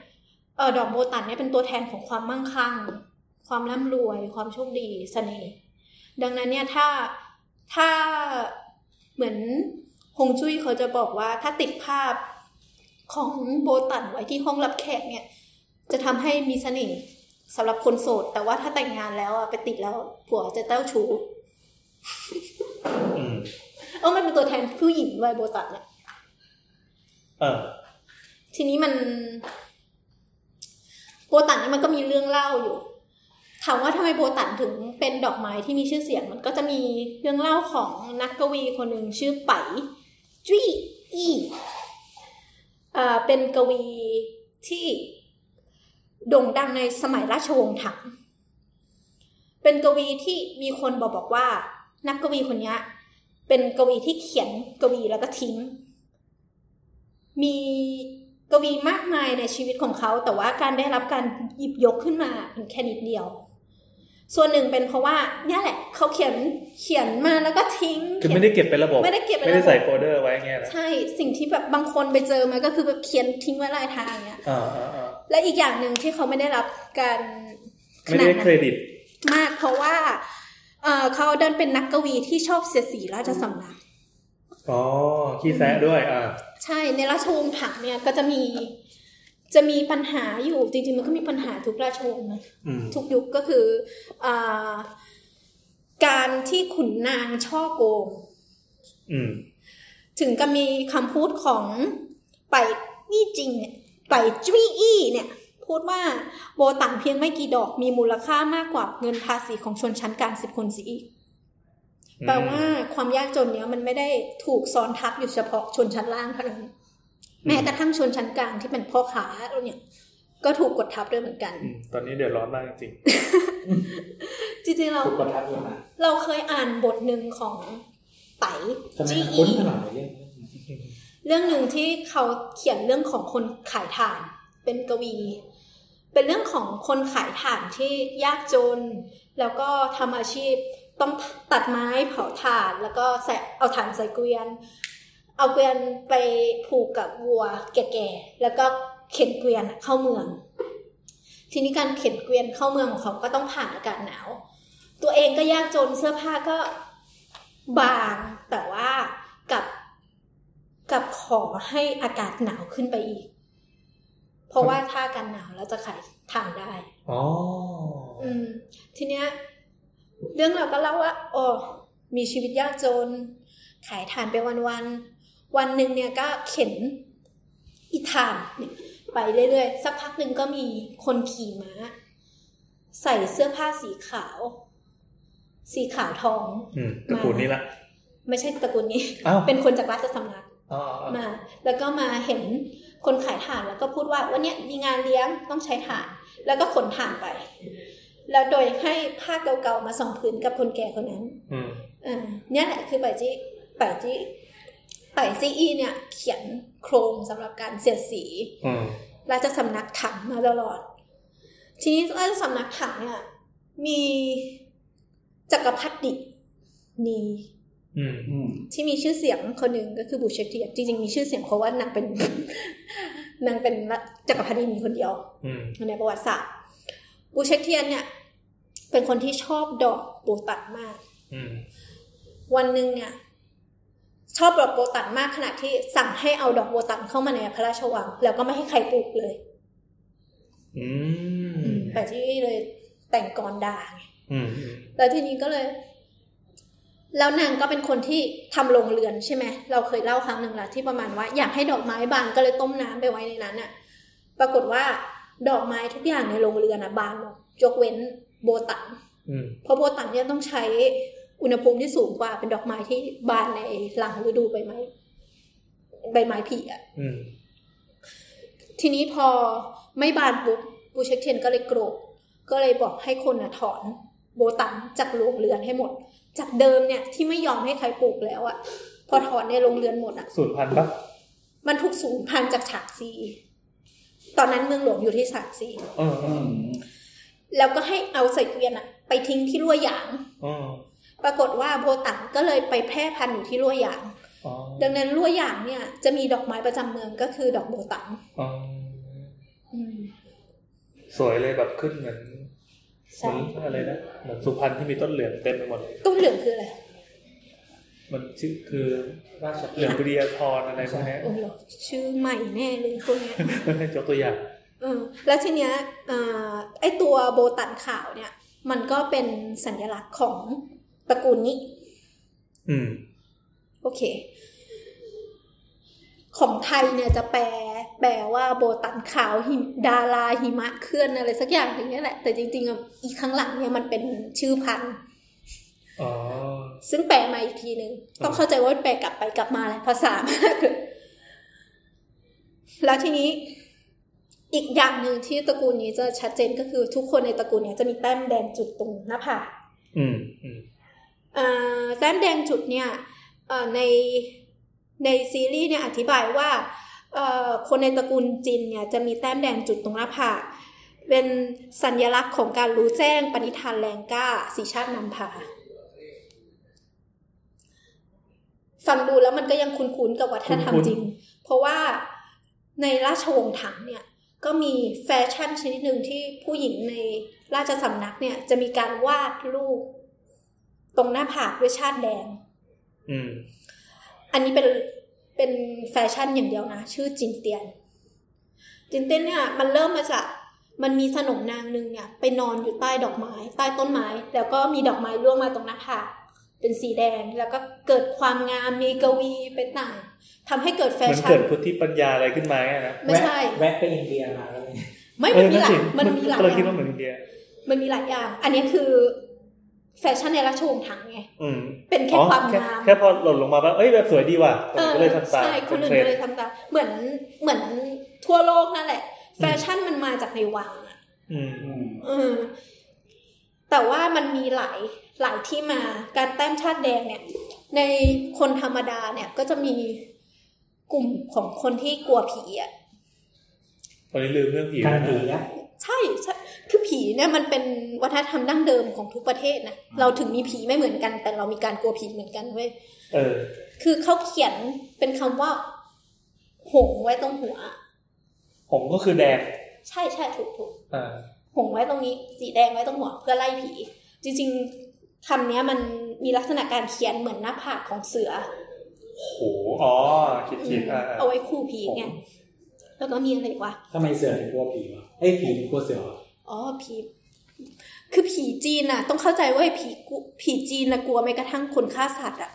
S7: เออดอกโบตันเนี่ยเป็นตัวแทนของความมั่งคั่ง ความร่ำรวย ความโชคดีเสน่ห์ดังนั้นเนี่ยถ้าถ้าเหมือนฮงจุ้ยเขาจะบอกว่าถ้าติดภาพของโบตันไว้ที่ห้องรับแขกเนี่ย จะทำให้มีเสน่ห์ สำหรับคนโสด แต่ว่าถ้าแต่งงานแล้วอะไปติดแล้วผัวจะเต้าชู้
S3: อืม
S7: เออมันเป็นตัวแทนผู้หญิงด้วยโบตันเนี่ย
S3: เออ
S7: ทีนี้มันโบตันเนี่ยมันก็มีเรื่องเล่าอยู่ ถามว่าทำไมโบตันถึงเป็นดอกไม้ที่มีชื่อเสียง มันก็จะมีเรื่องเล่าของนักกวีคนหนึ่งชื่อไปจุ้ยอีเอ่อเป็นกวีที่โด่งดังในสมัยราชวงศ์ถัง เป็นกวีที่มีคนบอกบอกว่า นักกวีคนเนี้ยเป็นกวีที่เขียนกวีแล้วก็ทิ้ง มีกวีมากมายในชีวิตของเขา แต่ว่าการได้รับการหยิบยกขึ้นมาเพียงแค่นิดเดียว ส่วนหนึ่งเป็นเพราะว่าเนี่ยแหละ เขาเขียนเขียนมาแล้วก็ทิ้ง
S3: คือไม่ได้เก็บเป็นระบบ
S7: ไม่ได้เก็บว้
S3: ไม่
S7: น
S3: ได้
S7: ระบบ
S3: ใส่โฟลเดอร์ไว้อย่างเงี้ยนะ
S7: ใช่สิ่งที่แบบบางคนไปเจอมาก็คือแบบเขียนทิ้งไว้ลายทางเนี้ย
S3: อ่าอ่าอ่า
S7: และอีกอย่างหนึ่งที่เขาไม่ได้รับการข
S3: ไม่
S7: นา
S3: ได้
S7: ด
S3: เคร
S7: นั้น
S3: ดิต
S7: มากเพราะว่าเอ่อเขาดันเป็นนักกวีที่ชอบเสียดสีราชสำนัก
S3: อ๋อ ขี้แซะด้วย อ่า
S7: ใช่ในราชวงศ์ถังเนี่ยก็จะมีจะมีปัญหาอยู่จริงๆ มันก็มีปัญหาทุกราชวงศ์นะ
S3: อืม
S7: ทุกยุคก็คืออาการที่ขุนนางช่อโกง
S3: อืม
S7: ถึงก็มีคำพูดของไปนี่จริงเนี่ยไปจุ้ยอี้เนี่ย พูดว่าโบตันเพียงไม่กี่ดอกมีมูลค่ามากกว่าเงินภาษีของชนชั้นกลางสิบคนเสิอีกแปลว่าความยากจนเนี้ยมันไม่ได้ถูกซ้อนทับอยู่เฉพาะชนชั้นล่างเท่านั้นแม้กระทั่งชนชั้นกลางที่เป็นพ่อค้าเนี่ยก็ถูกกดทับด้วยเหมือนกัน
S3: อืม ตอนนี้เดือดร้อนมากจริง
S7: จริงๆเรา
S4: ถูกกดทับอยู่นะ
S7: เราเคยอ่านบทหนึ่งของไต
S4: ทำไม
S7: จี้
S4: คุ้น
S7: อี
S4: ขนาดนี้เลย
S7: เรื่องหนึ่งที่เขาเขียนเรื่องของคนขายถ่าน เป็นกวี เป็นเรื่องของคนขายถ่านที่ยากจน แล้วก็ทำอาชีพต้องตัดไม้เผาถ่าน แล้วก็ใส่เอาถ่านใส่เกวียน เอาเกวียนไปผูกกับวัวแก่ๆแล้วก็เข็นเกวียนเข้าเมือง ทีนี้การเข็นเกวียนเข้าเมืองของเขาก็ต้องผ่านอากาศหนาว ตัวเองก็ยากจนเสื้อผ้าก็บางแต่ว่ากับกับขอให้อากาศหนาวขึ้นไปอีก เพราะว่าถ้าอากาศหนาวแล้วจะขายทางได้
S3: ๆ อ๋อ
S7: อืม ทีเนี้ย เรื่องเราก็เล่าว่าอ๋อมีชีวิตยากจน ขายถ่านไปวันวันๆวันหนึ่งเนี่ยก็เข็นอีถ่านเนี่ยไปเรื่อยๆ สักพักหนึ่งก็มีคนขี่ม้า ใส่เสื้อผ้าสีขาว สีขาวทอง
S3: อืมตระกูลนี้ละ
S7: ไม่ใช่ตระกูลนี้
S3: อ้าว
S7: เป็นคนจากราชสำนัก
S3: อ๋ออ๋อ
S7: มาแล้วก็มาเห็นคนขายถ่านแล้วก็พูดว่าวันเนี้ยมีงานเลี้ยงต้องใช้ถ่าน แล้วก็ขนถ่านไป แล้วโดยให้ผ้าเก่าๆมาส่องพื้นกับคนแก่คนนั้น
S3: อืม
S7: อ่าเนี่ยแหละคือไปจี้ไปจี้ไปจี้อีเนี่ย เขียนโครงสำหรับการเสียดสี
S3: อืม
S7: ราชสำนักถังมาตลอด ทีนี้ราชสำนักถังอ่ะ มีจักรพรรดินี
S3: อืม
S4: อืม
S7: ที่มีชื่อเสียงคนหนึ่งก็คือบูเชเทียจริงๆมีชื่อเสียงเพราะว่านาง เป็น นางเป็นจักรพรรดินีคนเดียว
S3: อืม
S7: ในประวัติศาสตร์บูเชเทียนเนี่ย เป็นคนที่ชอบดอกโบตัดมาก
S3: อืม
S7: วันหนึ่งเนี่ย ชอบดอกโบตันมากขนาดที่สั่งให้เอาดอกโบตันเข้ามาในพระราชวัง แล้วก็ไม่ให้ใครปลูกเลย
S3: อืม
S7: แต่ที่เลยแต่งกรด่าไง
S3: อืม
S7: แล้วทีนี้ก็เลย แล้วนางก็เป็นคนที่ทำโรงเรือนใช่ไหมเราเคยเล่าครั้งหนึ่งละที่ประมาณว่า อยากให้ดอกไม้บานก็เลยต้มน้ำไปไว้ในนั้นน่ะ ปรากฏว่าดอกไม้ทุกอย่างในโรงเรือนน่ะบานหมดยกเว้นโบตัน
S3: อืม
S7: เพราะโบตันเนี่ยต้องใช้อุณหภูมิที่สูงกว่าเป็นดอกไม้ที่บานในหลังฤดูใบไม้ใบไม้ผลิอ่ะ
S3: อืม
S7: ทีนี้พอไม่บานปุ๊บบูเชคเทยนก็เลยโกรธก็เลยบอกให้คนน่ะถอนโบตันจากโรงเรือนให้หมด จากเดิมเนี่ยที่ไม่ยอมให้ใครปลูกแล้วอ่ะ พอถอนในโรงเรือนหมดอ่ะ
S3: สูตรพันธุ์ปะ
S7: มันถูกสูญพันธุ์จากฉากซี ตอนนั้นเมืองหลวงอยู่ที่ฉากซี
S3: เออเอ
S4: อื
S3: อ
S4: ม
S7: แล้วก็ให้เอาใส่เกวียนอ่ะ ไปทิ้งที่รั่วหยาง
S3: เออ
S7: ปรากฏว่าโบตันก็เลยไปแพร่พันธุ์อยู่ที่รั่วหยาง
S3: อ๋อ
S7: ดังนั้นรั่วอย่างเนี่ยจะมีดอกไม้ประจำเมืองก็คือดอกโบตัน
S3: อ๋อสวยเลยแบบขึ้นเหมือนเหมื
S7: ใช่
S3: อนอะไรนะเหมือนสุพรรณที่มีต้นเหลืองเต็มไปหมด
S7: ตุ้มเหลืองคืออะไร
S3: มันชื่อคือราชเหลืองปรียาพรอะไรพวกเนี้ย
S7: โอ้โหชื่อใหม่แน่เลยพวกเนี้ย
S3: ยกตัวอย่าง
S7: เออแล้วทีเนี้ยเอ่อไอตัวโบตันขาวเนี่ย มันก็เป็นสัญลักษณ์ของตระกูลนี้
S3: อืม
S7: โอเค ของไทยเนี่ยจะแปล แปลว่าโบตันขาวหิมดาราหิมะเคลื่อนอะไรสักอย่างอย่างเงี้ยแหละ แต่จริงๆอะอีกข้างหลังเนี่ยมันเป็นชื่อพันธุ์
S3: อ๋อ
S7: ซึ่งแปลมาอีกทีหนึ่งต้องเข้าใจว่าแปลกลับไปกลับมาหลายภา ษามากเลยแล้วทีนี้อีกอย่างหนึ่งที่ตระกูลนี้จะชัดเจนก็คือทุกคนในตระกูลเนี้จะมีแต้มแดงจุดตรงหน้าผาก
S3: อืม อืม
S7: เอ่อแต้มแดงจุดเนี่ยเอ่อในในซีรีส์เนี่ยอธิบายว่าเอ่อคนในตระกูลจินเนี่ยจะมีแต้มแดงจุดตรงหน้าผากเป็นสัญลักษณ์ของการรู้แจ้งปณิธานแรงกล้าสีชาตินำพา ฟังดูแล้วมันก็ยังคุ้นๆกับวัฒนธรรม
S3: คุ้นๆ
S7: จริง เพราะว่าในราชวงศ์ถังเนี่ย ก็มีแฟชั่นชนิดหนึ่งที่ผู้หญิงในราชสำนักเนี่ย จะมีการวาดรูปตรงหน้าผากด้วยชาติแดง
S3: อืม
S7: อันนี้เป็นเป็นแฟชั่นอย่างเดียวนะ ชื่อจินเตียน จินเตียนเนี่ยมันเริ่มมาจากมันมีสนมนางหนึ่งเนี่ย ไปนอนอยู่ใต้ดอกไม้ ใต้ต้นไม้ แล้วก็มีดอกไม้ร่วงมาตรงหน้าผากเป็นสีแดงแล้วก็เกิดความงามมีกวีเป็นต่างทำให้เกิดแฟ
S3: มัน
S7: ชั่
S3: เกิ
S7: น
S3: ดพุทธิปัญญาอะไรขึ้นมาไงนะ
S7: ไม่ใช่
S4: แวะแวะไปอินเดียมาแล้วเนี่ย
S7: ไม่
S3: เอ
S7: มัน
S3: อ
S7: มีหลาย
S3: สิ
S7: มันมีหลาย
S3: กำลัง
S7: อ
S3: คิด
S7: ย่า
S3: ว่าง เหมือนอินเดีย
S7: มันมีหลายอย่าง อันนี้คือแฟชั่นในราชวงศ์ถังไง
S3: อืม
S7: เป็นแค่
S3: อ๋อ
S7: ความ
S3: แค่
S7: งาม
S3: แค่พอหล่นลงมาว่าเอ้ยแบบสวยดีว่ะ
S7: เออ
S3: ก็เลยทำตาม
S7: ใช่คนอื่น
S3: เป็
S7: ก็
S3: น
S7: เลยทำตามเหมือนเหมือนทั่วโลกนั่นแหละ แฟชั่นมันมาจากในวังอะ
S3: อืม
S4: อืม
S7: เออแต่ว่ามันมีหลายหลายที่มาการแต้มชาติแดงเนี่ย ในคนธรรมดาเนี่ย ก็จะมีกลุ่มของคนที่กลัวผีอ่ะ
S3: ตอนนี้ลืมเรื่องผี
S4: การผีนะ
S7: ใช่ใช่คือผีเนี่ยมันเป็นวัฒนธรรมดั้งเดิมของทุกประเทศนะเราถึงมีผีไม่เหมือนกัน แต่เรามีการกลัวผีเหมือนกันเว้ย
S3: เออ
S7: คือเขาเขียนเป็นคำว่า หงส์ไว้ตรงหัว
S3: ผมก็คือแดง
S7: ใช่ใช่ถูกถูก
S3: อ่า
S7: หงส์ไว้ตรงนี้ สีแดงไว้ตรงหัวเพื่อไล่ผี จริงๆคำเนี้ยมันมีลักษณะการเขียนเหมือนหน้าผากของเสือ
S3: โห อ๋อ คิดคิดอ่า
S7: เอาไว้คู่ผีไงแล้วก็มีอะไรอีกวะ
S4: ทำไมเสือถึงกลัวผีวะเอ้ยผีถึงกลัวเสือวะ
S7: อ๋อผี คือผีจีนน่ะ ต้องเข้าใจว่าผีกุผีจีนนะกลัวแม้กระทั่งคนฆ่าสัตว์อ่ะ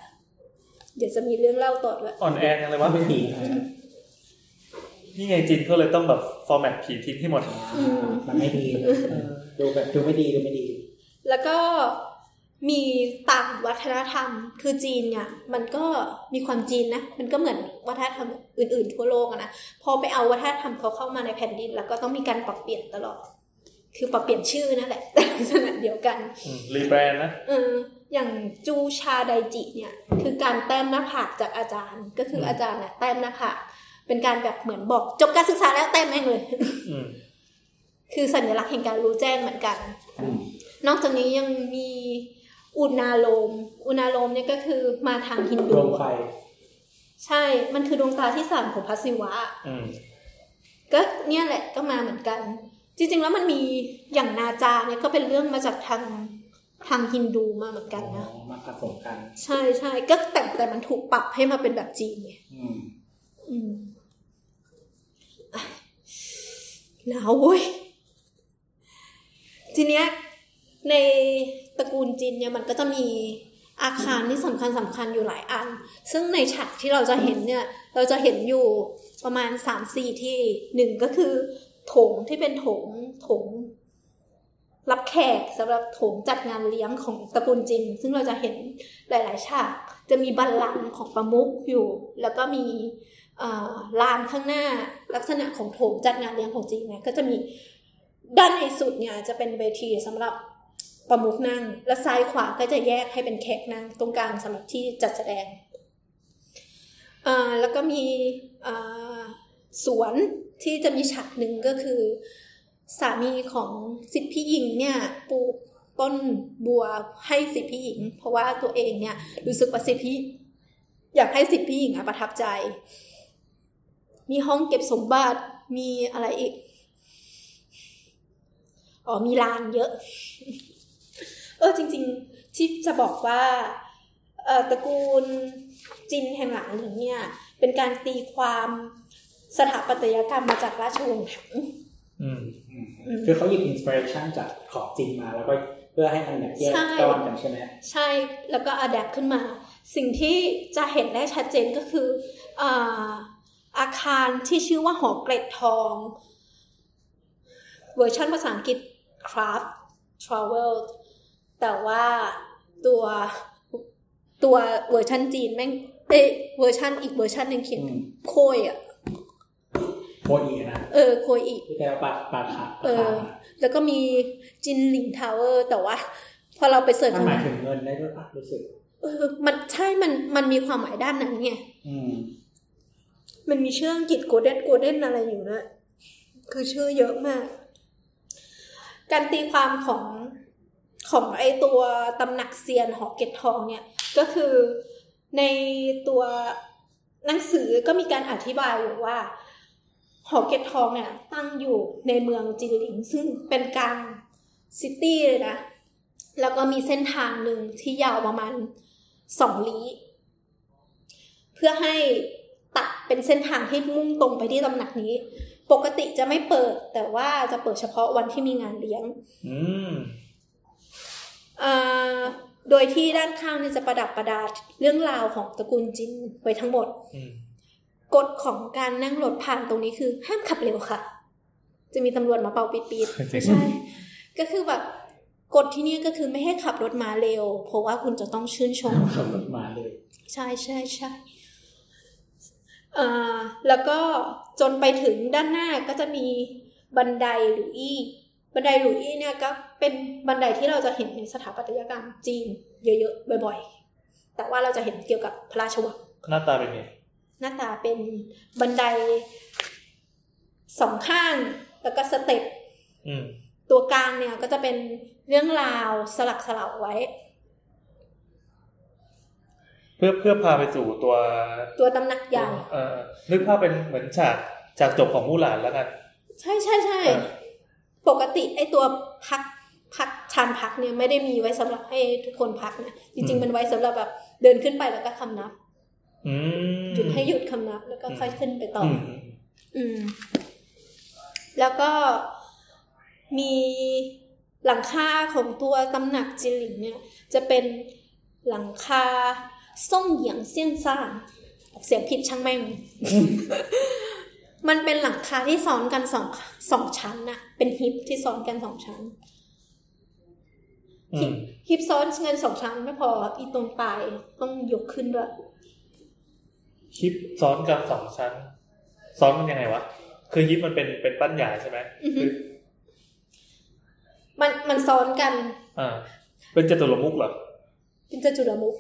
S7: เดี๋ยวจะมีเรื่องเล่าต่อด้วย
S3: อ่อนแอยังเล
S4: ว่าว
S3: ยะ
S4: เป็นผีนะ
S3: นี่ไงจินก็เลยต้องแบบฟอร์แมตผีทิ้งให้หมด
S7: อืม
S4: มันไม่ดีเออดูแบบดูไม่ดีดูไม่ดี
S7: แล้วก็มีต่างวัฒนธรรม คือจีนเนี่ย มันก็มีความจีนนะ มันก็เหมือนวัฒนธรรมอื่นๆทั่วโลกอะนะ พอไปเอาวัฒนธรรมเขาเข้ามาในแผ่นดิน แล้วก็ต้องมีการปรับเปลี่ยนตลอด คือปรับเปลี่ยนชื่อนั่นแหละ แต่ลักษณะเดียวกัน
S3: อืมรีแบรนด์นะ
S7: เอออย่างจูชาไดจิเนี่ย คือการแต้มหน้าผากจากอาจารย์ ก็คืออาจารย์น่ะแต้มหน้าผากเป็นการแบบเหมือนบอกจบการศึกษาแล้วแต้มแม่งเลย
S3: อืม
S7: คือสัญลักษณ์แห่งการรู้แจ้งเหมือนกัน
S3: อืม
S7: นอกจากนี้ยังมีอุณาโลม อุณาโลมเนี่ยก็คือมาทางฮิน
S4: ด
S7: ดู
S4: วงไฟ
S7: ใช่ มันคือดวงตาที่สามของพระศิวะ
S3: อืม
S7: ก็เนี่ยแหละก็มาเหมือนกัน จริงๆแล้วมันมีอย่างนาจาเนี่ยก็เป็นเรื่องมาจากทางทางฮินดูมาเหมือนกันนะ
S4: อ๋อมาผสมกัน
S7: ใช่ใช่ก็แต่แต่มันถูกปรับให้มาเป็นแบบจีนไง
S4: อืม
S7: อืม อ่ะหนาวเว้ยทีเนี้ยในตระกูลจีนเนี่ยมันก็จะมีอาคารที่สำคัญสำคัญอยู่หลายอัน ซึ่งในฉากที่เราจะเห็นเนี่ย เราจะเห็นอยู่ประมาณสามสี่ที่หนึ่งก็คือโถงที่เป็นโถงโถง รับแขกสำหรับโถงจัดงานเลี้ยงของตระกูลจิน ซึ่งเราจะเห็นหลาย ๆ ฉาก จะมีบัลลังก์ของประมุขอยู่ แล้วก็มีเอ่อลานข้างหน้าลักษณะของโถงจัดงานเลี้ยงของจีนเนี่ยก็จะมีด้านในสุดเนี่ยจะเป็นเวทีสำหรับประมุขนั่ง และซ้ายขวาก็จะแยกให้เป็นแขกนั่งตรงกลางสำหรับที่จัดแสดงเอ่อแล้วก็มีเอ่อสวนที่จะมีฉากหนึ่งก็คือ สามีของสิทธิพี่หญิงเนี่ยปลูกต้นบัวให้สิทธิพี่หญิง เพราะว่าตัวเองเนี่ยรู้สึกว่าสิทธิพี่อยากให้สิทธิพี่หญิงอะประทับใจ มีห้องเก็บสมบัติมีอะไรอีก อ๋อมีลานเยอะ เออจริง ๆ ที่จะบอกว่าเอ่อตระกูลจินแห่งหลังหนึ่งเนี่ย เป็นการตีความสถาปัตยกรรมมาจากราชวงศ์ถัง
S3: อืม
S4: อืม
S7: อืม
S4: คือเขาหยิบอินสปิเรชันจากของจริงมาแล้วก็เพื่อให้มันแบบแยก
S7: ใช่
S4: ตะวันกันใช่ไหม
S7: ใช่แล้วก็อัดแอปขึ้นมา สิ่งที่จะเห็นได้ชัดเจนก็คืออาอาคารที่ชื่อว่าหอเกร็ดทอง เวอร์ชันภาษาอังกฤษ craft travel แต่ว่าตัวตัวเวอร์ชันจีนแม่งเอยเวอร์ชันอีกเวอร์ชันหนึ่งเขียน
S4: อืม
S7: โคยอ่ะ
S4: โคอีนะ
S7: เออโคยอีก
S4: ที่แปลว่าปลาปลาขา
S7: เออ แล้วก็มีจินหลิงทาวเวอร์แต่ว่าพอเราไปเสิร์ช
S4: มัน
S7: ดู
S4: หมายถึงเงินได้ด้วยปะรู้สึก
S7: เออมันใช่มันมันมีความหมายด้านนั้นไง
S4: อืม
S7: มันมีชื่ออังกฤษโกลเด้นโกลเด้นอะไรอยู่นะ คือชื่อเยอะมาก การตีความของของไอตัวตำหนักเซียนหอเกตทองเนี่ย ก็คือในตัวหนังสือก็มีการอธิบายอยู่ว่า หอเกตทองเนี่ย ตั้งอยู่ในเมืองจินหลิง ซึ่งเป็นกลางซิตี้เลยนะ แล้วก็มีเส้นทางหนึ่งที่ยาวประมาณสองลี้ เพื่อให้ตัดเป็นเส้นทางที่มุ่งตรงไปที่ตำหนักนี้ ปกติจะไม่เปิด แต่ว่าจะเปิดเฉพาะวันที่มีงานเลี้ยง
S3: อืม
S7: เอ่อโดยที่ด้านข้างเนี่ยจะประดับประดาเรื่องราวของตระกูลจินไว้ทั้งหมด
S3: อืม
S7: กฎของการนั่งรถผ่านตรงนี้คือ ห้ามขับเร็วค่ะ จะมีตำรวจมาเป่าปี๊ดๆไม่ใช่ ก็คือแบบกฎที่นี่ก็คือไม่ให้ขับรถมาเร็ว เพราะว่าคุณจะต้องชื่นชม
S4: ขับรถมาเลย
S7: ใช่ใช่ใช่เอ่อแล้วก็จนไปถึงด้านหน้าก็จะมีบันไดหลุยบันไดหลุยเนี่ยก็เป็นบันไดที่เราจะเห็นในสถาปัตยกรรมจีนเยอะๆบ่อยๆ แต่ว่าเราจะเห็นเกี่ยวกับพระราชวัง
S3: หน้าตาเป็นไง
S7: หน้าตาเป็นบันไดสองข้างแล้วก็สเต็ป
S3: อืม
S7: ตัวกลางเนี่ยก็จะเป็นเรื่องราวสลักสลับไว้
S3: เพื่อเพื่อพาไปสู่ตัว
S7: ตัวตำหนักใหญ่
S3: เอ่อนึกภาพเป็นเหมือนฉากฉากจบของมู่หลานแล้วกัน
S7: ใช่ใช่ใช่
S3: เออ
S7: ปกติไอตัวพักพักชานพักเนี่ยไม่ได้มีไว้สำหรับให้ทุกคนพักนะจริง ๆ มันไว้สำหรับแบบเดินขึ้นไปแล้วก็คำนับ
S3: อืม
S7: หยุดให้หยุดคำนับ แล้วก็ค่อยขึ้นไปต่ออ
S3: ม
S7: อืม แล้วก็มีหลังคาของตัวตำหนักจิหลิงเนี่ย จะเป็นหลังคาส่งเหยียงเซียนซ่านออกเสียงผิดช่างแม่ง มันเป็นหลังคาที่ซ้อนกันสองสองชั้นน่ะ เป็นฮิปที่ซ้อนกันสองชั้น
S3: อืม
S7: ฮิปซ้อนเงินสองชั้นไม่พออีตรงปลายต้องยกขึ้นด้วย
S3: ฮิปซ้อนกันสองชั้น ซ้อนกันยังไงวะ คือฮิปมันเป็นเป็นปั้นใหญ่ใช่ไหม
S7: อือฮึ
S3: คือ
S7: มันมันซ้อนกัน
S3: อ่า เป็นจตุรมุกเหรอ
S7: เป็นจตุรมุข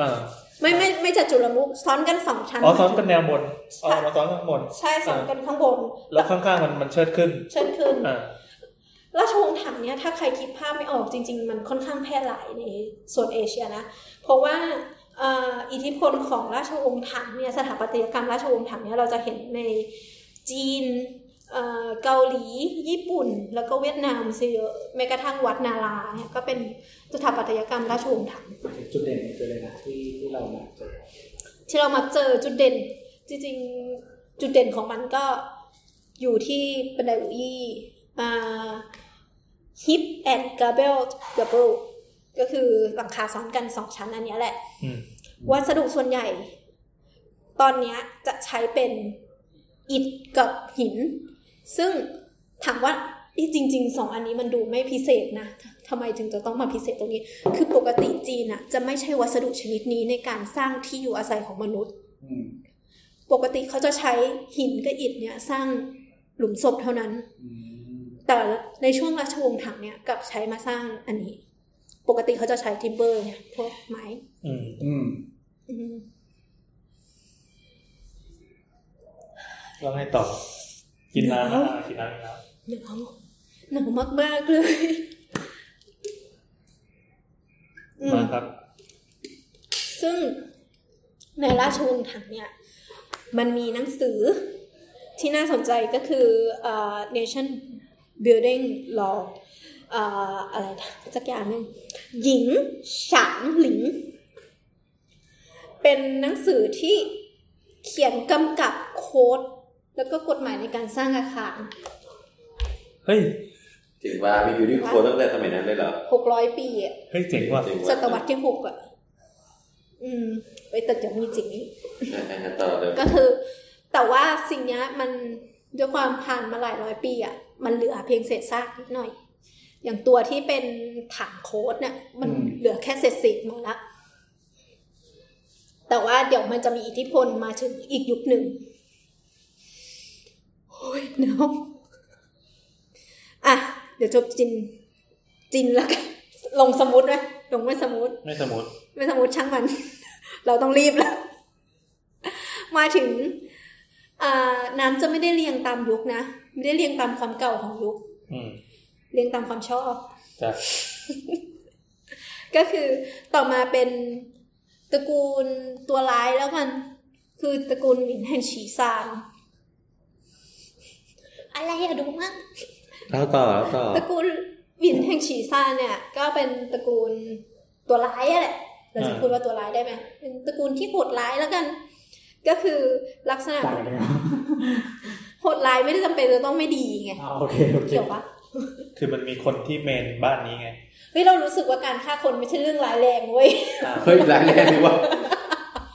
S3: อ่า
S7: ไม่ไม่ไม่จตุรมุขซ้อนกันสองชั้น
S3: อ๋อซ้อนกันแนวบนอ๋อ
S7: ใช่
S3: มาซ้อนข้างบน
S7: ใช่ซ้อนกันข้างบน
S3: แล้วข้างๆมันมันเชิดขึ้น
S7: เชิดขึ้น
S3: อ่า
S7: ราชวงศ์ถังเนี่ยถ้าใครคิดภาพไม่ออกจริง ๆ มันค่อนข้างแพร่หลายในส่วนเอเชียนะ เพราะว่าเอ่ออิทธิพลของราชวงศ์ถังเนี่ยสถาปัตยกรรมราชวงศ์ถังเนี่ยเราจะเห็นในจีนเอ่อเกาหลีญี่ปุ่น แล้วก็เวียดนามซะเยอะแม้กระทั่งวัดนาราเนี่ยก็เป็นสถาปัตยกรรมราชวงศ์ถัง
S4: จุดเด่นคืออะไรนะที่ที่เรามาเจอ
S7: ที่เรามักเจอจุดเด่น จริงๆ จุดเด่นของมันก็อยู่ที่บันไดอุยี่อ่าฮิปแอนกาเบลดับเบิลก็คือหลังคาซ้อนกันสองชั้นอันเนี้ยแหละ
S3: อืม
S7: วัสดุส่วนใหญ่ ตอนเนี้ยจะใช้เป็นอิฐกับหิน ซึ่งถามว่าที่จริงๆสองอันนี้มันดูไม่พิเศษนะทำไมถึงจะต้องมาพิเศษตรงนี้ คือปกติจีนอะจะไม่ใช้วัสดุชนิดนี้ในการสร้างที่อยู่อาศัยของมนุษย์
S4: อืม
S7: ปกติเขาจะใช้หินกับอิฐเนี่ยสร้างหลุมศพเท่านั้น
S4: อืม
S7: แต่ในช่วงราชวงศ์ถังเนี่ยกลับใช้มาสร้างอันนี้ ปกติเขาจะใช้ทิมเบอร์เนี่ยพวกไม้
S3: อืม
S4: อืม
S7: อืม
S3: แล้วไงต่อ กินน้ำนะอ่ะกินน้ำกินน้
S7: หนาวหนาวมากๆเลยอื
S3: ำ
S7: ม
S3: มาครับ
S7: ซึ่งในราชวงศ์ถังเนี่ย มันมีหนังสือที่น่าสนใจก็คือเอ่อ nation building law เอ่ออะไรนะสักอย่างหนึ่งหญิงฉางหลิง เป็นหนังสือที่เขียนกำกับโค้ด แล้วก็กฎหมายในการสร้างอาคาร
S3: เฮ้ย
S1: ถึงว่ามีบิวตี้โคตั้งแต่สมัยนั้นเลยเหรอ
S7: 600 ปีอะ
S3: เฮ้ยเจ๋งว่ะ
S1: จริง
S7: ศตวรรษที่หกอ่ะ อืมไปแต่จะมีจริงอีก
S1: อ่ะอ่ะงั้นต่อเลย
S7: ก็คือ แต่ว่าสิ่งเนี้ยมันด้วยความผ่านมาหลายร้อยปีอ่ะ มันเหลือเพียงเศษซากนิดหน่อย อย่างตัวที่เป็นถังโค้ดเนี่ยมันเหลือแค่เศษสิบมาละ แต่ว่าเดี๋ยวมันจะมีอิทธิพลมาถึงอีกยุคหนึ่งโอ้ยหนาวอ่ะ เดี๋ยวจบจิน จินแล้วกัน ลงสมุดไหมลงไม่สมุด
S3: ไม่สมมติ
S7: ไม่สมมติช่างมัน เราต้องรีบแล้ว มาถึงอ่าน้ำจะไม่ได้เรียงตามยุคนะ ไม่ได้เรียงตามความเก่าของยุค
S3: อืม
S7: เรียงตามความชอบ
S3: จ้ะ
S7: ก็คือต่อมาเป็นตระกูลตัวร้ายแล้วกัน คือตระกูลหมินแห่งฉีซานอะไรอะดูมั้ง
S2: แล้วต่อแล้วต่อ
S7: ตระกูลหวินแห่งฉีซานเนี่ย ก็เป็นตระกูลตัวร้ายอะแหละเราจะ
S3: อ่า
S7: พูดว่าตัวร้ายได้ไหมเป็นตระกูลที่โหดร้ายแล้วกัน ก็คือลักษณะ
S4: ตายแล้ว
S7: โหดร้ายไม่ได้จำเป็นจะต้องไม่ดีไง
S4: อ่าโอเคโอเค
S7: เกี่ยวปะ
S3: คือมันมีคนที่เมนบ้านนี้ไง
S7: เฮ้ยเรารู้สึกว่าการฆ่าคนไม่ใช่เรื่องร้ายแรงเว้ย
S1: เฮ้ยร้ายแรงดีว่ะ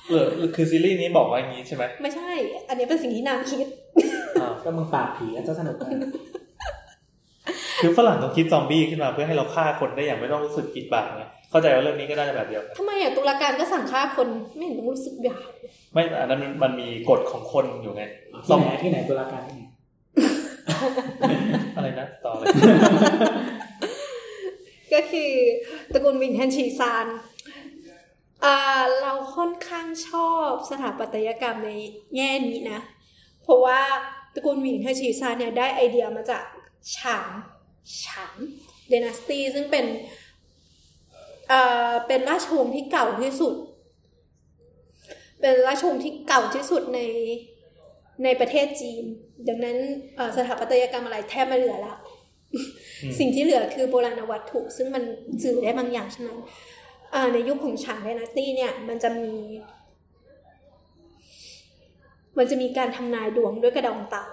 S3: เออ คือซีรีส์นี้บอกว่าอย่างนี้ใช่ไหม
S7: ไม่ใช่ อันนี้เป็นสิ่งที่นางคิด
S3: อ่า
S4: ก็มึงปราบผีแล้วจะสนุกไหม
S3: คือฝรั่งเขาคิดซอมบี้ขึ้นมาเพื่อให้เราฆ่าคนได้อย่างไม่ต้องรู้สึกกิดบาปไง เข้าใจว่าเรื่องนี้ก็น่าจะแบบเดียวกัน
S7: ทำไมอ่ะตุลาการก็สั่งฆ่าคนไม่เห็นต้องรู้สึกบาป
S3: ไม่อันนั้นมันมันมีกฎของคนอยู่ ไงซ
S4: ที่
S3: อม
S4: ไหนที่ไหนตุลาการที่ไหน
S3: อะไรนะ ต่อ เลย
S7: ก็คือตระกูลหวินแห่งฉีซานอ่าเราค่อนข้างชอบสถาปัตยกรรมในแง่นี้นะ เพราะว่าตระกูลหวินแห่งฉีซานเนี่ยได้ไอเดียมาจากฉางฉางเดนาสตีซึ่งเป็นเอ่อเป็นราชวงศ์ที่เก่าที่สุด เป็นราชวงศ์ที่เก่าที่สุดในในประเทศจีน ดังนั้นเอ่อสถาปัตยกรรมอะไรแทบไม่เหลือแล้ว
S3: อืม
S7: สิ่งที่เหลือคือโบราณวัตถุ ซึ่งมันสื่อได้บางอย่างฉะนั้นเอ่อในยุคของฉางไดนาสตี้เนี่ย มันจะมี มันจะมีการทำนายดวงด้วยกระดองเต่า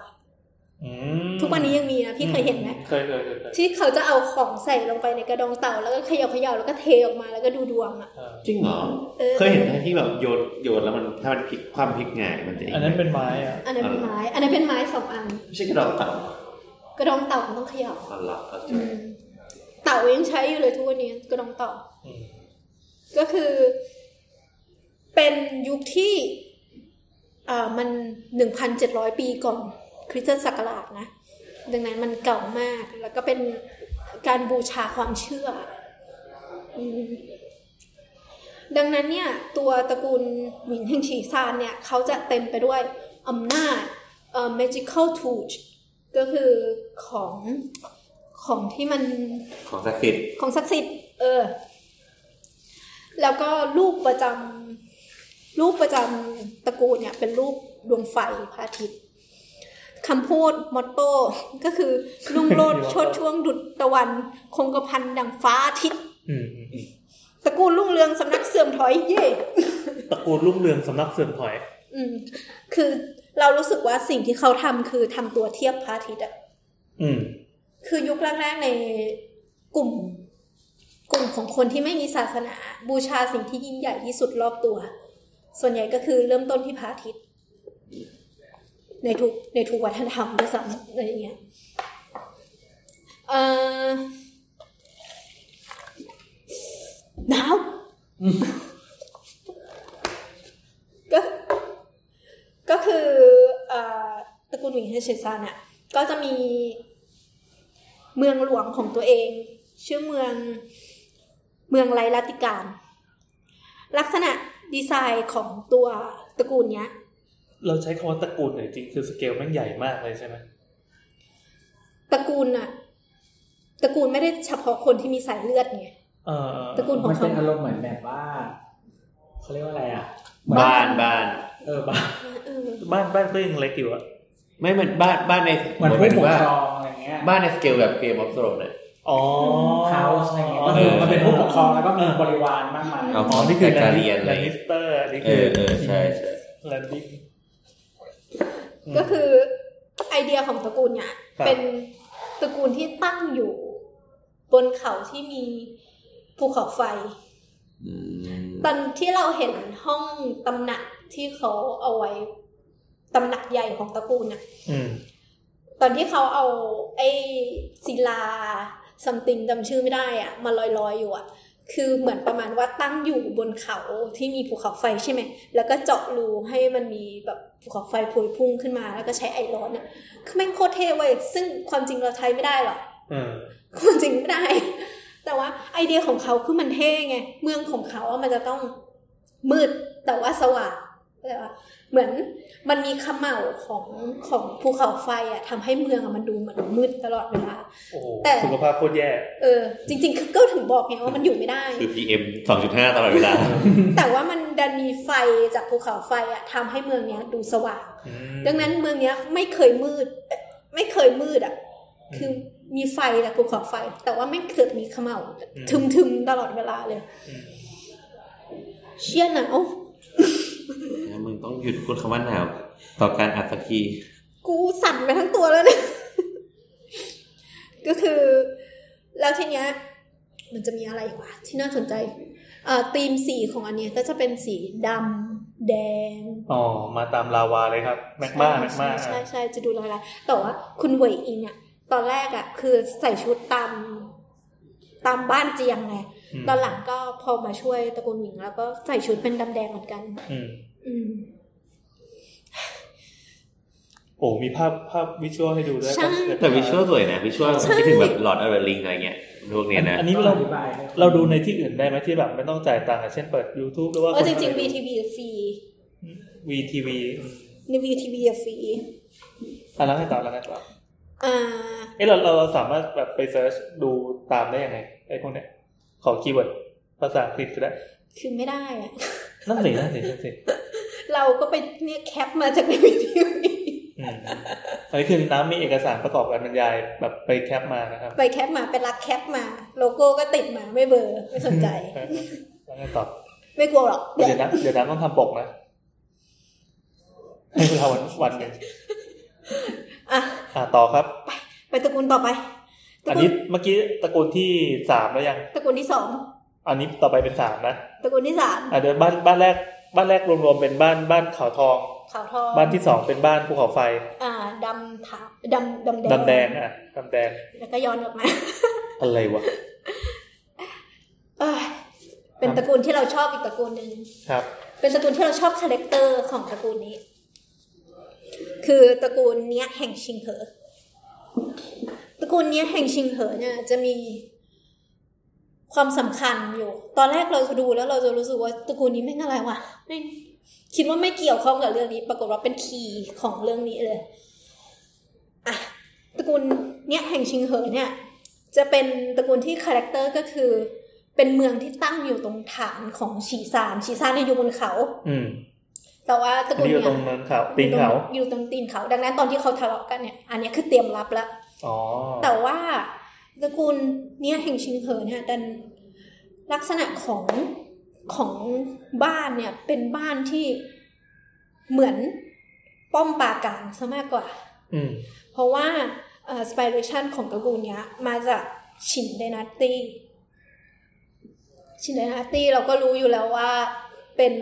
S3: อืม
S7: ทุกวันนี้ยังมีนะพี่เคยเห็นไหม
S3: เคยเคยเคยเคย
S7: ที่เขาจะเอาของใส่ลงไปในกระดองเต่า แล้วก็เขย่าเขย่าแล้วก็เทออกมาแล้วก็ดูดวงอ่ะ
S3: เออ
S2: จริงเหรอ
S7: เออ
S2: เคยเห็นไหมที่แบบโยนโยนแล้วมันถ้ามันพลิกความพลิกหงายมันจะ
S3: อันนั้นเป็นไม้อ่ะ
S7: อันนั้นเป็นไม้ อันนั้นเป็นไม้สองอัน
S2: ไม่ใช่กระดองเต่าก
S7: ระดองเต่ามันต้องเขย่า
S2: อ๋อเหรอเข้าใจ
S7: อืมเต่ายังใช้อยู่เลยทุกวันนี้กระดองเต่า
S3: อืม
S7: ก็คือเป็นยุคที่เอ่อมันหนึ่งพันเจ็ดร้อยปีก่อนคริสตศักราชนะ ดังนั้นมันเก่ามาก แล้วก็เป็นการบูชาความเชื่ออืมดังนั้นเนี่ย ตัวตระกูลหมินแห่งฉีซานเนี่ย เขาจะเต็มไปด้วยอำนาจเอ่อ magical tools ก็คือของข ของที่มัน
S2: ของศักดิ์สิทธิ์
S7: ของศักดิ์สิทธิ์เออ แล้วก็รูปประจำรูปประจำตระกูลเนี่ย เป็นรูปดวงไฟพระอาทิตย์คำพูดมอตโต้ก็คือรุ่งโร จน์โชดช่วงดุจตะวัน คงกระพันดังฟ้าอาทิตย์
S3: อืม
S7: ตระกูลรุ่งเรืองสำนักเสื่อมถอยเย่
S3: ตระกูลรุ่งเรืองสำนักเสื่อมถอย
S7: อืม คือเรารู้สึกว่าสิ่งที่เขาทำคือทำตัวเทียบพระอาทิตย์อะ
S3: อืม
S7: คือยุคแรกๆในกลุ่ม กลุ่มของคนที่ไม่มีศาสนา บูชาสิ่งที่ยิ่งใหญ่ที่สุดรอบตัว ส่วนใหญ่ก็คือเริ่มต้นที่พระอาทิตย์ ในทุกในทุกวัฒนธรรมด้วยซ้ำอะไรอย่างเงี้ยเอ่อหนาว ก็ ก็คือเอ่อตระกูลหวิงเฮเชซานเนี่ยก็จะมีเมืองหลวงของตัวเอง ชื่อเมืองเมืองไรลัติการ ลักษณะดีไซน์ของตัวตระกูลเนี้ย
S3: เราใช้คำว่าตระกูลหน่อยจริงคือสเกลแม่งใหญ่มากเลยใช่ไหม
S7: ตระกูลอะตระกูลไม่ได้เฉพาะคนที่มีสายเลือดไง
S3: เออเออ
S7: ตระกูลขอ
S4: มั
S7: ง
S4: น
S7: เขา
S4: เป็นอารมณ์เหมือนแบบว่าเขาเรียกว่าอะไรอ่ะเหมือ
S2: บ้านบ้าน
S4: เออบ้าน
S7: เออ
S3: บ้านบ้านก็ยังเล็กอยู่อะ
S2: ไม่มันบ้านบ้านใน
S4: เหมือน
S2: ห
S4: ผู้
S2: มายถึ
S4: ป
S2: ง
S4: ก
S2: ว่า
S4: ครองอะไรเงี้ย
S2: บ้านในสเกลแบบเกมออฟโซนเนี่ย
S3: อ๋อ
S4: เฮาส์อะไรเงี้ยก็คือมันเป็นผู้ปกครองแล้วก็มีบริวารมากมาย
S2: ครับ
S3: อ๋อ นี่คือ
S2: แต่
S3: แล
S2: การ
S3: น
S2: เรี
S3: ดิ
S2: ยน
S3: ส
S2: อะไร
S3: แลนดิสเตอร์อันนี้
S2: เอ
S3: คือ
S2: อเออใช่ใช่
S3: แลนดิส
S7: ก็คือไอเดียของตระกูลเนี่ย
S3: ครับ
S7: เป็นตระกูลที่ตั้งอยู่ บนเขาที่มีภูเขาไฟ
S2: อืม
S7: ตอนที่เราเห็นห้องตำหนักที่เขาเอาไว้ตำหนักใหญ่ของตระกูลน่ะ
S3: อืม
S7: ตอนที่เขาเอาไอ้ศิลาซัมติงจำชื่อไม่ได้อะมาลอยๆอยู่อะคือเหมือนประมาณว่าตั้งอยู่บนเขาที่มีภูเขาไฟใช่ไหม แล้วก็เจาะรูให้มันมีแบบภูเขาไฟพวยพุ่งขึ้นมา แล้วก็ใช้ไอร้อนอะคือแม่งโคตรเท่เว้ยซึ่งความจริงเราใช้ไม่ได้หรอก
S3: อืม
S7: ความ จริงไม่ได้ แต่ว่าไอเดียของเขาคือมันเท่ไง เมืองของเขาอะมันจะต้องมืดแต่ว่าสว่างแต่ว่าเหมือนมันมีเขม่าของของภูเขาไฟอะทำให้เมืองอะมันดูเหมือนมืดตลอดเวลา
S3: โอ้โห
S7: แต่
S3: สุขภาพโคตรแย่
S7: เออ จริงๆคือก็ถึงบอกไงว่ามันอยู่ไม่ได้
S2: คือ PM 2.5 ตลอด เวลา
S7: แต่ว่ามันดันมีไฟจากภูเขาไฟอะทำให้เมืองเนี้ยดูสว่าง ดังนั้นเมืองเนี้ยไม่เคยมืดเอ๊ะไม่เคยมืดอ่ะ
S3: อืม
S7: คือมีไฟแต่ภูเขาไฟ แต่ว่าไม่เกิดมีเขม่า
S3: อืม
S7: ทึมๆตลอดเวลาเลย
S3: อืม
S7: เชี่ยหนาว
S2: แล้วมึงต้องหยุดพูดคำว่าหนาว ต่อการอัดสักที
S7: กูสั่นไปทั้งตัวแล้วเนี่ย ก็คือ แล้วทีเนี้ย มันจะมีอะไรอีกวะที่น่าสนใจเอ่อธีมสีของอันเนี้ยก็จะเป็นสีดำแดง
S3: อ๋อ มาตามลาวาเลยครับ แมกมาแมกมา
S7: ใช่ใช่ใช่ใช่จะดูลอยลายแต่ว่าคุณเหวยอิงอะตอนแรกอะคือใส่ชุดตามตามบ้านเจียงไง
S3: ม
S7: ตอนหลังก็พอมาช่วยตระกูลหวิงแล้วก็ใส่ชุดเป็นดำแดงเหมือนกัน
S3: อืม
S7: อืม
S3: โอ้มีภาพภาพวิชวลให้ดูด้วย
S7: ใช่
S3: ครับ
S2: แต่วิชวลสวยนะ วิชวล
S7: ใช่
S2: คิดถึงแบบหลอดอเวลิงอะไรเงี้ยพวกเนี้ยนะ
S3: อันนี้
S4: ก็
S3: เรา
S4: อธิบายให้
S3: เราดูในที่อื่นได้ไหมที่แบบไม่ต้องจ่ายตังค์อะเช่นเปิด YouTube หรือว่า
S7: เออจริงๆ VTV ฟรี
S3: VTV
S7: ใน VTV อะฟรี
S3: อ่ะแล้วไงต่อแล้วไงต่อ
S7: อ่า
S3: เอ้เราเราเราสามารถแบบไปเซิร์ชดูตามได้ยังไงไอ้พวกเนี้ย ขอคีย์เวิร์ดภาษาอังกฤษก็ได้
S7: คือไม่ได้อะ
S3: นั่นสินั่นสินั่นสิ
S7: เราก็ไปเนี่ยแคปมาจากใน VTV
S3: อืมอันนี้คือน้ำมีเอกสารประกอบการบรรยายแบบไปแคปมานะครับ
S7: ไปแคปมาไปรักแคปมา โลโก้ก็ติดมาไม่เบลอร์ไม่สนใจ
S3: แล้วไงต่อ
S7: ไม่กลัวหรอก
S3: เดี๋ยวนะเดี๋ยวนะต้องทำปกนะให้เวลาวันวันหนึ่ง
S7: อ่ะ
S3: อ่าต่อครับ
S7: ไปตระกูลต่อไปตระ
S3: อัน
S7: กู
S3: นี้
S7: ล
S3: เมื่อกี้ตระกูลที่สามแล้วยัง
S7: ตระกูลที่สอง
S3: อันนี้ต่อไปเป็นสามนะ
S7: ตระกูลที่สาม
S3: อ่าเดี๋ยวบ้านบ้านแรก บ้านแรกรวมๆเป็นบ้านบ้านขาวทอง
S7: ขาวทอง
S3: บ้านที่สองเป็นบ้านภูเขาไฟ
S7: อ่าดำถาดำดำแดง
S3: ดำแดงอ่ะดำแดง
S7: แล้วก็ย้อนออกมา
S3: อะไรวะ
S7: เอ้ยเป็นตระกูลที่เราชอบอีกตระกูลหนึ่ง
S3: ครับ
S7: เป็นตระกูลที่เราชอบคาแรคเตอร์ของตระกูลนี้ คือตระกูลเนี้ยแห่งชิงเหอตระกูลเนี้ยแห่งชิงเหอเนี่ย จะมีความสำคัญอยู่ ตอนแรกเราจะดูแล้วเราจะรู้สึกว่าตระกูลนี้ไม่งอะไรวะแม่งคิดว่าไม่เกี่ยวข้องกับเรื่องนี้ ปรากฏว่าเป็นคีย์ของเรื่องนี้เลย อ่ะตระกูลเนี้ยแห่งชิงเหอเนี่ย จะเป็นตระกูลที่คาแรคเตอร์ก็คือ เป็นเมืองที่ตั้งอยู่ตรงฐานของฉีซานฉีซานเนี่ยอยู่บนเขา
S3: อืม
S7: แต่ว่าตระกูล
S3: นี่อยู่ต
S7: เนี่
S3: ร
S7: ย
S3: งเนินเขาปีนเขา
S7: อยู่ตรงตีนเขา ดังนั้นตอนที่เขาทะเลาะกันเนี่ย อันเนี้ยคือเตรียมรับแล้ว
S3: อ๋อ
S7: แต่ว่าตระกูลเนี่ยแห่งชิงเหอเนี่ยดันลักษณะของของบ้านเนี่ย เป็นบ้านที่เหมือนป้อมปราการซะมากกว่า
S3: อืม
S7: เพราะว่าเอ่อสไปเรชันของตระกูลเนี้ย มาจากชินไดนาตี้ชินไดนาตี้เราก็รู้อยู่แล้วว่าเป็น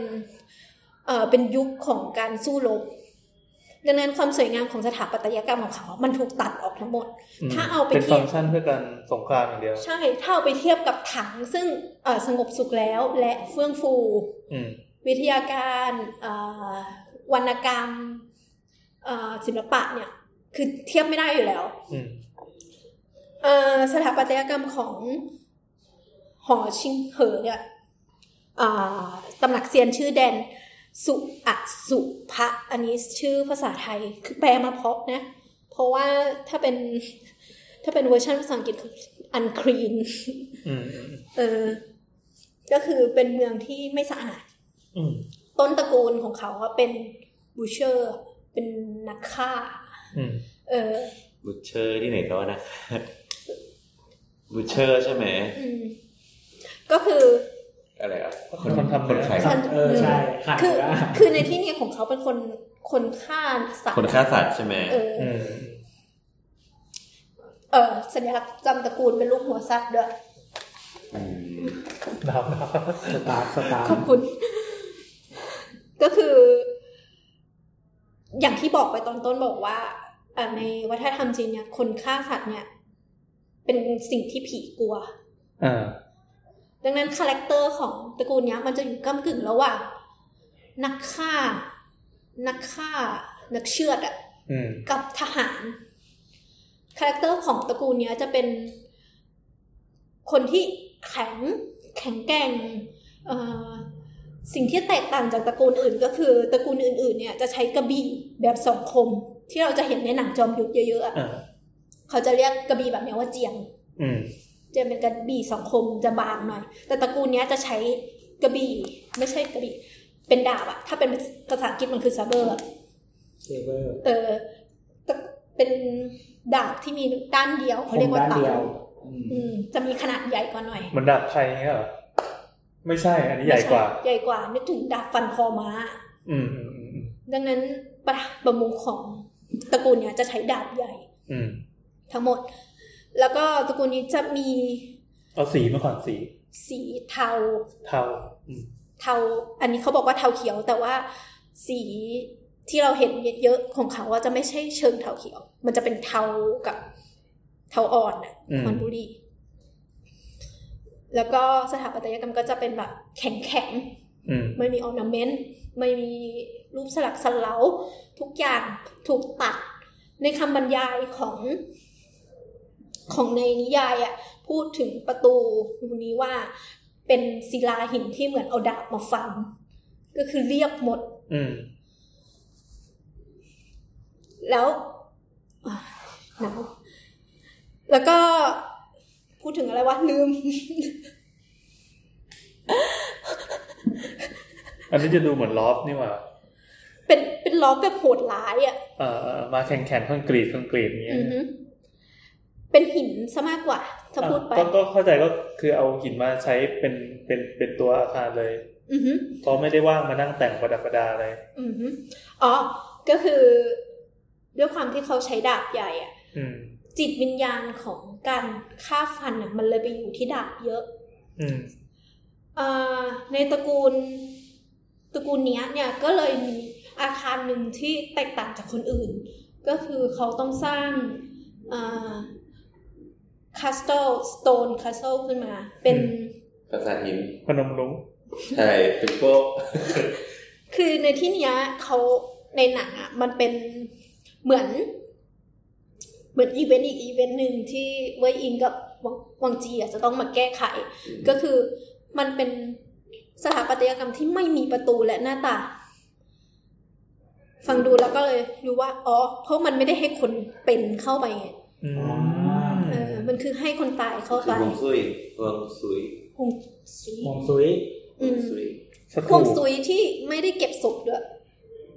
S7: เอ่อเป็นยุคของการสู้รบดังนั้นความสวยงามของสถาปัตยกรรมของเขา มันถูกตัดออกทั้งหมด
S3: ม
S7: ถ้าเอาไป
S3: เป็น
S7: เที
S3: ฟั
S7: ยบ
S3: งก์ชันเพื่อการสงครามอย่างเดียว
S7: ใช่ถ้าเอาไปเทียบกับถังซึ่งเอ่อสงบสุขแล้วและเฟื่องฟู
S3: อืม
S7: วิทยาการเอ่อวรรณกรรมเอ่อศิลปะเนี่ย คือเทียบไม่ได้อยู่แล้ว
S3: อืม
S7: เอ่อสถาปัตยกรรมของหอชิงเหอเนี่ยเอ่อตำหนักเซียนชื่อแดน สุอัสุภะอันนี้ชื่อภาษาไทยคือแปลมาเพราะนะ เพราะว่าถ้าเป็นถ้าเป็นเวอร์ชันภาษาอังกฤษคืออันครีน
S3: อืมอืม
S7: เออ ก็คือเป็นเมืองที่ไม่สะอาด
S3: อืม
S7: ต้นตระกูลของเขาอะเป็นบูเชอร์ เป็นนักฆ่า
S3: อืม
S7: เออ
S1: บูชเชอร์ที่ไหนก็นะบูชเชอร์ใช่ไหม
S7: อืม ก็คือ
S1: อะไรอ่ะ
S3: คนทำ
S1: คนขาย
S7: ฉัน
S4: เออใช่หัน
S7: คือ
S4: ว่า
S7: คือในที่เนี้ของเขาเป็นคนคนฆ่าสัตว์
S1: คนฆ่าสัตว์ใช่ไหม
S7: เออ
S3: อืม
S7: เออ สัญลักษณ์จำตระกูลเป็นรูปหัวสัตว์ด้วย
S1: ม
S3: ครับ
S4: สตาร์ทสตาร์
S7: ขอบคุณ ก็คือ อย่างที่บอกไปตอนต้นบอกว่าเอ่อในวัฒนธรรมจีนเนี่ยคนฆ่าสัตว์เนี่ย เป็นสิ่งที่ผีกลัว
S3: อ่า
S7: ดังนั้นคาแรคเตอร์ของตระกูลเนี้ยมันจะอยู่ก้ากึ่งระหว่างนักฆ่า นักฆ่า นักเชือดอะ
S3: อืม
S7: กับทหารคาแรคเตอร์ของตระกูลเนี้ยจะเป็นคนที่แข็งแข็งแกร่งเอ่อสิ่งที่แตกต่างจากตระกูลอื่น ก็คือตระกูลอื่น ๆ เนี่ยจะใช้กระบี่แบบสองคม ที่เราจะเห็นในหนังจอมยุทธเยอะๆอะ
S3: อ่า
S7: เขาจะเรียกกระบี่แบบเนี้ยว่าเจียง
S3: อืม
S7: จะเป็นกระบี่สังคมจะบางหน่อย แต่ตระกูลเนี้ยจะใช้กระบี่ ไม่ใช่กระบี่ เป็นดาบอะถ้าเป็นภาษาอังกฤษมันคือซาเบอร์
S4: เซเวอร์
S7: เออตระเป็นดาบที่มีด้านเดียว
S4: ค
S7: เขา
S4: น
S7: เรียกว่า
S4: ด้าน
S7: ตับ
S4: เดียวอืม
S7: อืมจะมีขนาดใหญ่กว่าหน่อย
S3: เหมือนดาบไทยอย่างเงี้ยเหรอ ไม่ใช่ อันนี้ใหญ่กว่า
S7: ช่ใหญ่กว่านึกถึงดาบฟันคอม้า
S3: อืม อืม อืม
S7: ดังนั้นประประมุขของตระกูลเนี้ยจะใช้ดาบใหญ่
S3: อืม
S7: ทั้งหมด แล้วก็ตระกูลนี้จะมี
S3: เอาสีมาก่อนสี
S7: สีเทา
S3: เทา อืม
S7: เทา อันนี้เขาบอกว่าเทาเขียว แต่ว่าสีที่เราเห็นเยอะๆของเขาว่าจะไม่ใช่เชิงเทาเขียว มันจะเป็นเทากับเทาอ่อนน่ะ
S3: อืม
S7: คอนบุรี แล้วก็สถาปัตยกรรมก็จะเป็นแบบแข็ง
S3: อืม
S7: ๆ ไม่มีออ n a m เมนต์ ไม่มีรูปสลักสเลาทุกอย่างถูกตัด ในคำบรรยายของของในนิยายอะ่ะ พูดถึงประตูดูนี้ว่าเป็นศิลาหินที่เหมือนเอาดาบมาฟัน ก็คือเรียบหมด
S3: อืม
S7: แล้วอ่ะหนาวแล้วก็พูดถึงอะไรวะ ลืม
S3: อันนี้จะดูเหมือนลอฟนี่หว่า
S7: เป็นเป็นล้อแบบโหดร้ายอ่ะ
S3: เอ่อเอ่อมาแข่งแข่งคอนกรีตคอนกรีตอย่างเงี้ย
S7: อือหือเป็นหินซะมากกว่า ถ้าพูดไป
S3: อ่ะก็ก็เข้าใจก็คือเอาหินมาใช้เป็นเป็นเป็นตัวอาคารเลย
S7: อือหือ
S3: เพราะไม่ได้ว่างมานั่งแต่งประดับประดาอะไร
S7: อือหืออ๋อ ก็คือด้วยความที่เขาใช้ดาบใหญ่อ่ะ
S3: อืม
S7: จิตวิญญาณของการฆ่าฟันน่ะมันเลยไปอยู่ที่ดาบเยอะ
S3: อืม
S7: เอ่อในตระกูลตระกูลเนี้ยเนี่ยก็เลยมีอาคารหนึ่งที่แตกต่างจากคนอื่น ก็คือเขาต้องสร้างคาสโตสโตนคาสโตขึ้นมา เป็น
S3: อืม
S1: ปราสาทหิน
S3: พนมรุ้ง
S1: ใช่เป็นพวก
S7: คือในที่เนี้ยเขาในหนังอ่ะมันเป็นเหมือน เหมือนอีเวนต์อีกอีเวนต์หนึ่งที่เวยอิงกับวังวังจีอ่ะจะต้องมาแก้ไข ก็คือมันเป็นสถาปัตยกรรมที่ไม่มีประตูและหน้าต่างฟังดูแล้วก็เลยรู้ว่า อ๋อ เพราะมันไม่ได้ให้คนเป็นเข้าไปไง
S3: อืม
S7: เออ มันคือให้คนตายเข้า
S1: คือ
S7: ไป
S1: ฮวงซุยฮวงซุย
S7: ฮวงซุย
S4: ฮวง
S1: ฮวงซุ
S4: ซุย
S1: ย
S3: สักค
S7: ฮว
S3: รู่
S7: งซุยที่ไม่ได้เก็บศพด้วย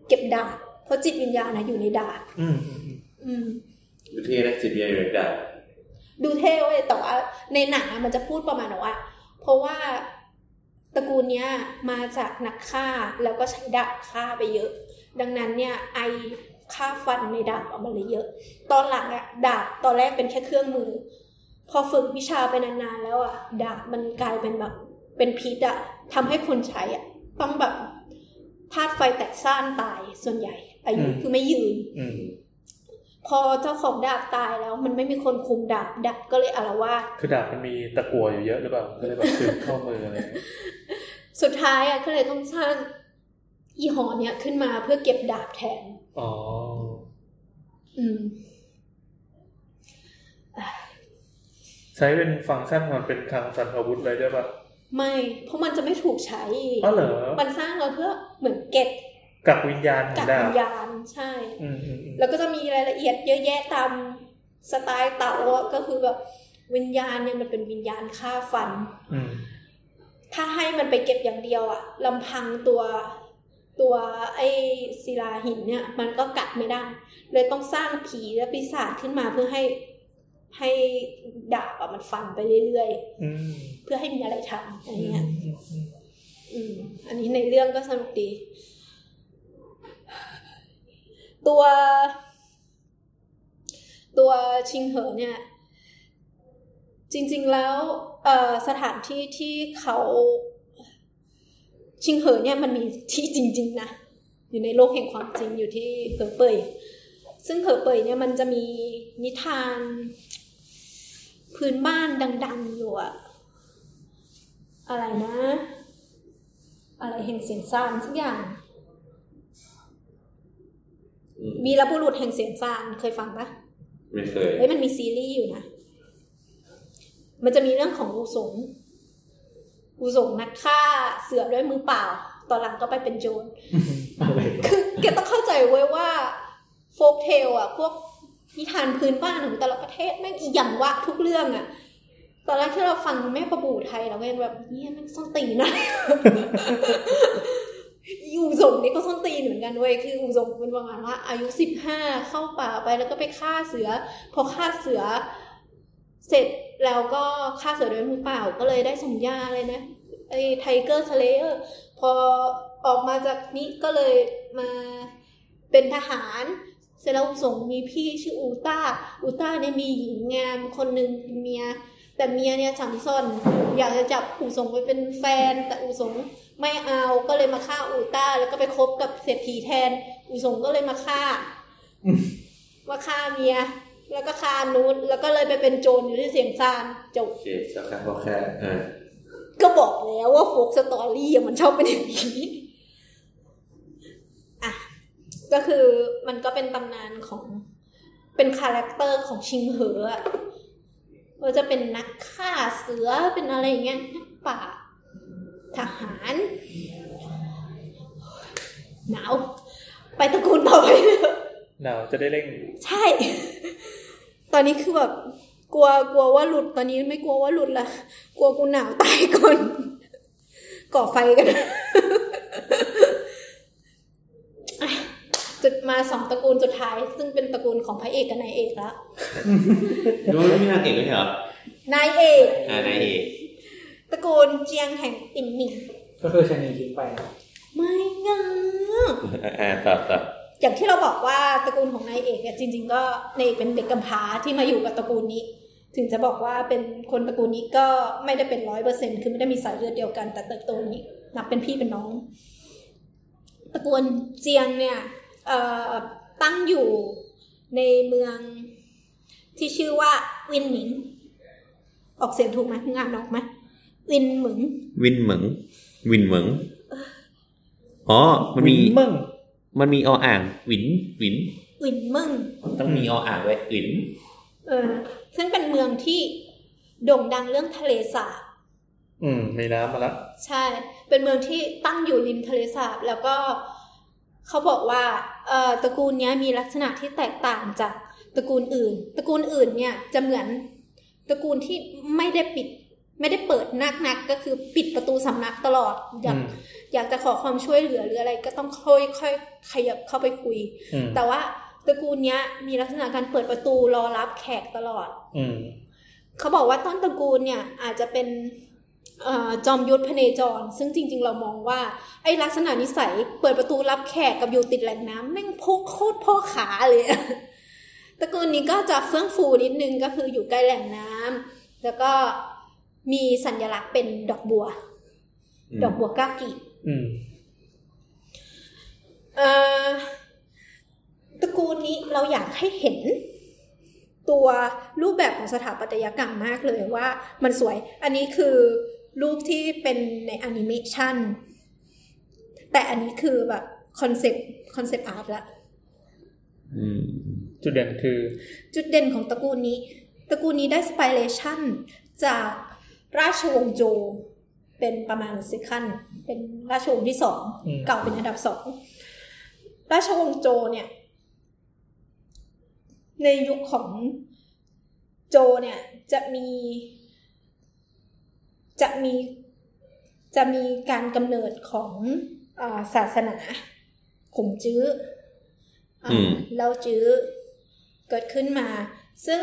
S7: เก็บดาบเพราะจิตวิญญาณนะอยู่ในดาบ
S3: อืม
S7: อืม
S2: ดูเท่นะจิตวิญญาณอยู่ในดาบ
S7: ดูเท่เว้ยแต่ว่าในหนังอะมันจะพูดประมาณว่า เพราะว่าตระกูลเนี้ยมาจากนักฆ่าแล้วก็ใช้ดาบฆ่าไปเยอะ ดังนั้นเนี่ยไอฆ่าฟันในดาบออกมาเลยเยอะ ตอนหลังอะดาบตอนแรกเป็นแค่เครื่องมือ พอฝึกวิชาไปนานๆแล้วอะดาบมันกลายเป็นแบบเป็นพิษอะทำให้คนใช้อะต้องแบบธาตุไฟแตกซ่านตายส่วนใหญ่ อายุคือไม่ยืน
S3: อืม
S7: พอเจ้าของดาบตายแล้ว มันไม่มีคนคุมดาบดาบก็เลยอารวาส
S3: คือดาบมันมีตะกั่วอยู่เยอะหรือเปล่าก็เลยแบบซึมเข้ามืออะไรอย่างเงี้ย
S7: สุดท้ายอ่ะก็เลยต้องสร้างอีหอเนี่ยขึ้นมาเพื่อเก็บดาบแทน
S3: อ๋อ
S7: อืม
S3: ใช้เป็นฟังก์ชันมันเป็นคลังสันอาวุธเลยใช่ปะ
S7: ไม่ เพราะมันจะไม่ถูกใช้
S3: อ๋อเหรอ
S7: มันสร้างมาเพื่อเหมือนเก็บ
S3: กักวิญญาณขอก
S7: าง ก
S3: ดา
S7: วิ
S3: บ
S7: ญญาณใช่
S3: อืมอืมอืม
S7: แล้วก็จะมีรายละเอียดเยอะแยะตามสไตล์เต๋าอะก็คือแบบวิญญาณเนี่ยมันเป็นวิญญาณฆ่าฟัน
S3: อืม
S7: ถ้าให้มันไปเก็บอย่างเดียวอะลำพังตัวตัวไอ้ศิลาหินเนี่ย มันก็กัดไม่ได้ เลยต้องสร้างผีและปีศาจขึ้นมาเพื่อให้ให้ดาบอะมันฟันไปเรื่อย
S3: อืม
S7: ๆ เพื่อให้มีอะไรทำอะไร
S3: อืม
S7: เงี้ย
S3: อืมอืม
S7: อืม อันนี้ในเรื่องก็สนุกดี ตัว ตัวชิงเหอเนี่ย จริงๆแล้วเอ่อสถานที่ที่เขาชิงเหอเนี่ยมันมีที่จริง ๆ นะ อยู่ในโลกแห่งความจริงอยู่ที่เหอเปยซึ่งเหอเปยเนี่ยมันจะมีนิทาน พื้นบ้านดัง ๆ อยู่อะอะไรนะ อะไรแห่งเสียงซ่านสักอย่าง
S1: อืม
S7: วีรบุรุษแห่งเสียงซ่านเคยฟังปะ
S1: ไม่เคย
S7: เฮ้ยมันมีซีรีส์อยู่นะ มันจะมีเรื่องของอูสง อูสงนักฆ่าเสือด้วยมือเปล่า ตอนหลังก็ไปเป็นโจร
S4: อะไร
S7: คือแกต้องเข้าใจไว้ยว่าโฟกเทลอ่ะ พวกนิทานพื้นบ้านของแต่ละประเทศแม่งอีหยังวะทุกเรื่องอ่ะ ตอนแรกที่เราฟังแม่ประบูไทยเราก็ยังแบบเนี่ยแมันส้นตีนนะ อยู่สงนี่ก็ส้นตีนเหมือนกันเว้ยคืออยู่สงเป็นประมาณว่า อายุสิบห้าเข้าป่าไปแล้วก็ไปฆ่าเสือ พอฆ่าเสือ เสร็จแล้วก็ฆ่าเสือด้วยมือเปล่าก็เลยได้สมญาเลยนะไอ้ไทเกอร์สเลเยอร์ พอออกมาจากนี้ก็เลยมาเป็นทหาร เสร็จแล้วอูส่งมีพี่ชื่ออูต้า อูต้าเนี่ยมีหญิงงามคนหนึ่งเป็นเมีย แต่เมียเนี่ยสังสนอยากจะจับอูสงไปเป็นแฟน แต่อูสงไม่เอาก็เลยมาฆ่าอูต้า แล้วก็ไปคบกับเศรษฐีแทน อูสงก็เลยมาฆ่ามาฆ่าเมีย แล้วก็ฆ่านูนแล้วก็เลยไปเป็นโจรอยู่ที่เสียงซานจบ
S1: โอเคสักครั้งพอแค่เออ
S7: ก็บอกแล้วว่าโฟกสตอรี่อะมันชอบเป็นอย่างนี้ อ่ะ ก็คือมันก็เป็นตำนานของเป็นคาแรคเตอร์ของชิงเหออะว่าจะเป็นนักฆ่าเสือเป็นอะไรอย่างเงี้ยนักป่าบทหาร หนาว ไปตระกูลต่อไปเลย
S3: หนาวจะได้เร่ง
S7: ใช่ ตอนนี้คือแบบกลัวกลัวว่าหลุด ตอนนี้ไม่กลัวว่าหลุดละ กลัวกูหนาวตายก่อน ก่อไฟกัน อ่ะจุดมาสองตระกูลสุดท้าย ซึ่งเป็นตระกูลของพระเอกกับนายเอกแล้ว
S1: ดูไม่มีนางเอกด้วยเหรอน
S7: ายเอก
S1: อ่านางเอก
S7: ตระกูลเจียงแห่งติ่มหมิง
S4: ก็คือชะนีทิ้งไป
S7: ไม่งา
S2: อ่าต่อต่อ
S7: อย่างที่เราบอกว่าตระกูลของนายเอกเนี่ยจริง ๆ ก็นายเอกเป็นเด็กกำพร้าที่มาอยู่กับตระกูลนี้ ถึงจะบอกว่าเป็นคนตระกูลนี้ก็ไม่ได้เป็นร้อยเปอร์เซ็นคือไม่ได้มีสายเลือดเดียวกัน แต่เติบโตนี้นับเป็นพี่เป็นน้อง ตระกูลเจียงเนี่ยเอ่อตั้งอยู่ในเมืองที่ชื่อว่าวินหมิง ออกเสียงถูกไหมงานออกไหมวินหมิง
S2: วินเหมิงวินเหมิงอ๋อมันมี
S3: มึง
S2: มันมีออ่างวินวิน
S7: วินเมิง
S2: ต้องมีออ่างไว้วิน
S7: เออซึ่งเป็นเมืองที่โด่งดังเรื่องทะเลสาบ
S3: อืมมีน้ำมาละ
S7: ใช่ เป็นเมืองที่ตั้งอยู่ริมทะเลสาบแล้วก็เขาบอกว่าเอ่อตระกูลเนี้ยมีลักษณะที่แตกต่างจากตระกูลอื่น ตระกูลอื่นเนี่ยจะเหมือน ตระกูลที่ไม่ได้ปิด ไม่ได้เปิดนักนักๆก็คือปิดประตูสำนักตลอด อยาก
S3: อืม
S7: อยากจะขอความช่วยเหลือหรืออะไรก็ต้องค่อยค่อยขยับเข้าไปคุย
S3: อืม
S7: แต่ว่าตระกูลเนี้ยมีลักษณะการเปิดประตูรอรับแขกตลอด
S3: อืม
S7: เขาบอกว่าต้นตระกูลเนี่ยอาจจะเป็นเออจอมยุทธพเนจร ซึ่งจริง ๆ เรามองว่าไอ้ลักษณะนิสัยเปิดประตูรับแขกกับอยู่ติดแหล่งน้ำแม่งพกโคตรพ่อขาเลยอะ ตระกูลนี้ก็จะเฟื่องฟูนิดนึงก็คืออยู่ใกล้แหล่งน้ำแล้วก็มีสัญลักษณ์เป็นดอกบัว ดอกบัวก้ากีบ
S3: อืม
S7: เอ่อตระกูลนี้เราอยากให้เห็น ตัวรูปแบบของสถาปัตยกรรมมากเลยว่ามันสวย อันนี้คือรูปที่เป็นในแอนิเมชันแต่อันนี้คือแบบคอนเซปต์คอนเซปต์อาร์ตละ
S2: อืม
S3: จุดเด่นคือ
S7: จุดเด่นของตระกูลนี้ ตระกูลนี้ได้สไปเรชันจากราชวงศ์โจวเป็นประมาณสิขั้น เป็นราชวงศ์ที่สอง
S3: อืม
S7: เก่าเป็นอันดับสองราชวงศ์โจวเนี่ย ในยุคของโจวเนี่ย จะมี จะมีจะมีการกำเนิดของอาศาสนาขมจื้ออา
S2: อืม
S7: เล่าจื้อเกิดขึ้นมา ซึ่ง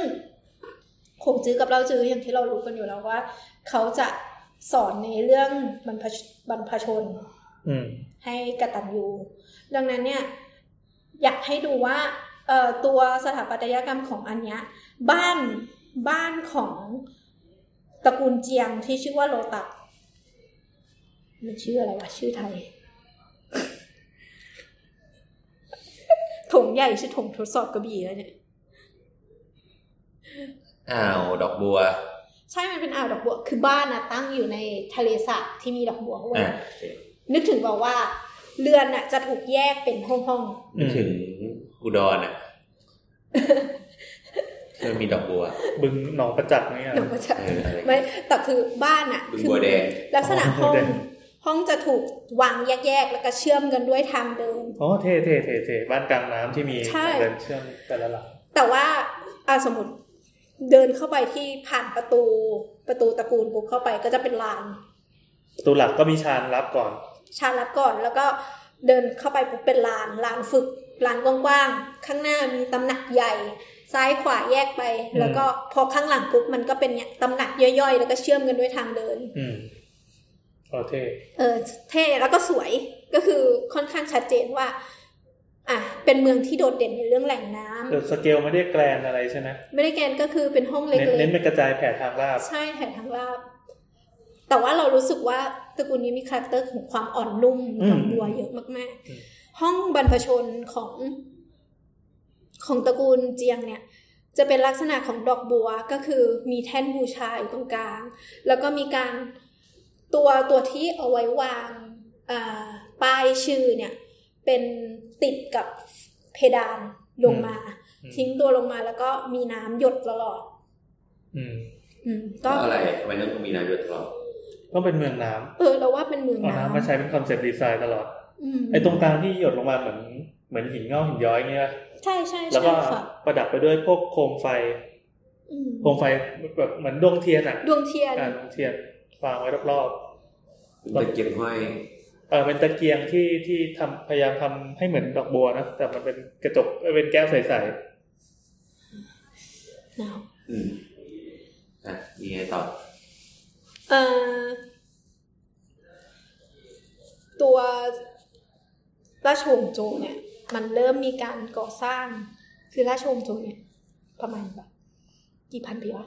S7: ขมจื้อกับเล่าจื้ออย่างที่เรารู้กันอยู่แล้วว่า เขาจะสอนในเรื่องบรรพชบรรพชน
S3: อืม
S7: ให้กระตันยูดังนั้นเนี่ยอยากให้ดูว่าเอ่อตัวสถาปัตยกรรมของอันเนี้ยบ้านบ้านของตระกูลเจียงที่ชื่อว่าโลตักมันชื่ออะไรวะชื่อไทย ถงใหญ่ชื่อถงทดสอบกระบี่แล้วเนี่ย
S2: อ้าวดอกบัว
S7: ใช่มันเป็นอ่าวดอกบัว คือบ้านนะตั้งอยู่ในทะเลสาบที่มีดอกบัวเว้ย
S2: อ่ะ
S7: นึกถึงบอกว่า เรือนน่ะจะถูกแยกเป็นห้องห้องๆ
S3: อืม
S2: นึกถึงอุดรอ่ะมันมีดอกบัว
S3: บึงหนองประจักษ์เนี่ย
S7: หนูก็จะ
S2: เอออะไร
S7: ไม่แต่คือบ้านอะ
S2: บึง
S7: คื
S2: บัวแดง
S7: ลักษณะห้อง
S3: อ๋อบัวแดง
S7: ห้องจะถูกวางแยกๆ แล้วก็เชื่อมกันด้วยทางเดิน
S3: อ๋อเท่เท่เท่เท่บ้านกลางน้ำที่มี
S7: ใช่
S3: เดินเชื่อมแต่ละหลัง
S7: แต่ว่าอ่ะสมมติเดินเข้าไปที่ผ่านประตูประตูตระกูลปุ๊บเข้าไปก็จะเป็นลาน
S3: ประตูหลักก็มีชานรับก่อน
S7: ชานรับก่อน แล้วก็เดินเข้าไปปุ๊บเป็นลานลานฝึกลานกว้างๆข้างหน้ามีตำหนักใหญ่ ซ้ายขวาแยกไป แล้วก็พอข้างหลังปุ๊บมันก็เป็นเนี่ยตำหนักย่อยๆ แล้วก็เชื่อมกันด้วยทางเดิน
S3: อืมอ๋อเท่
S7: เออเท่แล้วก็สวยก็คือค่อนข้างชัดเจนว่า อ่ะเป็นเมืองที่โดดเด่นในเรื่องแหล่งน้ำ
S3: เออสเกลไม่ได้แกรนอะไรใช่ไหม
S7: ไม่ได้แกนก็คือเป็นห้องเล็
S3: เน้นเน้น
S7: ก
S3: เป็นกระจายแผ่ทางลาบ
S7: ๆใช่ถ่ายทางลาบ แต่ว่าเรารู้สึกว่าตระกูลนี้มีคาแรคเตอร์ของความอ่อนนุ่ม
S3: อืม
S7: ดอกบัวเยอะมาก
S3: อืม
S7: ๆ ห้องบรรพชนของ ของตระกูลเจียงเนี่ย จะเป็นลักษณะของดอกบัวก็คือมีแท่นบูชาอยู่ตรงกลาง แล้วก็มีการตัวตัวที่เอาไว้วางอ่าป้ายชื่อเนี่ย เป็นติดกับเพดานลงมา
S3: อืม
S7: ทิ้งตัวลงมาแล้วก็มีน้ำหยดตลอด
S3: อืม
S7: อืม
S2: ก็
S7: ก็
S2: อะไรทำไมต้องมีนายโยตลอด
S3: ต้องเป็นเมืองน้ำ
S7: เออเราว่าเป็นเมือง
S3: เอา
S7: น้ำ
S3: น้ำมาใช้เป็นคอนเซปต์ดีไซน์ตลอด
S7: อืม
S3: ไอ้ตรงกลางที่หยดลงมาเหมือนเหมือนหินงอกหินย้อยเงี้ย
S7: ใช่ใช่
S3: แล้ว
S7: ใช่
S3: ก็
S7: ค่ะ
S3: ประดับไปด้วยพวกโคมไฟ
S7: อืม
S3: โคมไฟแบบเหมือนดวงเทียนอ่ะ
S7: ดวงเทียน
S3: อ่าดวงเทียนวางไว้รอบ
S2: ตะเกียงห้อย
S3: ๆเออเป็นตะเกียงที่ที่ทำพยายามทำให้เหมือนดอกบัวนะแต่มันเป็นกระจกเอ้ยเป็นแก้วใส
S2: อืมอ่ะมีไงต่อ
S7: เอ่อตัวราชวงศ์โจวเนี่ย มันเริ่มมีการก่อสร้าง คือราชวงศ์โจวเนี่ย ประมาณแบบกี่พันปีวะ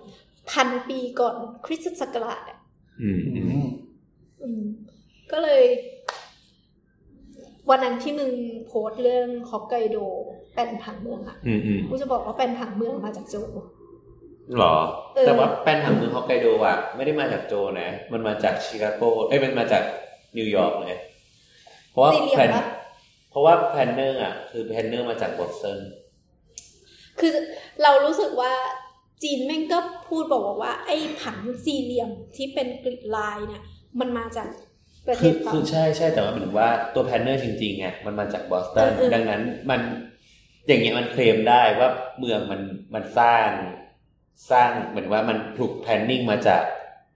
S7: พันปีก่อนคริสตศักราชอ่ะ
S2: อืม
S3: ๆ
S2: อืม
S7: อืม ก็เลย วันนั้นที่มึงโพสต์เรื่องฮอกไกโดแป่นผังเมืองอ่ะ
S2: อืมอืม
S7: กูจะบอกว่าแป่นผังเมืองมาจากโจว
S2: หรอ
S7: เออ
S2: แต่ว่าแป้นหางเมืองฮอกไกโดอ่ะ ไม่ได้มาจากโจนะ มันมาจากชิคาโกเอ้ยมันมาจากนิวยอร์กเลย เพราะว่า
S7: สี่เหลี่ย
S2: แพล
S7: ม
S2: น
S7: ปะ
S2: เพราะว่าแพลนเนอร์อ่ะ คือแพลนเนอร์มาจากบอสตัน
S7: คือเรารู้สึกว่าจีนแม่งก็พูดบอกว่า ไอ้ผังสี่เหลี่ยมที่เป็นกริดลายเนี่ย มันมาจากประเท
S2: คือ
S7: ศเขา
S2: คือใช่ใช่แต่ว่าเหมือนว่าตัวแพนเนอร์จริงๆอ่ะมันมาจากบอสตัน
S7: เออเออ
S2: ดังนั้นมันอย่างเงี้ยมันเคลมได้ว่าเมืองมันมันสร้าง สร้างเหมือนว่ามันถูกแพลนนิ่งมาจาก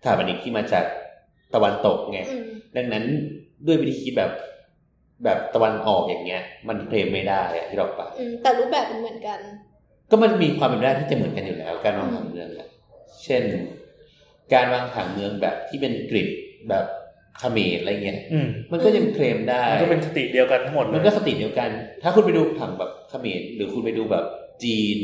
S2: สถาปนิกที่มาจากตะวันตกไง
S7: อืม
S2: ดังนั้นด้วยวิธีคิดแบบแบบตะวันออกอย่างเงี้ย มันเคลมไม่ได้อะที่เราไป
S7: อืมแต่รูปแบบมันเหมือนกัน
S2: ก็มันมีความเป็นไปได้ที่จะเหมือนกันอยู่แล้ว การวางผังเมืองอะเช่น การวางผังเมืองแบบที่เป็นกริดแบบเขมรอะไรเงี้ย
S3: อืม
S2: มันก็ยังเคลมได้
S3: มันก็เป็นสติเดียวกันทั้งหมดเล
S2: มัน
S3: ย
S2: ก็สติเดียวกัน ถ้าคุณไปดูผังแบบเขมรหรือคุณไปดูแบบจีน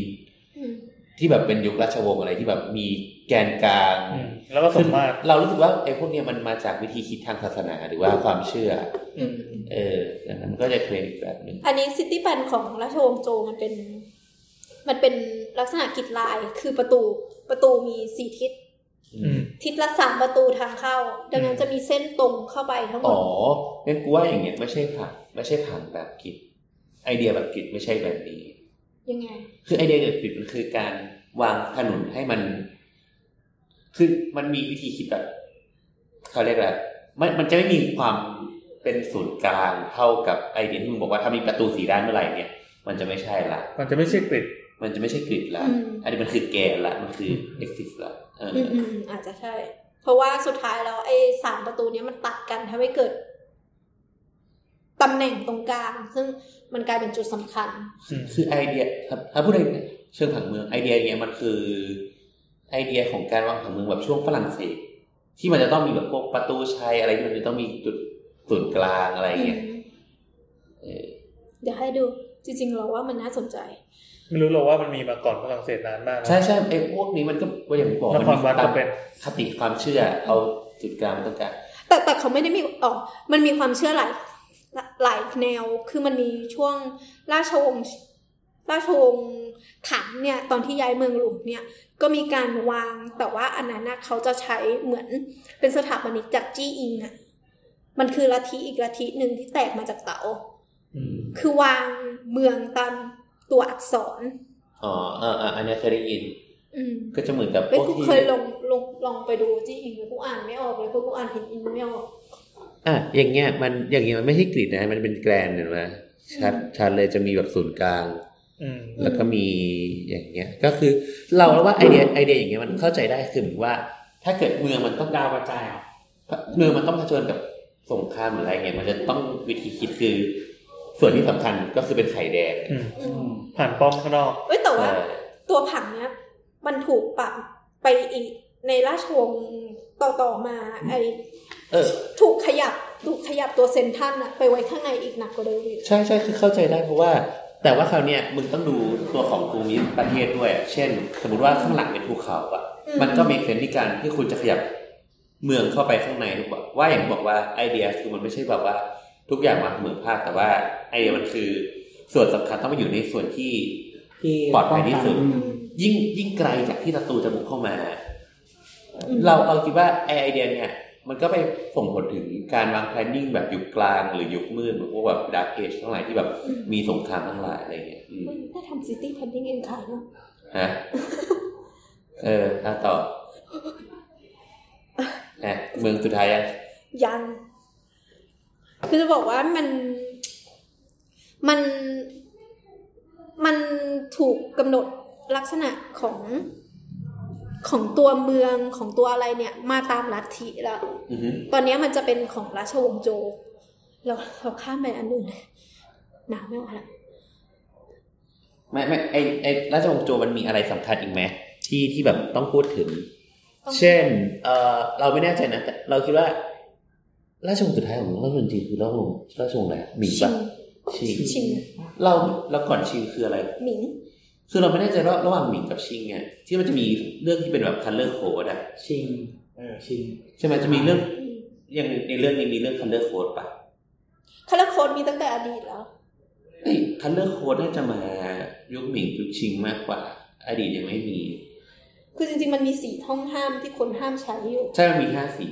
S7: อืม
S2: ที่แบบเป็นยุคราชวงศ์อะไรที่แบบมีแกนกลาง
S3: อืมแล้วก็สมมาตร
S2: เรารู้สึกว่าไอ้พวกเนี้ยมันมาจากวิธีคิดทางศาสนาหรือว่าความเชื่อ
S3: อืม
S2: เออดังนั้นมันก็จะเคลมอีกแบบหนึ่ง
S7: อันนี้ซิตี้ปันของราชวงศ์โจวมันเป็น มันเป็นลักษณะกิจลาย คือประตูประตูมีสี่ทิศ
S3: อืม
S7: ทิศละสามประตูทางเข้า ดังนั้นจะมีเส้นตรงเข้าไปทั้งหม
S2: อ๋
S7: ด
S2: องั้นกูว่าอย่างเงี้ยไม่ใช่ผังไม่ใช่ผังแบบกิจไอเดียแบบกิจไม่ใช่แบบนี้
S7: ยังไง
S2: คือไอเดียแบบกิจมันคือการวางถนนให้มัน คือมันมีวิธีคิดแบบเขาเรียกอะไรมันมันจะไม่มีความเป็นศูนย์กลางเท่ากับไอเดียที่มึงบอกว่าถ้ามีประตูสีด้านเมื่อไหร่เนี่ย มันจะไม่ใช่ละ
S3: มันจะไม่ใช่กริด
S2: มันจะไม่ใช่กริดละ
S7: อืม
S2: อันนี้มันคือแกนละมันคือเอ็กซิสละเอออ
S7: อืมอืมอาจจะใช่ เพราะว่าสุดท้ายแล้วไอ้สามประตูเนี้ยมันตัดกันทำให้เกิดตำแหน่งตรงกลาง ซึ่งมันกลายเป็นจุดสำคัญ
S3: อืม
S2: คือไอเดียถ้าถ้าพูดในเชิงผังเมืองไอเดียอย่างเงี้ยมันคือ ไอเดียของการวางผังเมืองแบบช่วงฝรั่งเศส ที่มันจะต้องมีแบบพวกประตูชัยอะไรที่มันจะต้องมีจุดศูนย์กลางอะไรเงี้ย
S7: อืม
S2: เออ
S7: เดี๋ยวให้ดู จริงๆ เราว่ามันน่าสนใจ
S3: ไม่รู้เราว่ามันมีมาก่อนฝรั่งเศสนานมากนะ
S2: ใช่ใช่ไอพวกนี้มันก็ว่าอย่างที่บอก
S3: น
S2: มัน
S3: คร
S2: มี
S3: วัด
S2: ตา
S3: ก็
S2: ม
S3: เป็น
S2: คติความเชื่อ เอาจุดกลางมาต้องการ
S7: แต่แต่เขาไม่ได้มีอ๋อมันมีความเชื่อหลายหลายแนว คือมันมีช่วงราชวงศ์ราชวงศ์ถังเนี่ย ตอนที่ย้ายเมืองหลวงเนี่ย ก็มีการวาง แต่ว่าอันนั้นน่ะเขาจะใช้เหมือนเป็นสถาปนิกจากจี้อิงอะมันคือลัทธิอีกลัทธิหนึ่งที่แตกมาจากเต๋า
S3: อืม
S7: คือวางเมืองตามตัวอักษร
S2: อ๋อเออเอออันนี้เคยได้ยิน
S7: อืม
S2: ก็จะเหมือนกับพ
S7: เฮ้ยว
S2: ก
S7: กู
S2: ที่
S7: เคยลองลองลองไปดูจี้อิงกูอ่านไม่ออกเลยเพราะกูอ่านอินอินไม่ออก
S2: อ่ะอย่างเงี้ยมันอย่างเงี้ยมันไม่ใช่กริดนะมันเป็นแกรนเห็นไหมชัดชัดเลยจะมีแบบศูนย์กลาง
S3: อืม
S2: แล้วก็มีอย่างเงี้ย ก็คือเราว่าไอเดียไอเดียอย่างเงี้ยมันเข้าใจได้คือเหมือนว่า ถ้าเกิดเมืองมันต้อง
S4: ดาวกระจายเหรอ
S2: เมืองมันต้องเผชิญกับสงครามหรืออะไรเงี้ยมันจะต้องวิธีคิดคือ ส่วนที่สำคัญก็คือเป็นไข่แดง
S3: อืม
S7: อื
S4: อื
S7: ม
S4: ม
S3: ผ่านป้อมข้างนอก
S7: เอ้ยแต่ว่า
S2: เออ
S7: ตัวผังเนี้ยมันถูกปรับไปอีกในราชวงศ์ต่อๆมาไอ
S2: เออ
S7: ถูกขยับถูกขยับตัวเซนทรันอะไปไว้ข้างในอีกหนักกว่าเดิมอีก
S2: ใช่ใช่คือเข้าใจได้เพราะว่า แต่ว่าคราวเนี้ยมึงต้องดูตัวของภูมิประเทศด้วยอะเช่น สมมติว่าข้างหลังเป็นภูเขาอะ
S7: อื
S2: มันก็มีเซนที่การที่คุณจะขยับเมืองเข้าไปข้างในถูกปะว่าอย่างที่บอกว่าไอเดียคือมันไม่ใช่แบบว่า ทุกอย่างมาเหมือนภาพแต่ว่าไอเดียมันคือส่วนสำคัญต้องมาอยู่ในส่วนที่
S4: ที่
S2: ปลอดภัยที่สุด
S4: อืม
S2: ยิ่งยิ่งไกลจากที่ศัตรูจะบุกเข้ามา
S7: อืม
S2: เราเราคิดว่าไอไอเดียเนี่ย มันก็ไปส่งผลถึงการวางแพลนนิ่งแบบยุคกลางหรือยุคมืดหรือพวกแบบดาร์กเอจทั้งหลายที่แบบมีสงครามทั้งหลายอะไรเงี้ยอืม
S7: มันได้ทำซิตี้แพนดิ้งเองขายเนาะ
S2: ฮะเอออ่ะต่ออ่ะเมืองสุดท้ายยัง
S7: ยัง คือจะบอกว่ามันมันมันถูกกำหนดลักษณะของของตัวเมืองของตัวอะไรเนี่ย มาตามลัทธิแล้ว
S2: อือฮึ
S7: ตอนเนี้ยมันจะเป็นของราชวงศ์โจวเราเราข้ามไปอันอื่นหนาวไม่ไหวละ
S2: ไม่ไม่ไอไอราชวงศ์โจวมันมีอะไรสำคัญอีกไหมที่ที่แบบต้องพูดถึง
S7: ต้อง
S2: เช่น เออเราไม่แน่ใจนะแต่เราคิดว่า ราชวงศ์สุดท้ายของราชวงศ์จีนคือราชวงศ์ราชวงศ์อะไรหมิง
S7: ชิ
S2: ปะ
S7: ง
S2: ชิง
S7: ชิง
S2: เราเราก่อนชิงคืออะไร
S7: หมิง
S2: คือเราไม่แน่ใจว่าระหว่างหมิงกับชิงเนี่ยที่มันจะมีเรื่องที่เป็นแบบคันเลอร์โคดอะ
S4: ชิงเออชิง
S2: ใช่ไหมจะมีเรื่องอย่างในเรื่องนี้มีเรื่องคันเลอร์โคดปะ
S7: คาราโคดมีตั้งแต่อดีตแล้ว
S2: เอ้ยคันเลอร์โคดน่าจะมายุคหมิงยุคชิงมากกว่า อดีตยังไม่มี
S7: คือจริงๆมันมีสีท่องห้ามที่คนห้ามใช้อยู่
S2: ใช่มันมีห้าสี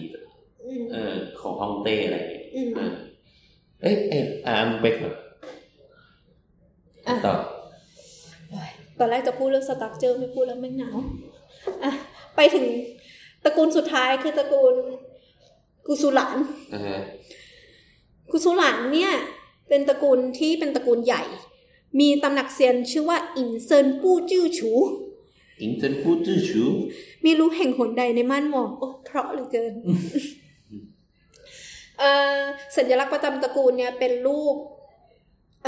S7: อืม
S2: เออของฮองเต้อะไรอย่างเงี้ย
S7: อืม
S2: เออเอ้ยเอ้ยอ่ามึงไปก่อน
S7: อ่ะ
S2: ต่อ
S7: ตอนแรกจะพูดเรื่องสตั๊กเจอไม่พูดแล้วไม่งหนาวอ่ะไปถึงตระกูลสุดท้ายคือตระกูลกุสุหลาน
S2: อ่าฮะ
S7: กุสุหลานเนี่ยเป็นตระกูลที่เป็นตระกูลใหญ่ มีตำหนักเซียนชื่อว่าอินเซินปู้จื้อฉู
S2: อิงเซนพูดจื้อชู
S7: มีรู้แห่งหนใดในม่านหมอกโอ้เพราะเหลือเกินเอ่อสัญลักษณ์ประจำตระกูลเนี่ยเป็นรูป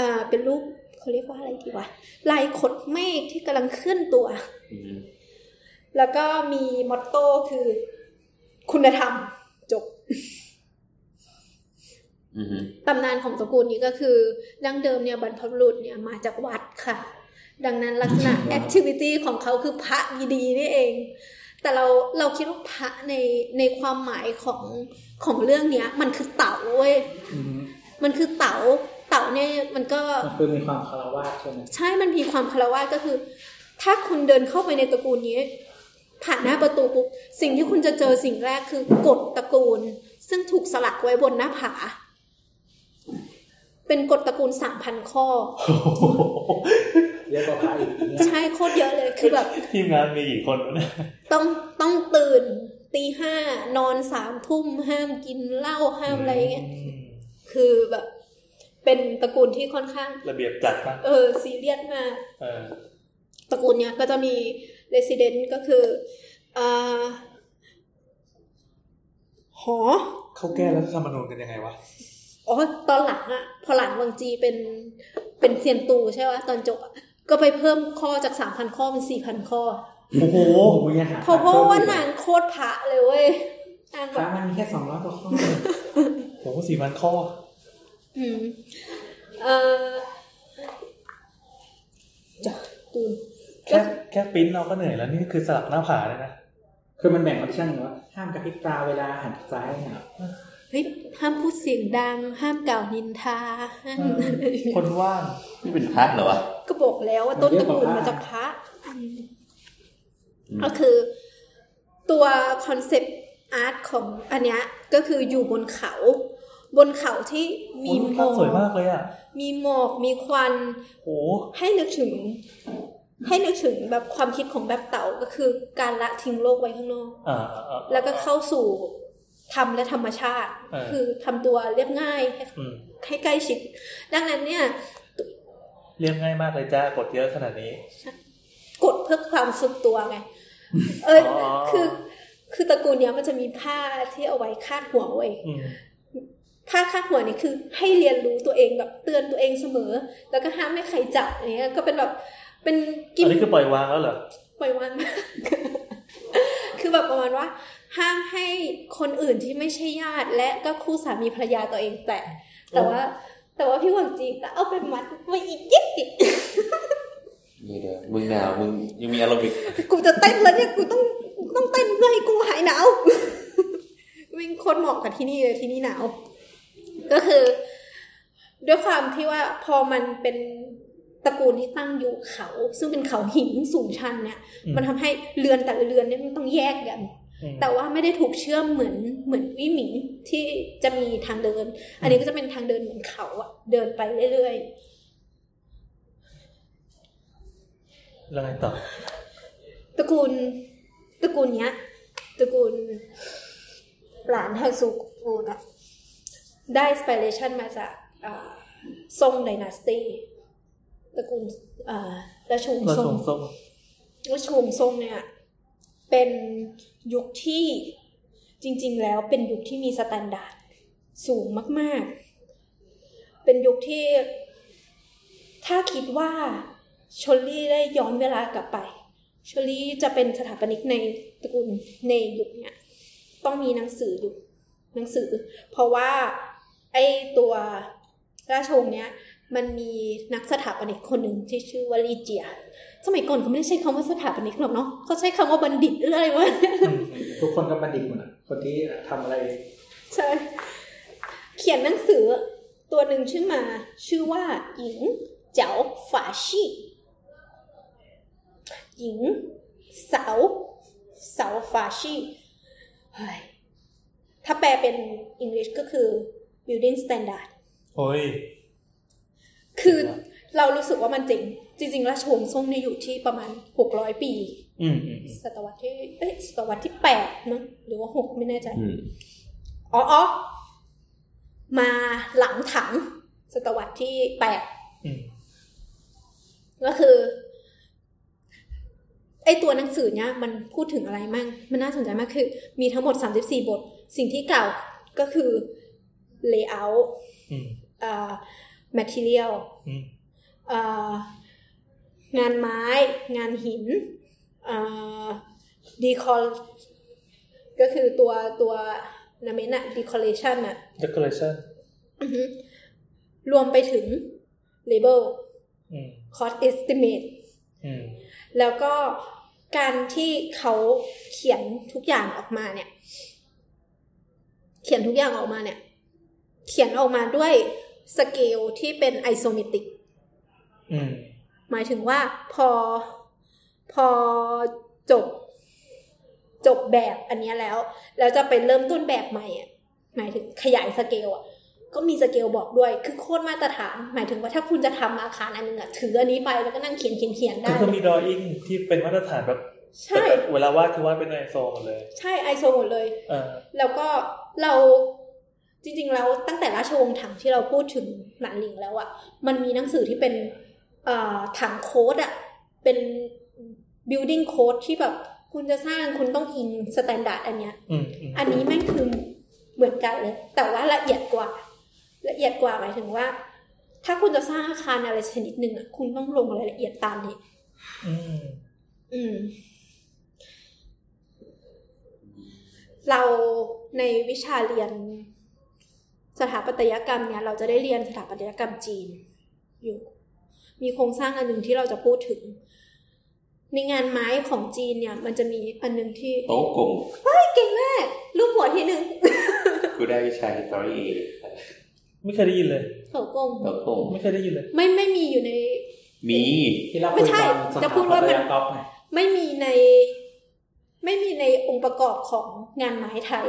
S7: อ่าเป็นรูปเขาเรียกว่าอะไรดีวะลายขดเมฆที่กำลังเคลื่อนตัว
S2: อืม
S7: แล้วก็มีมอตโต้คือ คุณธรรมจบ
S2: อืม
S7: ตำนานของตระกูลนี้ก็คือ ดั้งเดิมเนี่ยบรรพบุรุษเนี่ยมาจากวัดค่ะ ดังนั้นลักษณะ activity ของเขาคือพระดีๆนี่เอง แต่เราเราคิดว่าพระในในความหมายของของเรื่องเนี้ย มันคือเต๋าเว้ย
S4: อืม
S7: มันคือเต๋าเต๋าเนี่ยมันก็
S4: ก็คือมีความคารวะใช่ไหม
S7: ใช่มันมีความคารวะก็คือ ถ้าคุณเดินเข้าไปในตระกูลนี้ ผ่านหน้าประตูปุ๊บสิ่งที่คุณจะเจอสิ่งแรกคือกฎตระกูล ซึ่งถูกสลักไว้บนหน้าผา เป็นกฎตระกูลสามพันข้อ
S4: เรียกว่าพระอีกเนี่ย
S7: ใช่โคตรเยอะเลยคือแบบ
S3: ทีมงานมีกี่คนวะเนี่ย
S7: ต้องต้องตื่นตีห้านอนสามทุ่มห้ามกินเหล้าห้ามอะไรอย่างเงี้ยคือแบบ เป็นตระกูลที่ค่อนข้าง
S3: ระเบียบจัดปะ
S7: เออซีเรียสมาก
S3: เออ
S7: ตระกูลเนี้ยก็จะมีเรส i เดนต์ก็คือเอ่อหอ
S3: เขาแก้รัฐธรรมนูญกันยังไงวะ
S7: อ๋อ ตอนหลังอะพอหลังวังจีเป็นเป็นเซียนตูใช่ไหมตอนจบอะก็ไปเพิ่มข้อจากสามพันข้อเป็นสี่พันข้อ
S3: โอ้โห
S4: โอ้โหเนี่ยห
S7: เพราะเพราะว่านางโคตรพระเลยเว้ยนาง
S4: พ
S7: แบ
S4: ระ
S7: บ
S4: มันมีแค่สองร้อยกว่าข้อ
S3: โอ้โหสี่พันข้อ
S7: อืมเออจะดู
S3: แค่แค่ปริ้นเราก็เหนื่อยแล้วนี่คือสลักหน้าผาเลยนะ
S4: คือมันแบ่งออปชั่นว่าห้ามกระพริบตาเวลาหันซ้ายเนี่ย
S7: เฮ้ยห้ามพูดเสียงดัง ห้ามกล่าวนินทาห้าม
S4: อืม
S3: คนว่าง
S2: นี่เป็นพาร์ทเหรอวะ
S7: ก็บอกแล้วว่าต้นตระกูลมาจากพระ
S2: อืม
S7: ก็คือตัวคอนเซปต์อาร์ตของอันเนี้ยก็คืออยู่บนเขา บนเขาที่มี
S3: โอ้ย
S7: หม
S3: ภา
S7: อ
S3: พ
S7: ก
S3: สวยมากเลยอ่ะ
S7: มีหมอกมีควัน
S3: โอ้
S7: ให้นึกถึง ให้นึกถึงแบบความคิดของแบบเต่าก็คือการละทิ้งโลกไว้ข้างนอก
S3: อ่าอ่าอ่า
S7: แล้วก็เข้าสู่ธรรมและธรรมชาติ
S3: เออ
S7: คือทำตัวเรียบง่ายให้
S3: อืม
S7: ให้ใกล้ชิด ดังนั้นเนี่ย
S3: เรียบง่ายมากเลยจ้ากดเยอะขนาดนี้
S7: กดเพื่อความสุขตัวไง เอย
S3: อ๋อ
S7: คือ คือตระกูลเนี้ยมันจะมีผ้าที่เอาไว้คาดหัวเว้ย
S3: อืม
S7: ผ้าคาดหัวนี่คือให้เรียนรู้ตัวเองแบบเตือนตัวเองเสมอ แล้วก็ห้ามให้ใครจับอะไรเงี้ยก็เป็นแบบเป็นกิ
S3: อั
S7: ม
S3: นนี้คือปล่อยวางแล้วเหรอ
S7: ปล่อยวางมาก คือแบบประมาณว่า ห้ามให้คนอื่นที่ไม่ใช่ญาติ และก็คู่สามีภรรยาตัวเองแตะแต่ว่า แต่ว่าพี่หวังจีก็เอาไปมัดไว้อีกยิบอีก
S2: เดี๋ยวเดี๋ยวมึงหนาวมึงยังมีอารมณ์อีก
S7: กูจะเต้นแล้วเนี่ยกูต้องต้องเต้นเพื่อให้กูหายหนาว วิ่งคนเหมาะกับที่นี่เลยที่นี่หนาว ก็คือ ด้วยความที่ว่าพอมันเป็นตระกูลที่ตั้งอยู่เขา ซึ่งเป็นเขาหินสูงชันเนี่ย มันทำให้เรือนแต่ละเรือนเนี่ยมันต้องแยกกัน
S3: อืม
S7: แต่ว่าไม่ได้ถูกเชื่อมเหมือนเหมือนวิหมิงที่จะมีทางเดิน อันนี้ก็จะเป็นทางเดินเหมือนเขาอะเดินไปเรื่อย
S3: แล้วไงต่อ
S7: ๆตระกูลตระกูลเนี้ยตระกูล หลานฮาซุกูนะได้สปิเรชันมาจากอ่าซงไดนาสตีตระกูลอ่าราชวงศ์
S3: เรา
S7: ซ
S3: ส่
S7: ง
S3: งส่ง
S7: ราชวงศ์ทรงเนี่ย เป็นยุคที่จริง ๆ แล้วเป็นยุคที่มีสแตนดาร์ดสูงมาก ๆ เป็นยุคที่ ถ้าคิดว่าชลลี่ได้ย้อนเวลากลับไป ชลลี่จะเป็นสถาปนิกในตระกูลในยุคเนี่ยต้องมีหนังสืออยู่หนังสือ เพราะว่าไอตัวราชวงศ์เนี้ยมันมีนักสถาปนิกคนหนึ่งที่ชื่อว่าลีเจีย สมัยก่อนเขาไม่ได้ใช้คำว่าสถาปนิกหรอกเนาะเขาใช้คำว่าบัณฑิตหรืออะไร วะ
S4: ทุกคนก็บัณฑิตหมดอะคนที่ทำอะไร
S7: ใช่เขียนหนังสือตัวหนึ่งชื่อมา ชื่อว่าหญิงเจ๋าฝาชีหญิงเสาวสาวฝาชีเฮ้ยถ้าแปลเป็นอังกฤษก็คือ building standard
S3: โอ้ย
S7: คือเรารู้สึกว่ามันจริง จริง ๆ ราชวงศ์ซ่งเนี่ยอยู่ที่ประมาณ 600 ปี
S3: อืมอืมอืม
S7: ศตวรรษที่เอ้ยศตวรรษที่แปดมั้งหรือว่าหกไม่แน่ใจ
S2: อืม
S7: อ๋ออ๋อมาหลังถัง ศตวรรษที่แปด
S3: อืม
S7: ก็คือ ไอตัวหนังสือเนี่ยมันพูดถึงอะไรมั่งมันน่าสนใจมากคือ มีทั้งหมด 34 บท สิ่งที่เกล่าวก็คือ layout
S3: อืม
S7: เอ่อ material
S3: อืม
S7: เอ่องานไม้ งานหินเอ่อ decor ก็คือตัวตัวนาเมนอะ decoration อะ
S3: decoration
S7: อือฮึรวมไปถึง label
S3: อืม
S7: cost estimate
S3: อืม
S7: แล้วก็การที่เขาเขียนทุกอย่างออกมาเนี่ย เขียนทุกอย่างออกมาเนี่ย เขียนออกมาด้วยสเกลที่เป็นไอโซเมตริก
S3: อืม
S7: หมายถึงว่าพอพอจบ จบแบบอันเนี้ยแล้ว แล้วจะไปเริ่มต้นแบบใหม่อ่ะหมายถึงขยายสเกลอ่ะ ก็มีสเกลบอกด้วยคือโคตรมาตรฐาน หมายถึงว่าถ้าคุณจะทำอาคารอันนึงอ่ะถืออันนี้ไปแล้วก็นั่งเขียนเขียนเขียนได้
S3: คือเขามี drawing ที่เป็นมาตรฐานแบบ
S7: ใช่
S3: แต่เวลาวาดคือวาดเป็นไอโซหมดเลย
S7: ใช่ไอโซหมดเลย
S3: เออ
S7: แล้วก็เราจริงๆแล้วตั้งแต่ราชวงศ์ถังที่เราพูดถึงหนันหลิงแล้วอะ่ะ มันมีหนังสือที่เป็นเอ่อถังโค้ดอะ่ะ เป็น building code ที่แบบคุณจะสร้างคุณต้องอิงสแตนดาร์ดอันเนี้ย
S3: อืมอืม
S7: อันนี้แม่งคือเหมือนกันเลย แต่ว่าละเอียดกว่า ละเอียดกว่าหมายถึงว่า ถ้าคุณจะสร้างอาคารอะไรชนิดหนึ่งอะ่ะ คุณต้องลงรายละเอียดตามนี้
S3: อืม
S7: อืม เราในวิชาเรียนสถาปัตยกรรมเนี่ย เราจะได้เรียนสถาปัตยกรรมจีนอยู่ มีโครงสร้างอันหนึ่งที่เราจะพูดถึง ในงานไม้ของจีนเนี่ย มันจะมีอันหนึ่งที่
S1: โต๊ะกลม
S7: เก่งมากรูปหัวทีหนึ่ง
S1: กูได้วิชา history
S3: ไม่เคยได้ยินเลย
S7: เขากง
S1: โต๊ะกลม
S3: ไม่เคยได้ยินเลย
S7: ไม่ไม่มีอยู่ใน
S1: มี
S4: ที่เรา
S7: ไม่
S4: คุย
S7: ใช่
S4: ตอนสถา
S7: จะพูดว่า
S4: ปัต
S7: มั
S4: ย
S7: น
S4: กรรมไง
S7: ไม่มีใน ไม่มีในองค์ประกอบของงานไม้ไทย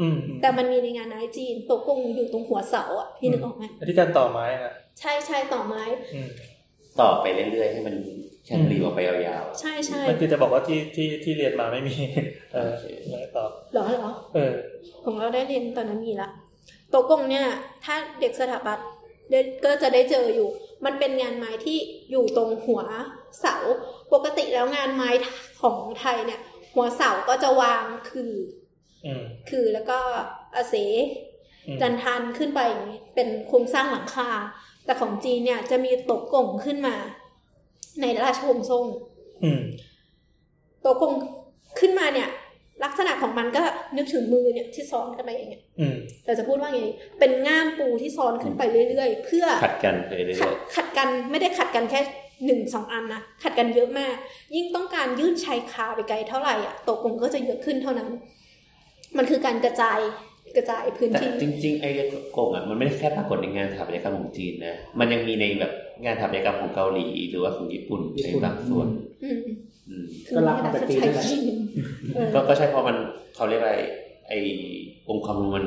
S3: อืม
S7: แต่มันมีในงานไม้จีนโตะกงอยู่ตรงหัวเสาอ่ะพี่นึกออกไหม
S3: อธิการต่อไม้นะ
S7: ใช่ใช่ต่อไม้
S3: อืม
S2: ต่อไปเรื่อยๆให้มันแชนเดอลียร์ออกไปยาว
S7: ใช่ใช่
S3: มันคือจะบอกว่าที่ที่ที่เรียนมาไม่มี เออไม่ต่อ
S7: เหรอเหรอ
S3: เออ
S7: ของเราได้เรียนตอนนั้นมีละโตะกงเนี่ย ถ้าเด็กสถาปัตย์ได้ก็จะได้เจออยู่ มันเป็นงานไม้ที่อยู่ตรงหัวเสา ปกติแล้วงานไม้ของไทยเนี่ย หัวเสาก็จะวางคือ
S3: อืม
S7: คือแล้วก็อาเส
S3: อืม
S7: จันทันขึ้นไปอย่างนี้เป็นโครงสร้างหลังคา แต่ของจีนเนี่ยจะมีโตะกงขึ้นมา ในราชวงศ์ซ่ง
S3: อืม
S7: ตัวกงขึ้นมาเนี่ย ลักษณะของมันก็นึกถึงมือเนี่ยที่ซ้อนกันไปอย่างเงี้ย
S3: อืม
S7: เราจะพูดว่าไงเป็นง่ามปูที่ซ้อนขึ้นไปเรื่อยๆ เพื่อ
S2: ๆขัดกันไปเรื่
S7: ขัด
S2: อย
S7: ขัดกันไม่ได้ขัดกันแค่หนึ่งสองอันนะขัดกันเยอะมาก ยิ่งต้องการยื่นชายคาไปไกลเท่าไหร่อ่ะตัวกงก็จะเยอะขึ้นเท่านั้น มันคือการกระจายกระจายพื้
S2: ๆ
S7: น
S2: แต่
S7: ที่
S2: จริงๆไอเดียโกงอ่ะมันไม่ได้แค่ปรากฏในงานสถาปัตยกรรมของจีนนะมันยังมีในแบบงานสถาปัตยกรรมของเกาหลี หรือว่าของญี่ปุ่นในบางส่วน
S7: อืม
S2: อืม
S7: คือ
S4: ก็รับมาจากจีนนั่นแหละ
S7: ใช้จีนเออ
S2: ก็ก็ใช่เพราะมันเขาเรียกอะไรไอองค์ความรู้มัน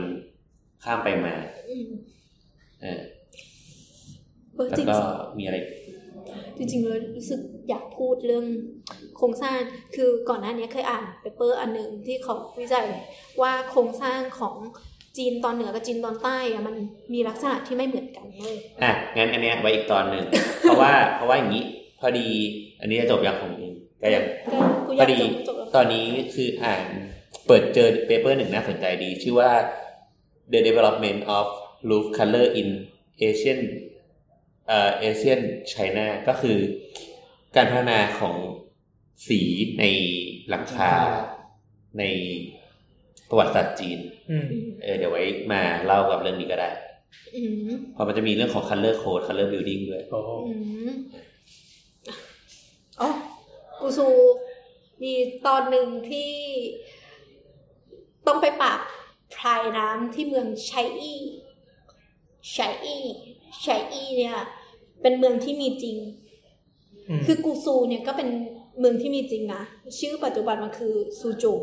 S2: ข้ามไปมา
S7: อืม
S2: เออ
S7: เออจ
S2: แล้
S7: ริ
S2: ว
S7: ง
S2: ก็
S7: สิ
S2: มีอะไร
S7: จริงๆแล้วรู้สึกอยากพูดเรื่องโครงสร้าง คือก่อนหน้านี้เคยอ่านเปเปอร์อันหนึ่งที่เขาวิจัยว่าโครงสร้างของจีนตอนเหนือกับจีนตอนใต้อะมันมีลักษณะที่ไม่เหมือนกันเลย
S2: อ่ะ งั้นอันเนี้ยไว้อีกตอนหนึ่ง เพราะว่าเพราะว่าอย่างนี้ พอดี อันนี้จะจบยังของก็ยัง
S7: ก็กูอยาก
S2: พอดี
S7: จบจบแล้ว
S2: ตอนนี้คืออ่านเปิดเจอเปเปอร์หนึ่งน่าสนใจดี ชื่อว่า The Development of Roof Color in Asian เอ่อ Asian China ก็คือการพัฒนาของสีในหลังคาในประวัติศาสตร์จีน
S3: อืม
S7: อืม
S2: เออเดี๋ยวไว้มาเล่ากับเรื่องนี้ก็ได้
S7: อืม
S2: เพราะมันจะมีเรื่องของ color code color building ด้วย
S3: โอ้โห
S7: อืมอ๋อกูซูมีตอนหนึ่งที่ต้องไปปราบพรายน้ำที่เมืองไชอี้ ไชอี้ไชอี้เนี่ย เป็นเมืองที่มีจริง
S3: อืม
S7: คือกูซูเนี่ยก็เป็นเมืองที่มีจริงนะ ชื่อปัจจุบันมันคือซูโจว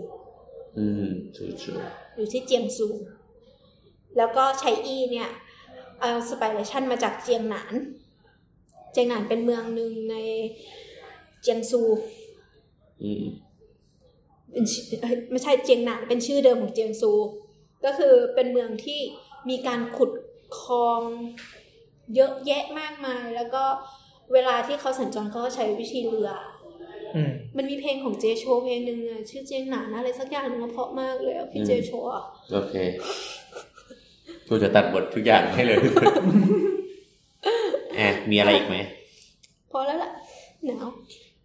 S2: อืมถูกถูก
S7: อยู่ที่เจียงซู แล้วก็ไชอี้เนี่ยเอาสไปเรชันมาจากเจียงหนาน เจียงหนานเป็นเมืองหนึ่งในเจียงซู
S2: อืม
S7: เป็นชื่อเอ้ยไม่ใช่เจียงหนานเป็นชื่อเดิมของเจียงซู ก็คือเป็นเมืองที่มีการขุดคลองเยอะแยะมากมาย แล้วก็เวลาที่เขาสัญจรเขาก็ใช้วิธีเรือ
S3: อืม
S7: มันมีเพลงของเจโชว์เพลงหนึ่งอะชื่อเจียงหนานอะไรสักอย่างหนึงอะเพราะมากเลยอะพี่
S2: อืม
S7: เจโชว์อะ
S2: โอเคกูจะตัดบททุกอย่างให้เลย แอะมีอะไรอีกไหม
S7: พอแล้วล่ะหนาว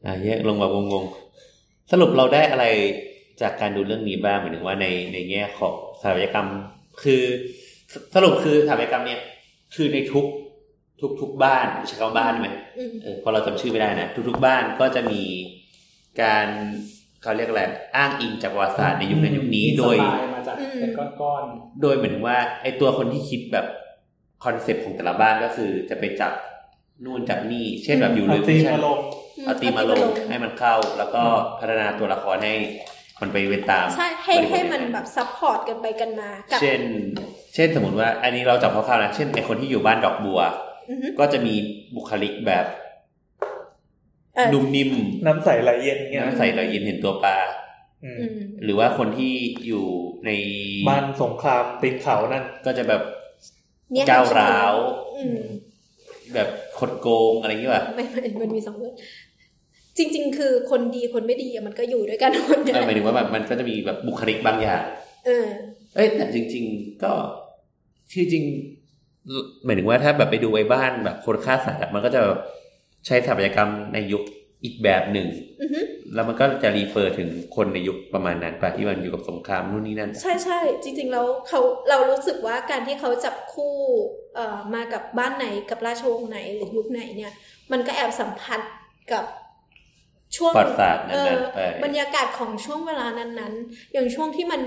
S2: อ่ะแยกลงแบบงงๆ สรุปเราได้อะไรจากการดูเรื่องนี้บ้างหมายถึงว่าในในแง่ของสถาปัตยกรรม คือสสรุปคือสถาปัตยกรรมเนี่ย คือในทุกทุกทุกบ้านใช้คำว่าบ้านได้ไหม
S7: อืม
S2: เออพอเราจำชื่อไม่ได้นะ ทุกๆบ้านก็จะมีการเขาเรียกอะไรอ้างอิงจากประวัติศาสตร์ในยุคนั้นยุคนี้โดย
S4: สไตล์มาจากเป็นก้อน
S2: โดยเหมือนว่าไอตัวคนที่คิดแบบคอนเซปต์ของแต่ละบ้านก็คือจะไปจับนู่นจับนี่ เช่นแบบอยู่
S3: เอา
S2: ลึก
S3: ธีม
S2: ใช่
S3: มาลง
S2: เอาตีมมาลงให้มันเข้า แล้วก็พัฒนาตัวละครให้มันไปไปตาม
S7: ใช่ให้ให้
S2: บริ
S7: มั
S2: บท
S7: นแบบซัพพอร์ตกันไปกันมากับ
S2: เช่น เช่นสมมติว่า อันนี้เราจับคร่าวๆนะเช่นไอคนที่อยู่บ้านดอกบัว
S7: อือฮึ
S2: ก็จะมีบุคลิกแบบ
S7: เออ
S2: นุ่มนิ่ม
S3: น้ำใสไหลเย็นเงี้ย
S2: น้ำใส่เรายินเห็นตัวปลา
S3: อืม
S7: อืม
S2: หรือว่าคนที่อยู่ใน
S3: บ้านสงครามตีนเขานั่น
S2: ก็จะแบบ
S7: เนี่ย
S2: เจ้าร้าว
S7: อืม
S2: แบบคดโกงอะไรอย่างเงี้ยป่ะ
S7: ไม่ไม่มันมีสองเรื่องจริง ๆ คือคนดีคนไม่ดีอะมันก็อยู่ด้วยกันหมด
S2: เออหมา
S7: เลย
S2: ยถึงว่าแบบมันก็จะมีแบบบุคลิกบางอย่าง
S7: เออ
S2: เอ้ยแต่จริง ๆ ก็ชื่อจริงหมายถึงว่าถ้าแบบไปดูไอ้บ้านแบบคนฆ่าสัตว์อะมันก็จะแบบใช้สถาปัตยกรรมในยุคอีกแบบหนึ่ง
S7: อือฮึ
S2: แล้วมันก็จะรีเฟอร์ถึงคนในยุคประมาณนั้นป่ะที่มันอยู่กับสงครามนู่นนี่นั่น
S7: ใช่ใช่จริง ๆ แล้วเขาเรารู้สึกว่าการที่เขาจับคู่เอ่อมากับบ้านไหนกับราชวงศ์ไหนหรือยุคไหนเนี่ย มันก็แอบสัมผัสกับช่วง
S2: ประวัติศาสตร์นั้นๆ
S7: เออ
S2: ไป
S7: บรรยากาศของช่วงเวลานั้นๆ อย่างช่วงที่มัน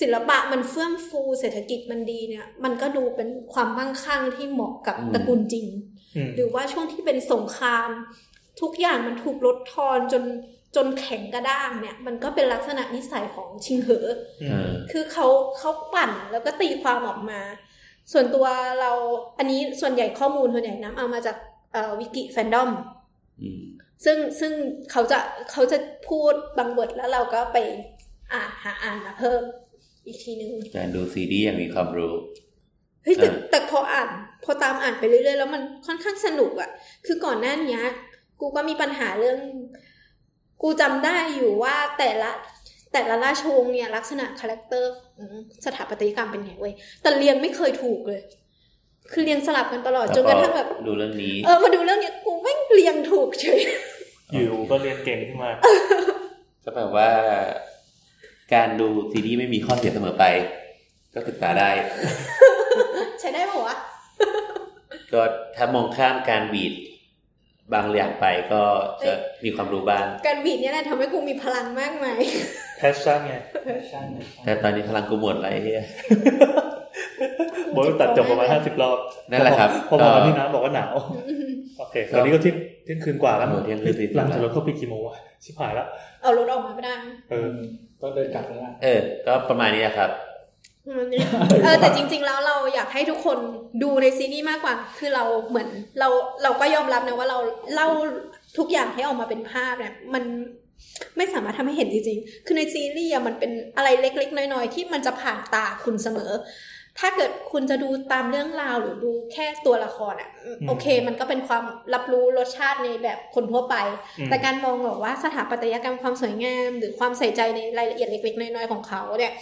S7: ศิลปะมันเฟื่องฟูเศรษฐกิจมันดีเนี่ย มันก็ดูเป็นความมั่งคั่งที่เหมาะกับตระกูลจริง
S3: อืม
S7: หรือว่าช่วงที่เป็นสงคราม ทุกอย่างมันถูกลดทอนจนจนแข็งกระด้างเนี่ย มันก็เป็นลักษณะนิสัยของชิงเหอ
S2: เออ
S7: คือเขาเขาปั่นแล้วก็ตีความออกมา ส่วนตัวเราอันนี้ส่วนใหญ่ข้อมูลส่วนใหญ่น้ำเอามาจากเอ่อวิกิแฟนดอม
S2: อืม
S7: ซึ่งซึ่งเขาจะเขาจะพูดบางบทแล้วเราก็ไปอ่านหาอ่านมาเพิ่มอีกทีนึง
S2: การดูซีรีส์อย่างมีความรู้
S7: เฮ้ยแต่
S2: อ่า
S7: แต่พออ่านพอตามอ่านไปเรื่อยๆ แล้วมันค่อนข้างสนุกอะคือก่อนหน้าเนี้ย กูก็มีปัญหาเรื่อง กูจำได้อยู่ว่าแต่ละแต่ละราชวงศ์เนี่ยลักษณะคาแรคเตอร์ของสถาปัตยกรรมเป็นไงเว้ยแต่เรียงไม่เคยถูกเลย คือเรียงสลับกันตลอดจนกระทั่งแบบ
S2: ล้วก็ดูเรื่องนี้
S7: เออมาดูเรื่องเนี้ยกูไม่งเรียงถูกเฉย
S3: อยู่ก็เรียนเก่ง ขึ้นมา
S2: ก็แปลว่า การดูซีรีส์ไม่มีข้อเสียเสมอไป ก็ศึกษาได้
S7: ใช้ได้ปะวะ
S2: ก็ถ้ามองข้ามการบีดบางอย่างไปก็จะมีความรู้บ้าง
S7: การบีดเนี่ยแหละทำให้กูมีพลังมากมาย
S3: แพชชั่นไง
S4: ๆแฟชั่น
S2: แต่ตอนนี้พลังกูหมดแล้วไอ้เหี้ย
S3: โบทตัดจบประมาณห้าสิบรอบ
S2: นั่นแหละครับ
S3: พอมา
S2: ก็
S3: ที่น้ำบอกว่าหนาว โอเค ตอนนี้ก็เที่ยงเที่ยงคืนกว่าแล้ว
S2: โอ้โหเที่ยงคืนสี่สิบ
S3: หลังจากรถเข้าไปกี่โมงวะ ชิบหายละ
S7: เอารถออกมาไม่ได้
S3: เออ
S4: ต้องเดินกลับแล้วนะ
S2: เออ ก็ประมาณนี้แหละครับ
S7: เออ แต่จริงๆแล้วเราอยากให้ทุกคนดูในซีรีส์มากกว่า คือเราเหมือนเราเราก็ยอมรับนะว่าเราเล่าทุกอย่างให้ออกมาเป็นภาพเนี่ยมันไม่สามารถทำให้เห็นจริงๆ คือในซีรีส์อะมันเป็นอะไรเล็ก ๆ น้อยๆ ที่มันจะผ่านตาคุณเสมอ ถ้าเกิดคุณจะดูตามเรื่องราวหรือดูแค่ตัวละครอ่ะอืม
S3: อืม
S7: โอเค มันก็เป็นความรับรู้รสชาติในแบบคนทั่วไป
S3: อืม
S7: แต่การมองแบบว่าสถาปัตยกรรมความสวยงาม หรือความใส่ใจในรายละเอียดเล็กๆ น้อยๆ ของเขาเนี่ย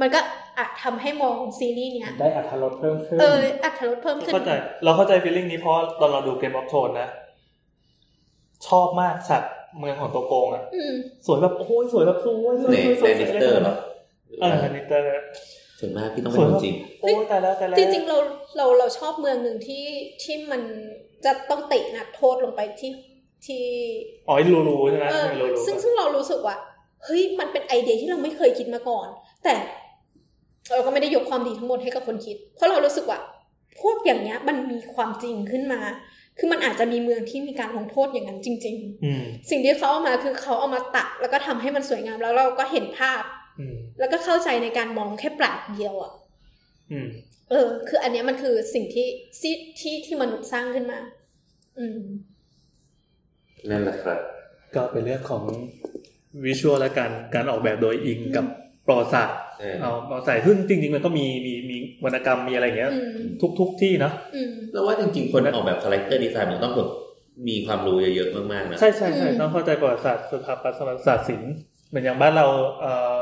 S7: มันก็อาจทำให้มองซีรีส์เนี้ย
S4: ได้อัธรสเพิ่มขึ้น
S7: เอออัตรสเพิ่มขึ้น
S3: เข้าใจ เราเข้าใจฟีลลิ่งนี้เพราะตอนเราดูเกมออฟโทนนะ ชอบมากฉากเมืองของตัวโกงอ่ะ
S7: อืม
S3: สวยแบบโอ้ยสวยแบบสวยสวย
S2: ใน
S3: สวยส
S2: ใน
S3: วย
S2: ดิสเตอร์เหรอ
S3: เออในดิสเตอร์
S2: ส่วนมากพี่ต้องเป็นคนจริง
S3: โอ้ยตายแล้วตายแล้ว
S7: จริงๆเราเราเราชอบเมืองหนึ่งที่ที่มันจะต้องเตะนักโทษลงไปที่ที่
S3: อ๋อไอ้รูรูใช่ไหม
S7: เออ
S3: ไม่รูรู
S7: ซึ่งซึ่งเรารู้สึกว่าเฮ้ยมันเป็นไอเดียที่เราไม่เคยคิดมาก่อน แต่เราก็ไม่ได้ยกความดีทั้งหมดให้กับคนคิด เพราะเรารู้สึกว่า พวกอย่างเนี้ยมันมีความจริงขึ้นมา คือมันอาจจะมีเมืองที่มีการลงโทษอย่างนั้นจริง
S3: อืม
S7: ๆ สิ่งที่เขาเอามาคือเขาเอามาตัดแล้วก็ทำให้มันสวยงามแล้วเราก็เห็นภาพ
S3: อืม
S7: แล้วก็เข้าใจในการมองแค่ปลาดเดียวอะ่ะ
S3: อืม
S7: เออ คืออันเนี้ยมันคือสิ่งที่ที่ที่ที่มนุษย์สร้างขึ้นมา อืม
S2: นั่นแหละครับ
S3: ก็เป็นเรื่องของวิชวลและการการออกแบบโดยอิงกับประวัติศาสตร์
S2: เออ
S3: เอาเอาใส่ซึ่งจริง ๆ มันก็มีมีมีวรรณกรรมมีอะไรอย่างเงี้ย
S7: อืม
S3: ทุกทุกๆที่เนอะ
S7: อืม
S2: แล้วว่าจริง ๆ คนออกแบบคาแรคเตอร์ดีไซน์มันต้องแบบ มีความรู้เยอะๆมากๆนะ
S3: ใช่ใช่ใช่
S10: อืม
S3: ต้องเข้าใจประวัติศาสตร์สถาปัตยศาสตร์ศิลป์เหมือนอย่างบ้านเราเอ่อ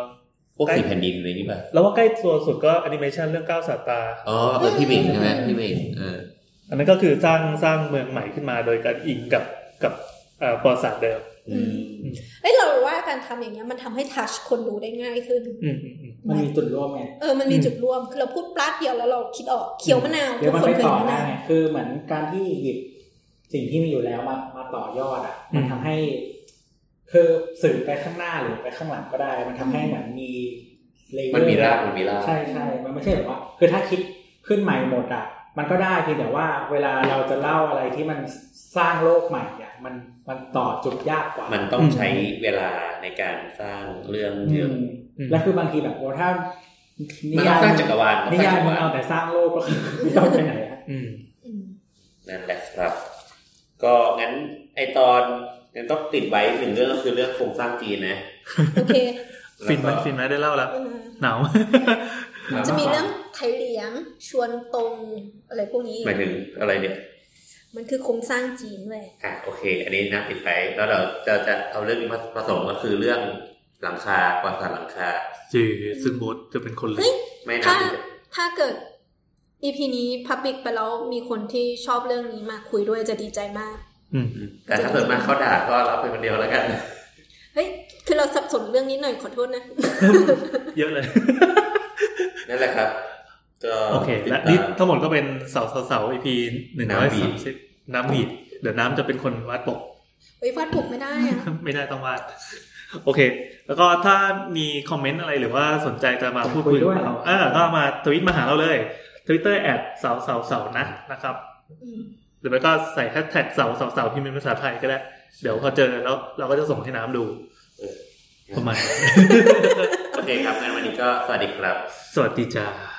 S2: พวกสี่แผ่นดินอะไรนี้ป่ะ
S3: แล้วว่าใกล้ตัวสุดก็แอนิเมชันเรื่องก้าวสายตา
S2: อ๋อเออพี่เมงใช่ไหมพี่เมงเออ
S3: อันนั้นก็คือสร้างสร้างเมืองใหม่ขึ้นมาโดยการอิงกับกับเอ่อประวัติศาสตร์เดิม
S2: อืม
S7: เอ้ยเราว่าการทำอย่างเงี้ยมันทำให้ทัชคนดูได้ง่ายขึ้น
S3: อืมอืมอืม
S4: มันมีจุดร่วมไง
S7: เออ มันมี
S3: อืม
S7: จุดร่วม คือเราพูดปลัดเดียวแล้วเราคิดออก เขียวมะนาว
S4: เดี๋
S7: ทุ
S4: ยว
S7: กคน
S4: มันไม่
S7: เคย
S4: ต่อ
S7: มะ
S4: ได้
S7: นาว
S4: ไงคือเหมือนการที่หยิบสิ่งที่มีอยู่แล้วมามาต่อยอดอ่ะ มัน
S3: อืม
S4: ทำให้ คือสื่อไปข้างหน้าหรือไปข้างหลังก็ได้ มันทำให้เหมือนมีเลเยอร์
S2: มันมีรากมันมีราก
S4: ใช่ใช่มันไม่ใช่แบบว่า คือถ้าคิดขึ้นใหม่หมดอ่ะ มันก็ได้เพียงแต่ว่า เวลาเราจะเล่าอะไรที่มันสร้างโลกใหม่อ่ะมันมันต่อจุดยากกว่า
S2: มันต้องใช้เวลาในการสร้างเรื่อง
S4: อื
S2: เยอะ
S4: มและคือบางทีแบบโอ้ถ้า
S2: มันต้อย
S4: นิาง ย
S2: สร้างจักรวาล
S4: นิ
S2: ต้องสร้าย
S4: า
S2: จักร
S4: งยมั
S2: วา
S4: น
S2: ล
S4: เอาแต่สร้างโลกก็ คือไม่เอาไปไหนอะ
S3: อืม
S2: นั่นแหละครับ ก็งั้นไอตอนยังต้องติดไว้หนึ่งเรื่องก็คือเรื่องโครงสร้างจีนนะ
S7: โอเค
S3: ฟินไหม
S2: แล้วก็
S3: ฟินไหมได้เล่าแล้ว
S7: เออ
S3: หน าว
S7: จะมีเรื่องไทยเหลียง ชวนตรงอะไรพวกนี้
S2: หมายถึงอะไรเนี่ย
S7: มันคือโครงสร้างจีนเว้ย
S2: อ่ะโอเค อันนี้น่าติดไปแล้วเราจะจะเอาเรื่องนี้มาผสมก็คือเรื่องหลังคาประวัติศาสตร์หลังคา
S3: จีซึ่งโบทจะเป็นคนเล็
S7: เฮ้
S3: ก
S7: ย
S2: ไม่น่า
S7: ถ้า
S2: ติด
S7: ถ้าเกิด EP นี้พับบิกไปแล้วมีคนที่ชอบเรื่องนี้มาคุยด้วยจะดีใจมาก
S3: อืม
S2: แต่ถ้าเกิดมาเขาด่าก็รับเป็นคนเดียวแล้วกัน
S7: เฮ้ย คือเราสับสนเรื่องนี้หน่อยขอโทษนะ
S3: เยอะเลย
S2: นั่นแหละครับ ก็
S3: โอเค
S2: ติด
S3: และ
S2: ตาม
S3: นี่ทั้งหมดก็เป็นเสาเสาเสา EP หนึ่งร้อย
S2: น้ำบี
S3: สาม
S2: บ
S3: สิบน้ำบีบเดี๋ยวน้ำจะเป็นคนวาดปก
S7: เฮ้ยฟาดผมไม่ได้อะ
S3: ไม่ได้ต้องวาด โอเค แล้วก็ถ้ามีคอมเมนต์อะไรหรือว่าสนใจจะมาพูดคุยกับเราเออก็มาทวิตมาหาเราเลย Twitter แอดเสาเสาเสานะนะครับ
S7: อืม
S3: หรือไม่ก็ใส่แฮชแท็กเสาเสาเสาพิมพ์เป็นภาษาไทยก็ได้ เดี๋ยวพอเจอแล้วเราก็จะส่งให้น้ำดูประมาณนั้น
S2: โอเคครับงั้นวันนี้ก็สวัสดีครับ
S3: สวัสดีจ้า